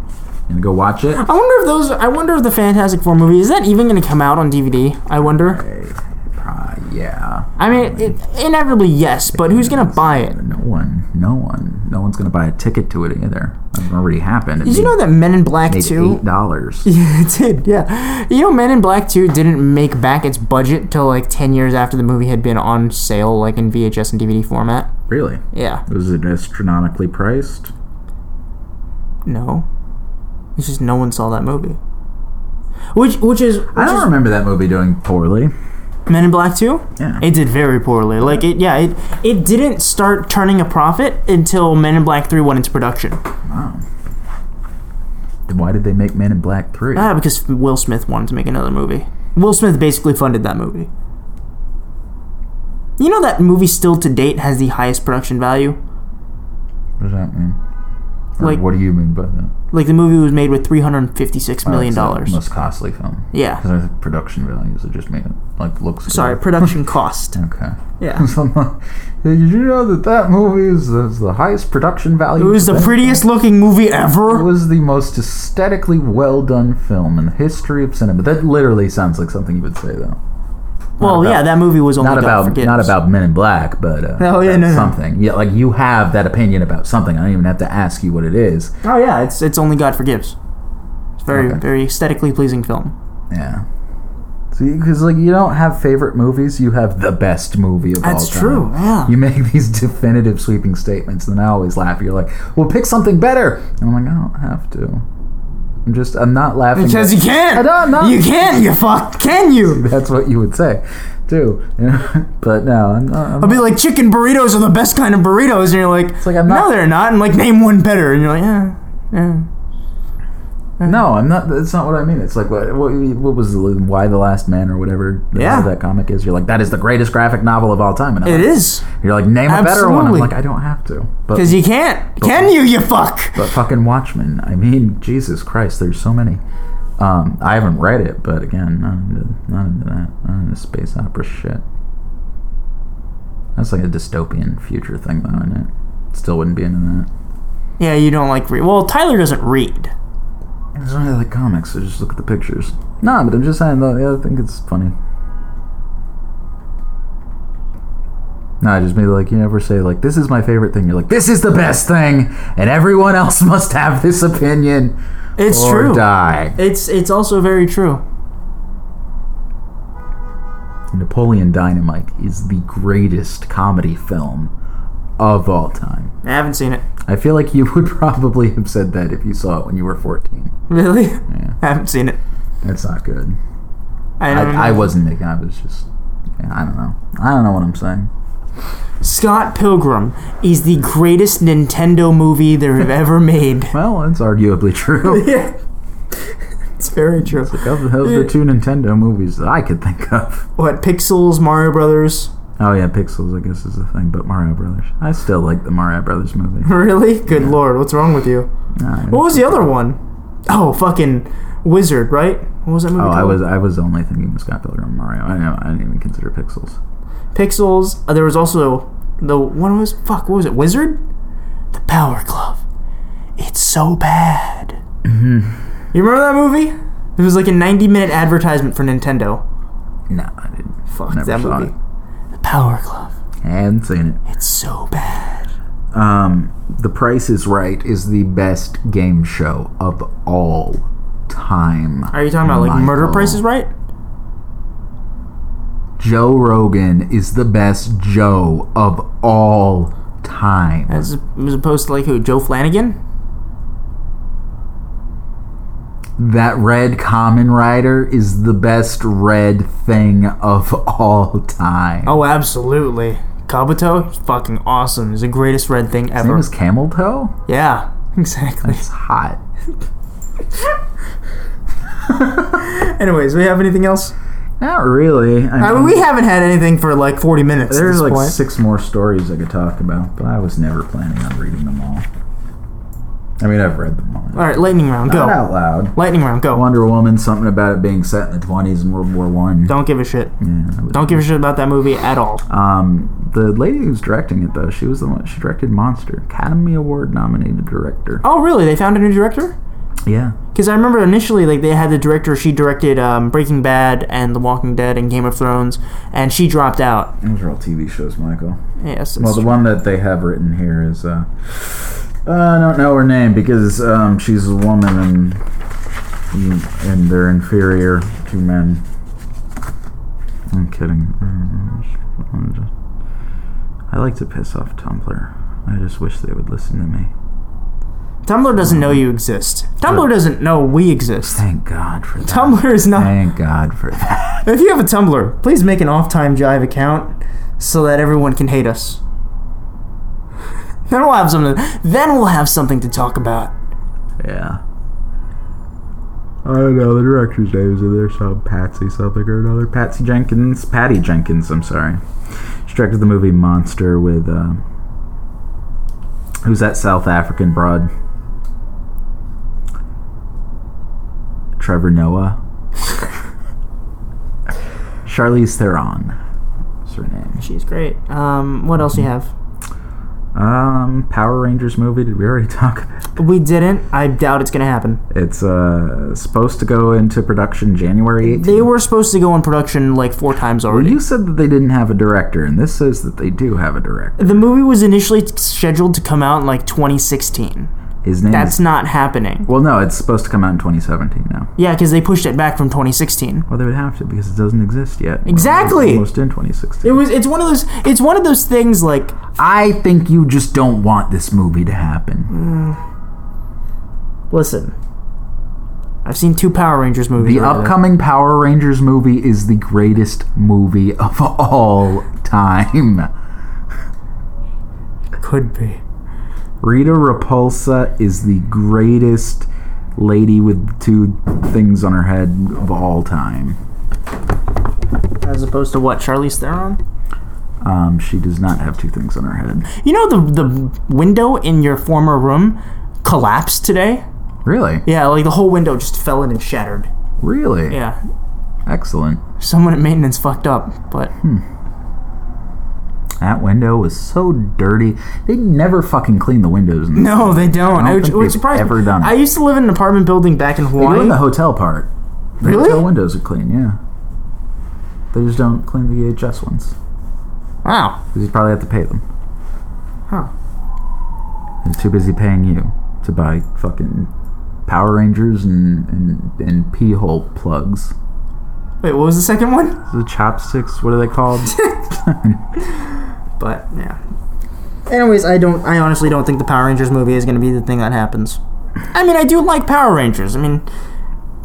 S1: And go watch it.
S2: I wonder if those. I wonder if the Fantastic Four movie is that even going to come out on DVD. I wonder.
S1: Uh, yeah.
S2: I mean, it, inevitably yes, but who's going to buy it?
S1: No one, no one, no one's gonna buy a ticket to it either. That's already happened.
S2: Did you know that Men in Black
S1: made
S2: Two?
S1: eight dollars?
S2: Yeah, it did. Yeah, you know, Men in Black Two didn't make back its budget till like ten years after the movie had been on sale, like in VHS and DVD format.
S1: Really?
S2: Yeah.
S1: Was it astronomically priced?
S2: No. It's just no one saw that movie. Which which is which
S1: I don't
S2: is
S1: remember that movie doing poorly.
S2: Men in Black Two.
S1: Yeah.
S2: It did very poorly. Like it, yeah. It it didn't start turning a profit until Men in Black Three went into production.
S1: Wow. Then Why did they make Men in Black three?
S2: Ah, because Will Smith wanted to make another movie. Will Smith basically funded that movie. You know that movie still to date has the highest production value.
S1: What does that mean? Or
S2: Like-
S1: what do you mean by that?
S2: Like the movie was made with three hundred fifty-six million
S1: Oh, it's
S2: dollars.
S1: the Most costly film.
S2: Yeah.
S1: Because the production values are just made it like looks. good.
S2: Sorry, production cost.
S1: Okay.
S2: Yeah.
S1: So I'm like, "Hey, Did you know that that movie is the, is the highest production value?
S2: It was the prettiest looking movie
S1: It
S2: ever.
S1: was the most aesthetically well done film in the history of cinema. That literally sounds like something you would say, though.
S2: Well,
S1: about-
S2: yeah, that movie was only
S1: Not
S2: done for
S1: about
S2: kids.
S1: not about Men in Black, but uh,
S2: Oh, yeah,
S1: about
S2: no, no.
S1: something. Yeah, like you have that opinion about something. I don't even have to ask you what it is.
S2: Oh yeah, it's it's only God forgives. It's very
S1: Okay.
S2: very aesthetically pleasing film.
S1: Yeah. See, because like you don't have favorite movies, you have the best movie of all time.
S2: That's true, yeah.
S1: You make these definitive sweeping statements, and I always laugh. You're like, "Well, pick something better," and I'm like, "I don't have to." I'm just, I'm not laughing
S2: Because you
S1: at-
S2: can,
S1: I don't know.
S2: you can, you fuck, can you?
S1: That's what you would say, too. but no, I'm not. I'm
S2: I'll be like, chicken burritos are the best kind of burritos, and you're like,
S1: like I'm
S2: no,
S1: not-
S2: they're not. And like, name one better, and you're like, yeah, yeah.
S1: No, I'm not. That's not what I mean. It's like what what, what was the, why the Last Man or whatever the-
S2: Yeah.
S1: that comic is. You're like that is the greatest graphic novel of all time, and I'm
S2: It
S1: like,
S2: is
S1: You're like name a better one. I'm
S2: Absolutely.
S1: like I don't have to. But
S2: because you can't, can you? You fuck.
S1: but fucking Watchmen. I mean, Jesus Christ, there's so many. Um, I haven't read it, but again, not into not into that. Not into space opera shit. That's like a dystopian future thing, though, isn't it? Still wouldn't be into that.
S2: Yeah, you don't like read. Well, Tyler doesn't read.
S1: It's only like comics, so just look at the pictures. Nah, but I'm just saying though, yeah, I think it's funny. Nah, just be like you never say like this is my favorite thing. You're like this is the best thing, and everyone else must have this opinion
S2: It's
S1: or
S2: true.
S1: die.
S2: It's it's also very true.
S1: Napoleon Dynamite is the greatest comedy film of all time.
S2: I haven't seen it.
S1: I feel like you would probably have said that if you saw it when you were 14.
S2: Really? I haven't seen it.
S1: That's not good.
S2: I, don't
S1: I, I
S2: know.
S1: wasn't making. I was just. I don't know. I don't know what I'm saying.
S2: Scott Pilgrim is the greatest Nintendo movie they've ever made.
S1: Well, that's arguably true.
S2: yeah. It's very true.
S1: of, the- of the two Nintendo movies that I could think of.
S2: What, Pixels, Mario Brothers?
S1: Oh yeah, Pixels I guess is the thing, but Mario Brothers. I still like the Mario Brothers movie.
S2: Really? Good lord, what's wrong with you?
S1: Nah,
S2: What was the other one? Oh, fucking Wizard, right? What was that movie
S1: Oh,
S2: called?
S1: I was I was only thinking of Scott Pilgrim and Mario. I know I didn't even consider Pixels.
S2: Pixels. Uh, there was also the one was fuck. What was it? Wizard. The Power Glove. It's so bad. Mm-hmm. You remember that movie? It was like a ninety-minute advertisement for Nintendo.
S1: No, I didn't.
S2: Fuck
S1: Never
S2: that
S1: saw
S2: movie. The Power Glove.
S1: I hadn't seen it.
S2: It's so bad.
S1: Um, The Price is Right is the best game show of all time.
S2: Are you talking about like Murder
S1: Michael.
S2: Prices Right?
S1: Joe Rogan is the best Joe of all time.
S2: As, as opposed to like who? Joe Flanagan.
S1: that red common rider is the best red thing of all time.
S2: Oh, absolutely. Kabuto, is fucking awesome. He's the greatest red thing
S1: His name
S2: ever.
S1: is Camel Toe?
S2: yeah, exactly.
S1: It's hot.
S2: Anyways, we have anything else?
S1: Not really.
S2: I mean, we haven't had anything for like forty minutes. at
S1: There's
S2: this
S1: like
S2: point.
S1: six more stories I could talk about, but I was never planning on reading them all. I mean, I've read them all.
S2: All right, lightning round, go.
S1: Not out loud.
S2: Lightning round, go.
S1: Wonder Woman, something about it being set in the 20s in World War One.
S2: Don't give a shit.
S1: Yeah, I would-
S2: Don't give a shit about that movie at all.
S1: Um, the lady who's directing it though, she was the one. She directed Monster, Academy Award nominated director.
S2: Oh, really? They found a new director?
S1: Yeah,
S2: Because I remember initially, like they had the director. She directed um, Breaking Bad and The Walking Dead and Game of Thrones, and she dropped out.
S1: those are all TV shows, Michael.
S2: Yes.
S1: Well,
S2: it's-
S1: the one that they have written here is uh, uh, I don't know her name because um, she's a woman and and they're inferior to men. I'm kidding. I like to piss off Tumblr. I just wish they would listen to me.
S2: Tumblr doesn't know you exist. Tumblr doesn't know we exist.
S1: Thank God for that.
S2: Tumblr is not.
S1: Thank God for that.
S2: If you have a Tumblr, please make an off time jive account so that everyone can hate us. Then we'll have something. Then we'll have something to talk about.
S1: Yeah. I don't know. The director's name is in there, so Patsy something or another. Patsy Jenkins. Patty Jenkins, I'm sorry. She directed the movie Monster with, uh, who's that South African broad? Trevor Noah. Charlize Theron. What's her name?
S2: She's great. Um, what else do you have?
S1: Um, Power Rangers movie. Did we already talk about
S2: We didn't. I doubt it's gonna happen.
S1: It's uh, supposed to go into production January 18th.
S2: They were supposed to go in production like four times
S1: Well,
S2: already.
S1: you said that they didn't have a director, and this says that they do have a director.
S2: The movie was initially scheduled to come out in like 2016.
S1: His name
S2: That's
S1: is.
S2: not happening.
S1: Well, no, it's supposed to come out in 2017 now.
S2: Yeah, because they pushed it back from 2016.
S1: Well, they would have to because it doesn't exist yet. We're
S2: Exactly.
S1: almost in
S2: It
S1: 2016.
S2: was. It's one of those. It's one of those things like
S1: I think you just don't want this movie to happen.
S2: Listen, I've seen two Power Rangers movies.
S1: The
S2: already.
S1: upcoming Power Rangers movie is the greatest movie of all time.
S2: could be.
S1: Rita Repulsa is the greatest lady with two things on her head of all time.
S2: As opposed to what Charlize Theron?
S1: Um, she does not have two things on her head.
S2: You know the the window in your former room collapsed today.
S1: Really?
S2: Yeah, like the whole window just fell in and shattered.
S1: Really?
S2: Yeah,
S1: Excellent.
S2: someone at maintenance fucked up, but
S1: That window was so dirty. They never fucking clean the windows. In the
S2: no, they don't.
S1: I don't
S2: Which-
S1: think
S2: which
S1: they've
S2: surprised me.
S1: ever done it.
S2: I used to live in an apartment building back in
S1: They do in
S2: Hawaii.
S1: the hotel part. The
S2: Really?
S1: hotel windows are clean, yeah. They just don't clean the EHS ones.
S2: wow.
S1: Because you probably have to pay them.
S2: Huh.
S1: They're too busy paying you to buy fucking Power Rangers and, and, and pee hole plugs.
S2: Wait, what was the second one?
S1: The chopsticks. What are they called?
S2: But yeah. Anyways, I don't. I honestly don't think the Power Rangers movie is going to be the thing that happens. I mean, I do like Power Rangers. I mean,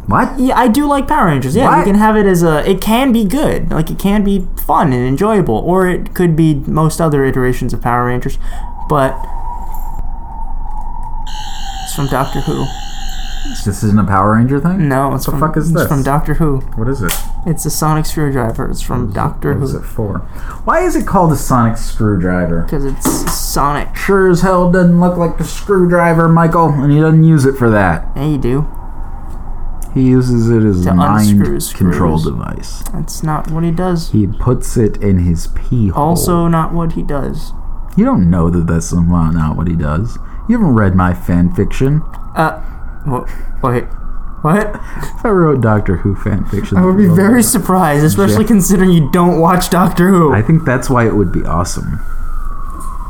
S1: what?
S2: yeah, I do like Power Rangers. Yeah,
S1: What?
S2: you can have it as a. It can be good. Like it can be fun and enjoyable, or it could be most other iterations of Power Rangers. But it's from Doctor Who.
S1: This isn't a Power Ranger thing.
S2: No, it's
S1: The
S2: from
S1: fuck is
S2: it's
S1: this?
S2: from Doctor Who.
S1: What is it?
S2: It's a sonic screwdriver. It's from Doctor
S1: What is
S2: Who
S1: it for? Why is it called a sonic screwdriver?
S2: because it's sonic.
S1: Sure as hell doesn't look like a screwdriver, Michael, and he doesn't use it for that.
S2: Yeah, you do.
S1: He uses it as a mind
S2: unscrew
S1: control
S2: screws.
S1: device.
S2: That's not what he does.
S1: He puts it in his pee hole.
S2: Also, not what he does.
S1: you don't know that that's not not what he does. You haven't read my fan fiction.
S2: Uh, what? Wait, what?
S1: If I wrote Doctor Who fan fiction,
S2: I would be very surprised, especially
S1: Yeah.
S2: considering you don't watch Doctor Who.
S1: I think that's why it would be awesome.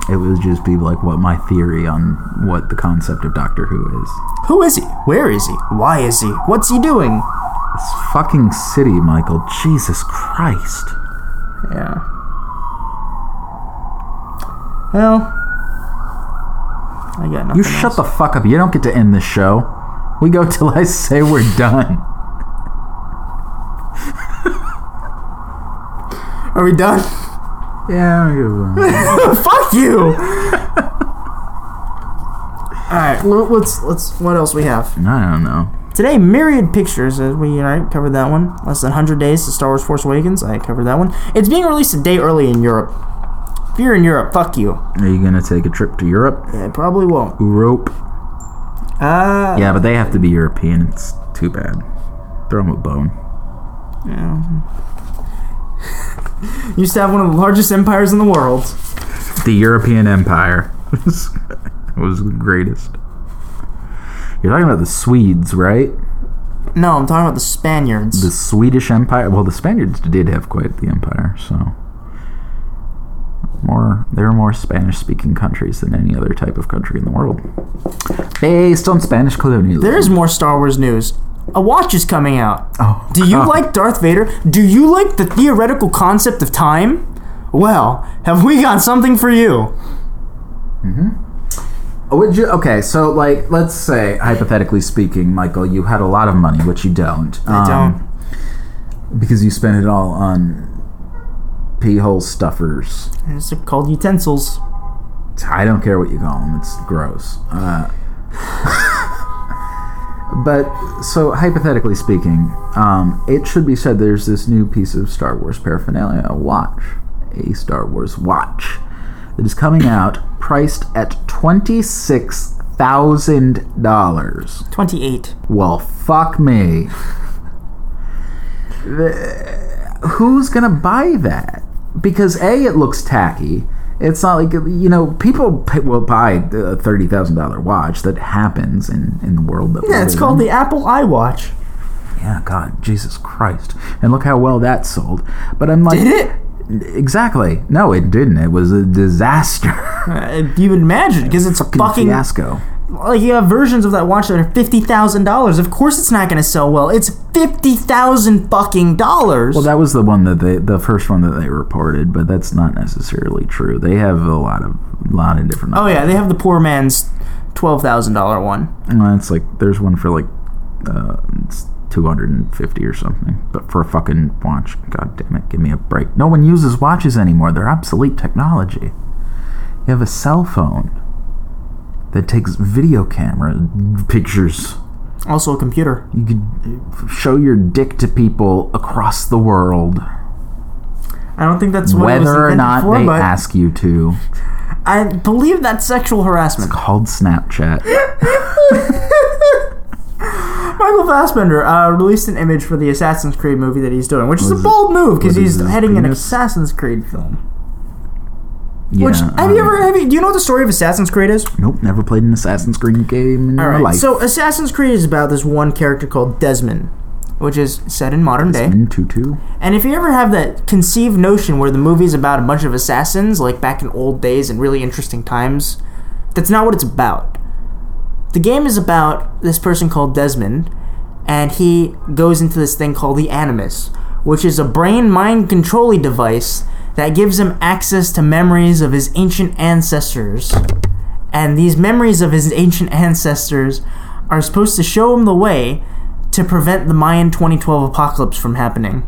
S1: It would just be like what my theory on what the concept of Doctor Who is.
S2: Who is he? Where is he? Why is he? What's he doing?
S1: This fucking city, Michael. Jesus Christ.
S2: Yeah. Well, I got nothing.
S1: You
S2: else.
S1: shut the fuck up. You don't get to end this show. We go till I say we're done.
S2: Are we done?
S1: Yeah, we're
S2: Fuck you! All right, l- let's let's. What else we have?
S1: I don't know.
S2: Today, Myriad Pictures, as we I covered that one. Less than 100 days to Star Wars Force Awakens, I covered that one. It's being released a day early in Europe. If you're in Europe, fuck you.
S1: Are you gonna take a trip to Europe?
S2: Yeah, I probably won't.
S1: Europe.
S2: Uh,
S1: Yeah, but they have to be European. It's too bad. Throw them a bone.
S2: used to have one of the largest empires in the world.
S1: The European Empire was was the greatest. You're talking about the Swedes, right?
S2: No, I'm talking about the Spaniards.
S1: The Swedish Empire. Well, the Spaniards did have quite the empire, so more there are more Spanish-speaking countries than any other type of country in the world, based on Spanish colonialism.
S2: there is more Star Wars news. A watch is coming out.
S1: Oh,
S2: Do you
S1: God.
S2: like Darth Vader? Do you like the theoretical concept of time? Well, have we got something for you?
S1: Would you okay? So, like, let's say hypothetically speaking, Michael, you had a lot of money, which you don't.
S2: I
S1: um, because you spent it all on pee hole stuffers.
S2: don't. It's called utensils.
S1: I don't care what you call them; it's gross. Uh, but so hypothetically speaking, um, it should be said there's this new piece of Star Wars paraphernalia, a watch, a Star Wars watch, that is coming out, priced at twenty six thousand dollars.
S2: 28.
S1: Well, fuck me. The- who's gonna buy that? Because a, it looks tacky. It's not like you know people p- will buy a thirty thousand dollar watch. That happens in in the world. That
S2: Yeah, it's
S1: we're
S2: called
S1: in.
S2: the Apple iWatch.
S1: yeah. God, Jesus Christ! And look how well that sold. But I'm like,
S2: Did
S1: Exactly. No, it didn't. It was a disaster.
S2: Uh, you would imagine because it's a fucking
S1: fiasco.
S2: like you have versions of that watch that are fifty thousand dollars. Of course, it's not going to sell well. It's fifty thousand fucking dollars.
S1: Well, that was the one that they, the first one that they reported, but that's not necessarily true. They have a lot of, lot of different.
S2: oh yeah, they have the poor man's twelve thousand dollar one.
S1: Well, it's like there's one for like, uh, it's 250 or something, but for a fucking watch. God damn it, give me a break. No one uses watches anymore. They're obsolete technology. You have a cell phone that takes video camera pictures.
S2: Also, a computer.
S1: You could uh, show your dick to people across the world,
S2: I don't think that's what it was
S1: whether or
S2: intended
S1: not
S2: for,
S1: they
S2: but
S1: ask you to.
S2: I believe that's sexual harassment.
S1: called Snapchat.
S2: Michael Fassbender uh, released an image for the Assassin's Creed movie that he's doing, which is a
S1: is it-
S2: bold move because
S1: what
S2: he's
S1: is his
S2: heading an
S1: penis?
S2: Assassin's Creed film.
S1: Yeah,
S2: Which have you
S1: um,
S2: ever? Have you, do you know what the story of Assassin's Creed is?
S1: Nope, never played an Assassin's Creed game in
S2: All
S1: my
S2: right.
S1: life.
S2: So Assassin's Creed is about this one character called Desmond, which is set in modern day.
S1: in tutu.
S2: And if you ever have that conceived notion where the movie's about a bunch of assassins, like back in old days and really interesting times, that's not what it's about. The game is about this person called Desmond, and he goes into this thing called the Animus, which is a brain mind controlling device that gives him access to memories of his ancient ancestors. And these memories of his ancient ancestors are supposed to show him the way to prevent the Mayan 2012 apocalypse from happening.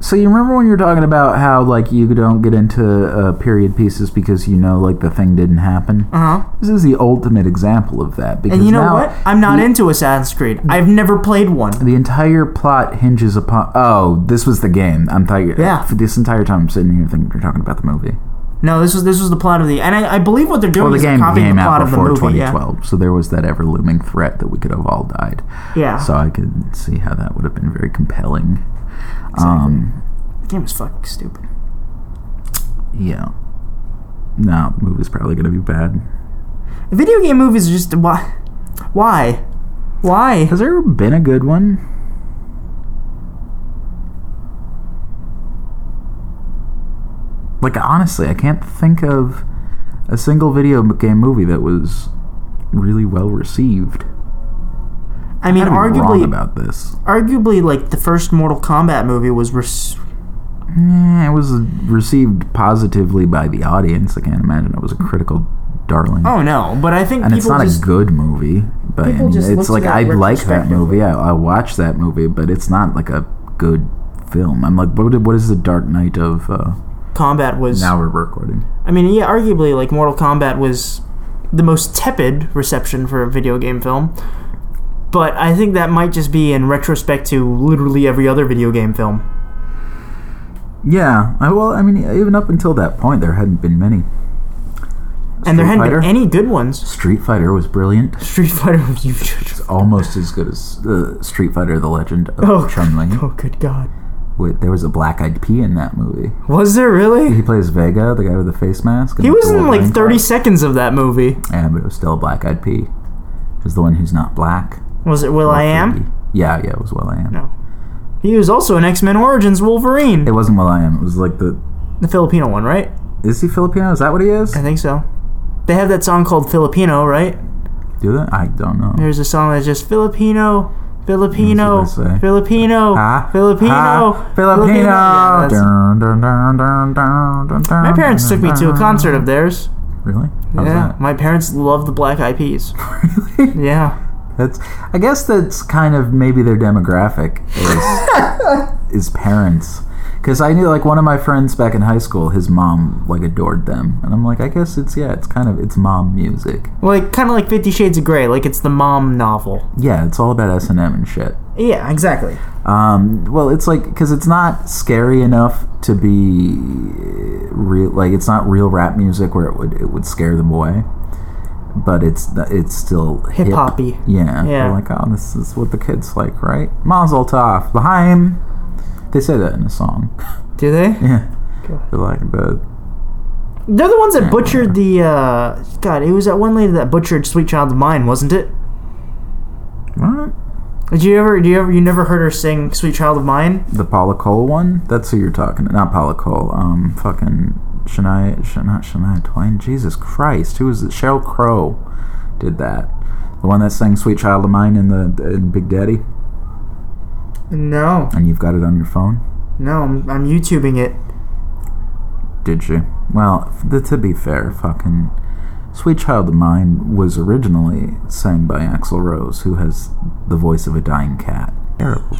S1: So you remember when you were talking about how like you don't get into uh, period pieces because you know like the thing didn't happen.
S2: Uh huh.
S1: This is the ultimate example of that. Because
S2: And you know
S1: now
S2: what? I'm not
S1: the,
S2: into Assassin's Creed. I've never played one.
S1: The entire plot hinges upon. Oh, this was the game. I'm talking.
S2: Yeah.
S1: For this entire time, I'm sitting here thinking you're talking about the movie.
S2: No, this was this was the plot of the, and I, I believe what they're doing
S1: Well, the
S2: is
S1: game
S2: copying
S1: came
S2: the plot
S1: out
S2: of the
S1: before
S2: movie.
S1: 2012, so there was that ever looming threat that we could have all died.
S2: Yeah, yeah.
S1: So I could see how that would have been very compelling. Um,
S2: the game is fucking stupid.
S1: yeah. No, movie's probably gonna be bad.
S2: Video game movies are just why, why, why?
S1: Has there ever been a good one? Like honestly, I can't think of a single video game movie that was really well received.
S2: I mean,
S1: I'm
S2: arguably,
S1: wrong about this.
S2: arguably, like the first Mortal Kombat movie was res-
S1: Yeah, it was received positively by the audience. I can't imagine it was a critical darling.
S2: Oh no, but I think
S1: and
S2: people
S1: it's not
S2: just
S1: a good movie, but I
S2: people
S1: mean,
S2: just
S1: it's
S2: look
S1: like
S2: at
S1: I
S2: it
S1: like that
S2: retrospectively.
S1: movie. I, I watch that movie, but it's not like a good film. I'm like, what, what is the Dark Knight of? Uh,
S2: combat was.
S1: now we're recording.
S2: I mean, yeah, arguably, like Mortal Kombat was the most tepid reception for a video game film. But I think that might just be in retrospect to literally every other video game film.
S1: Yeah, I, well, I mean, even up until that point, there hadn't been many.
S2: and
S1: Street
S2: there hadn't
S1: Fighter?
S2: been any good ones.
S1: Street Fighter was brilliant.
S2: Street Fighter was you.
S1: It's almost as good as uh, Street Fighter: The Legend of
S2: Oh,
S1: Chun Li.
S2: Oh, good God.
S1: There was a Black Eyed Pea in that movie.
S2: Was there really?
S1: He plays Vega, the guy with the face mask. and
S2: He
S1: the
S2: was in like
S1: Wolverine
S2: 30
S1: costume.
S2: seconds of that movie.
S1: Yeah, but it was still Black Eyed Pea. It was the one who's not black.
S2: Was it Will I Am?
S1: Yeah, yeah, it was Will I Am.
S2: No. He was also in X Men Origins Wolverine.
S1: It wasn't Will I Am. It was like the.
S2: The Filipino one, right?
S1: Is he Filipino? Is that what he is?
S2: I think so. They have that song called Filipino, right?
S1: Do that? I don't know.
S2: There's a song that's just Filipino, Filipino,
S1: That's what they say.
S2: Filipino,
S1: Huh?
S2: Filipino,
S1: Huh? Filipino.
S2: Filipino. Yeah, that's-
S1: Dun, dun, dun, dun, dun, dun, dun,
S2: My parents took me to a
S1: dun.
S2: concert of theirs.
S1: Really? How's
S2: Yeah,
S1: that?
S2: my parents love the Black Eyed Peas.
S1: Really?
S2: Yeah,
S1: That's. I guess that's kind of maybe their demographic is is parents. Because I knew like one of my friends back in high school, his mom like adored them, and I'm like, I guess it's yeah, it's kind of it's mom music.
S2: like kind of like Fifty Shades of Grey. Like it's the mom novel.
S1: Yeah, it's all about S and M and shit.
S2: Yeah, exactly.
S1: Um, well, it's like because it's not scary enough to be uh, real. Like it's not real rap music where it would it would scare them away, but it's it's still hip.
S2: Hip-hoppy.
S1: Yeah,
S2: Yeah.
S1: They're like, oh, this is what the kids like, right? Mazel tov, L'chaim. They say that in a song.
S2: Do they?
S1: Yeah,
S2: God.
S1: they're like the
S2: They're the ones that butchered the. uh God, it was that one lady that butchered Sweet Child of Mine, wasn't it?
S1: what?
S2: Did you ever? Do you ever? You never heard her sing "Sweet Child of Mine"?
S1: The Paula Cole one? That's who you're talking Not Paula Cole. Um, fucking Shania, Shania, not Shania Twain. Jesus Christ. Who was it? Cheryl Crow did that. The one that sang Sweet Child of Mine in the in Big Daddy.
S2: No,
S1: And you've got it on your phone?
S2: no, I'm, I'm YouTubing it.
S1: Did you? Well, th- to be fair, fucking Sweet Child of Mine was originally sang by Axl Rose, who has the voice of a dying cat. Terrible.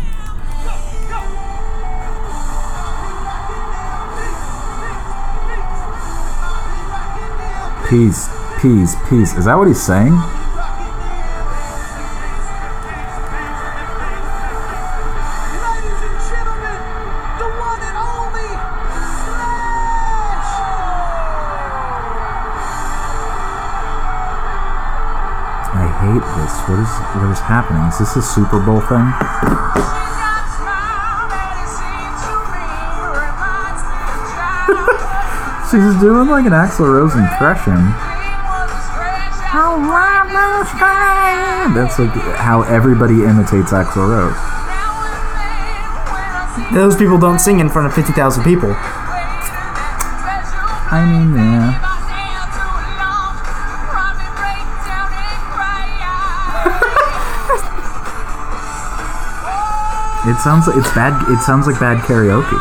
S1: Peace, peace, peace. Is that what he's saying?
S3: Ladies and gentlemen, the one and only Slash!
S1: I hate this. What is what is happening? Is this a Super Bowl thing? She's doing like an Axl Rose impression. That's like how everybody imitates Axl Rose.
S2: Those people don't sing in front of 50,000 people.
S1: I mean, yeah. It sounds like it's bad. It sounds like bad karaoke.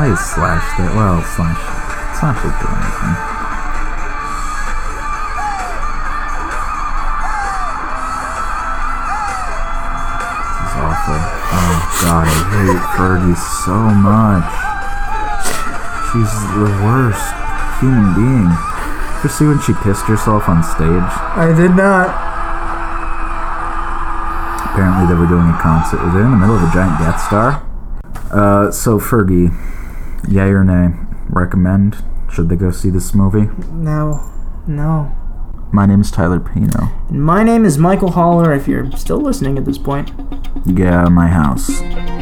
S1: I slashed it. Well, slash. Slash will do anything. This is awful. Oh god, I hate Fergie so much. She's the worst human being. Ever see when she kissed herself on stage?
S2: I did not.
S1: Apparently, they were doing a concert. They're in the middle of a giant Death Star. Uh, so Fergie, yay or nay? Recommend? Should they go see this movie?
S2: No. No.
S1: My name is Tyler Pino.
S2: And my name is Michael Holler, if you're still listening at this point.
S1: Get out of my house.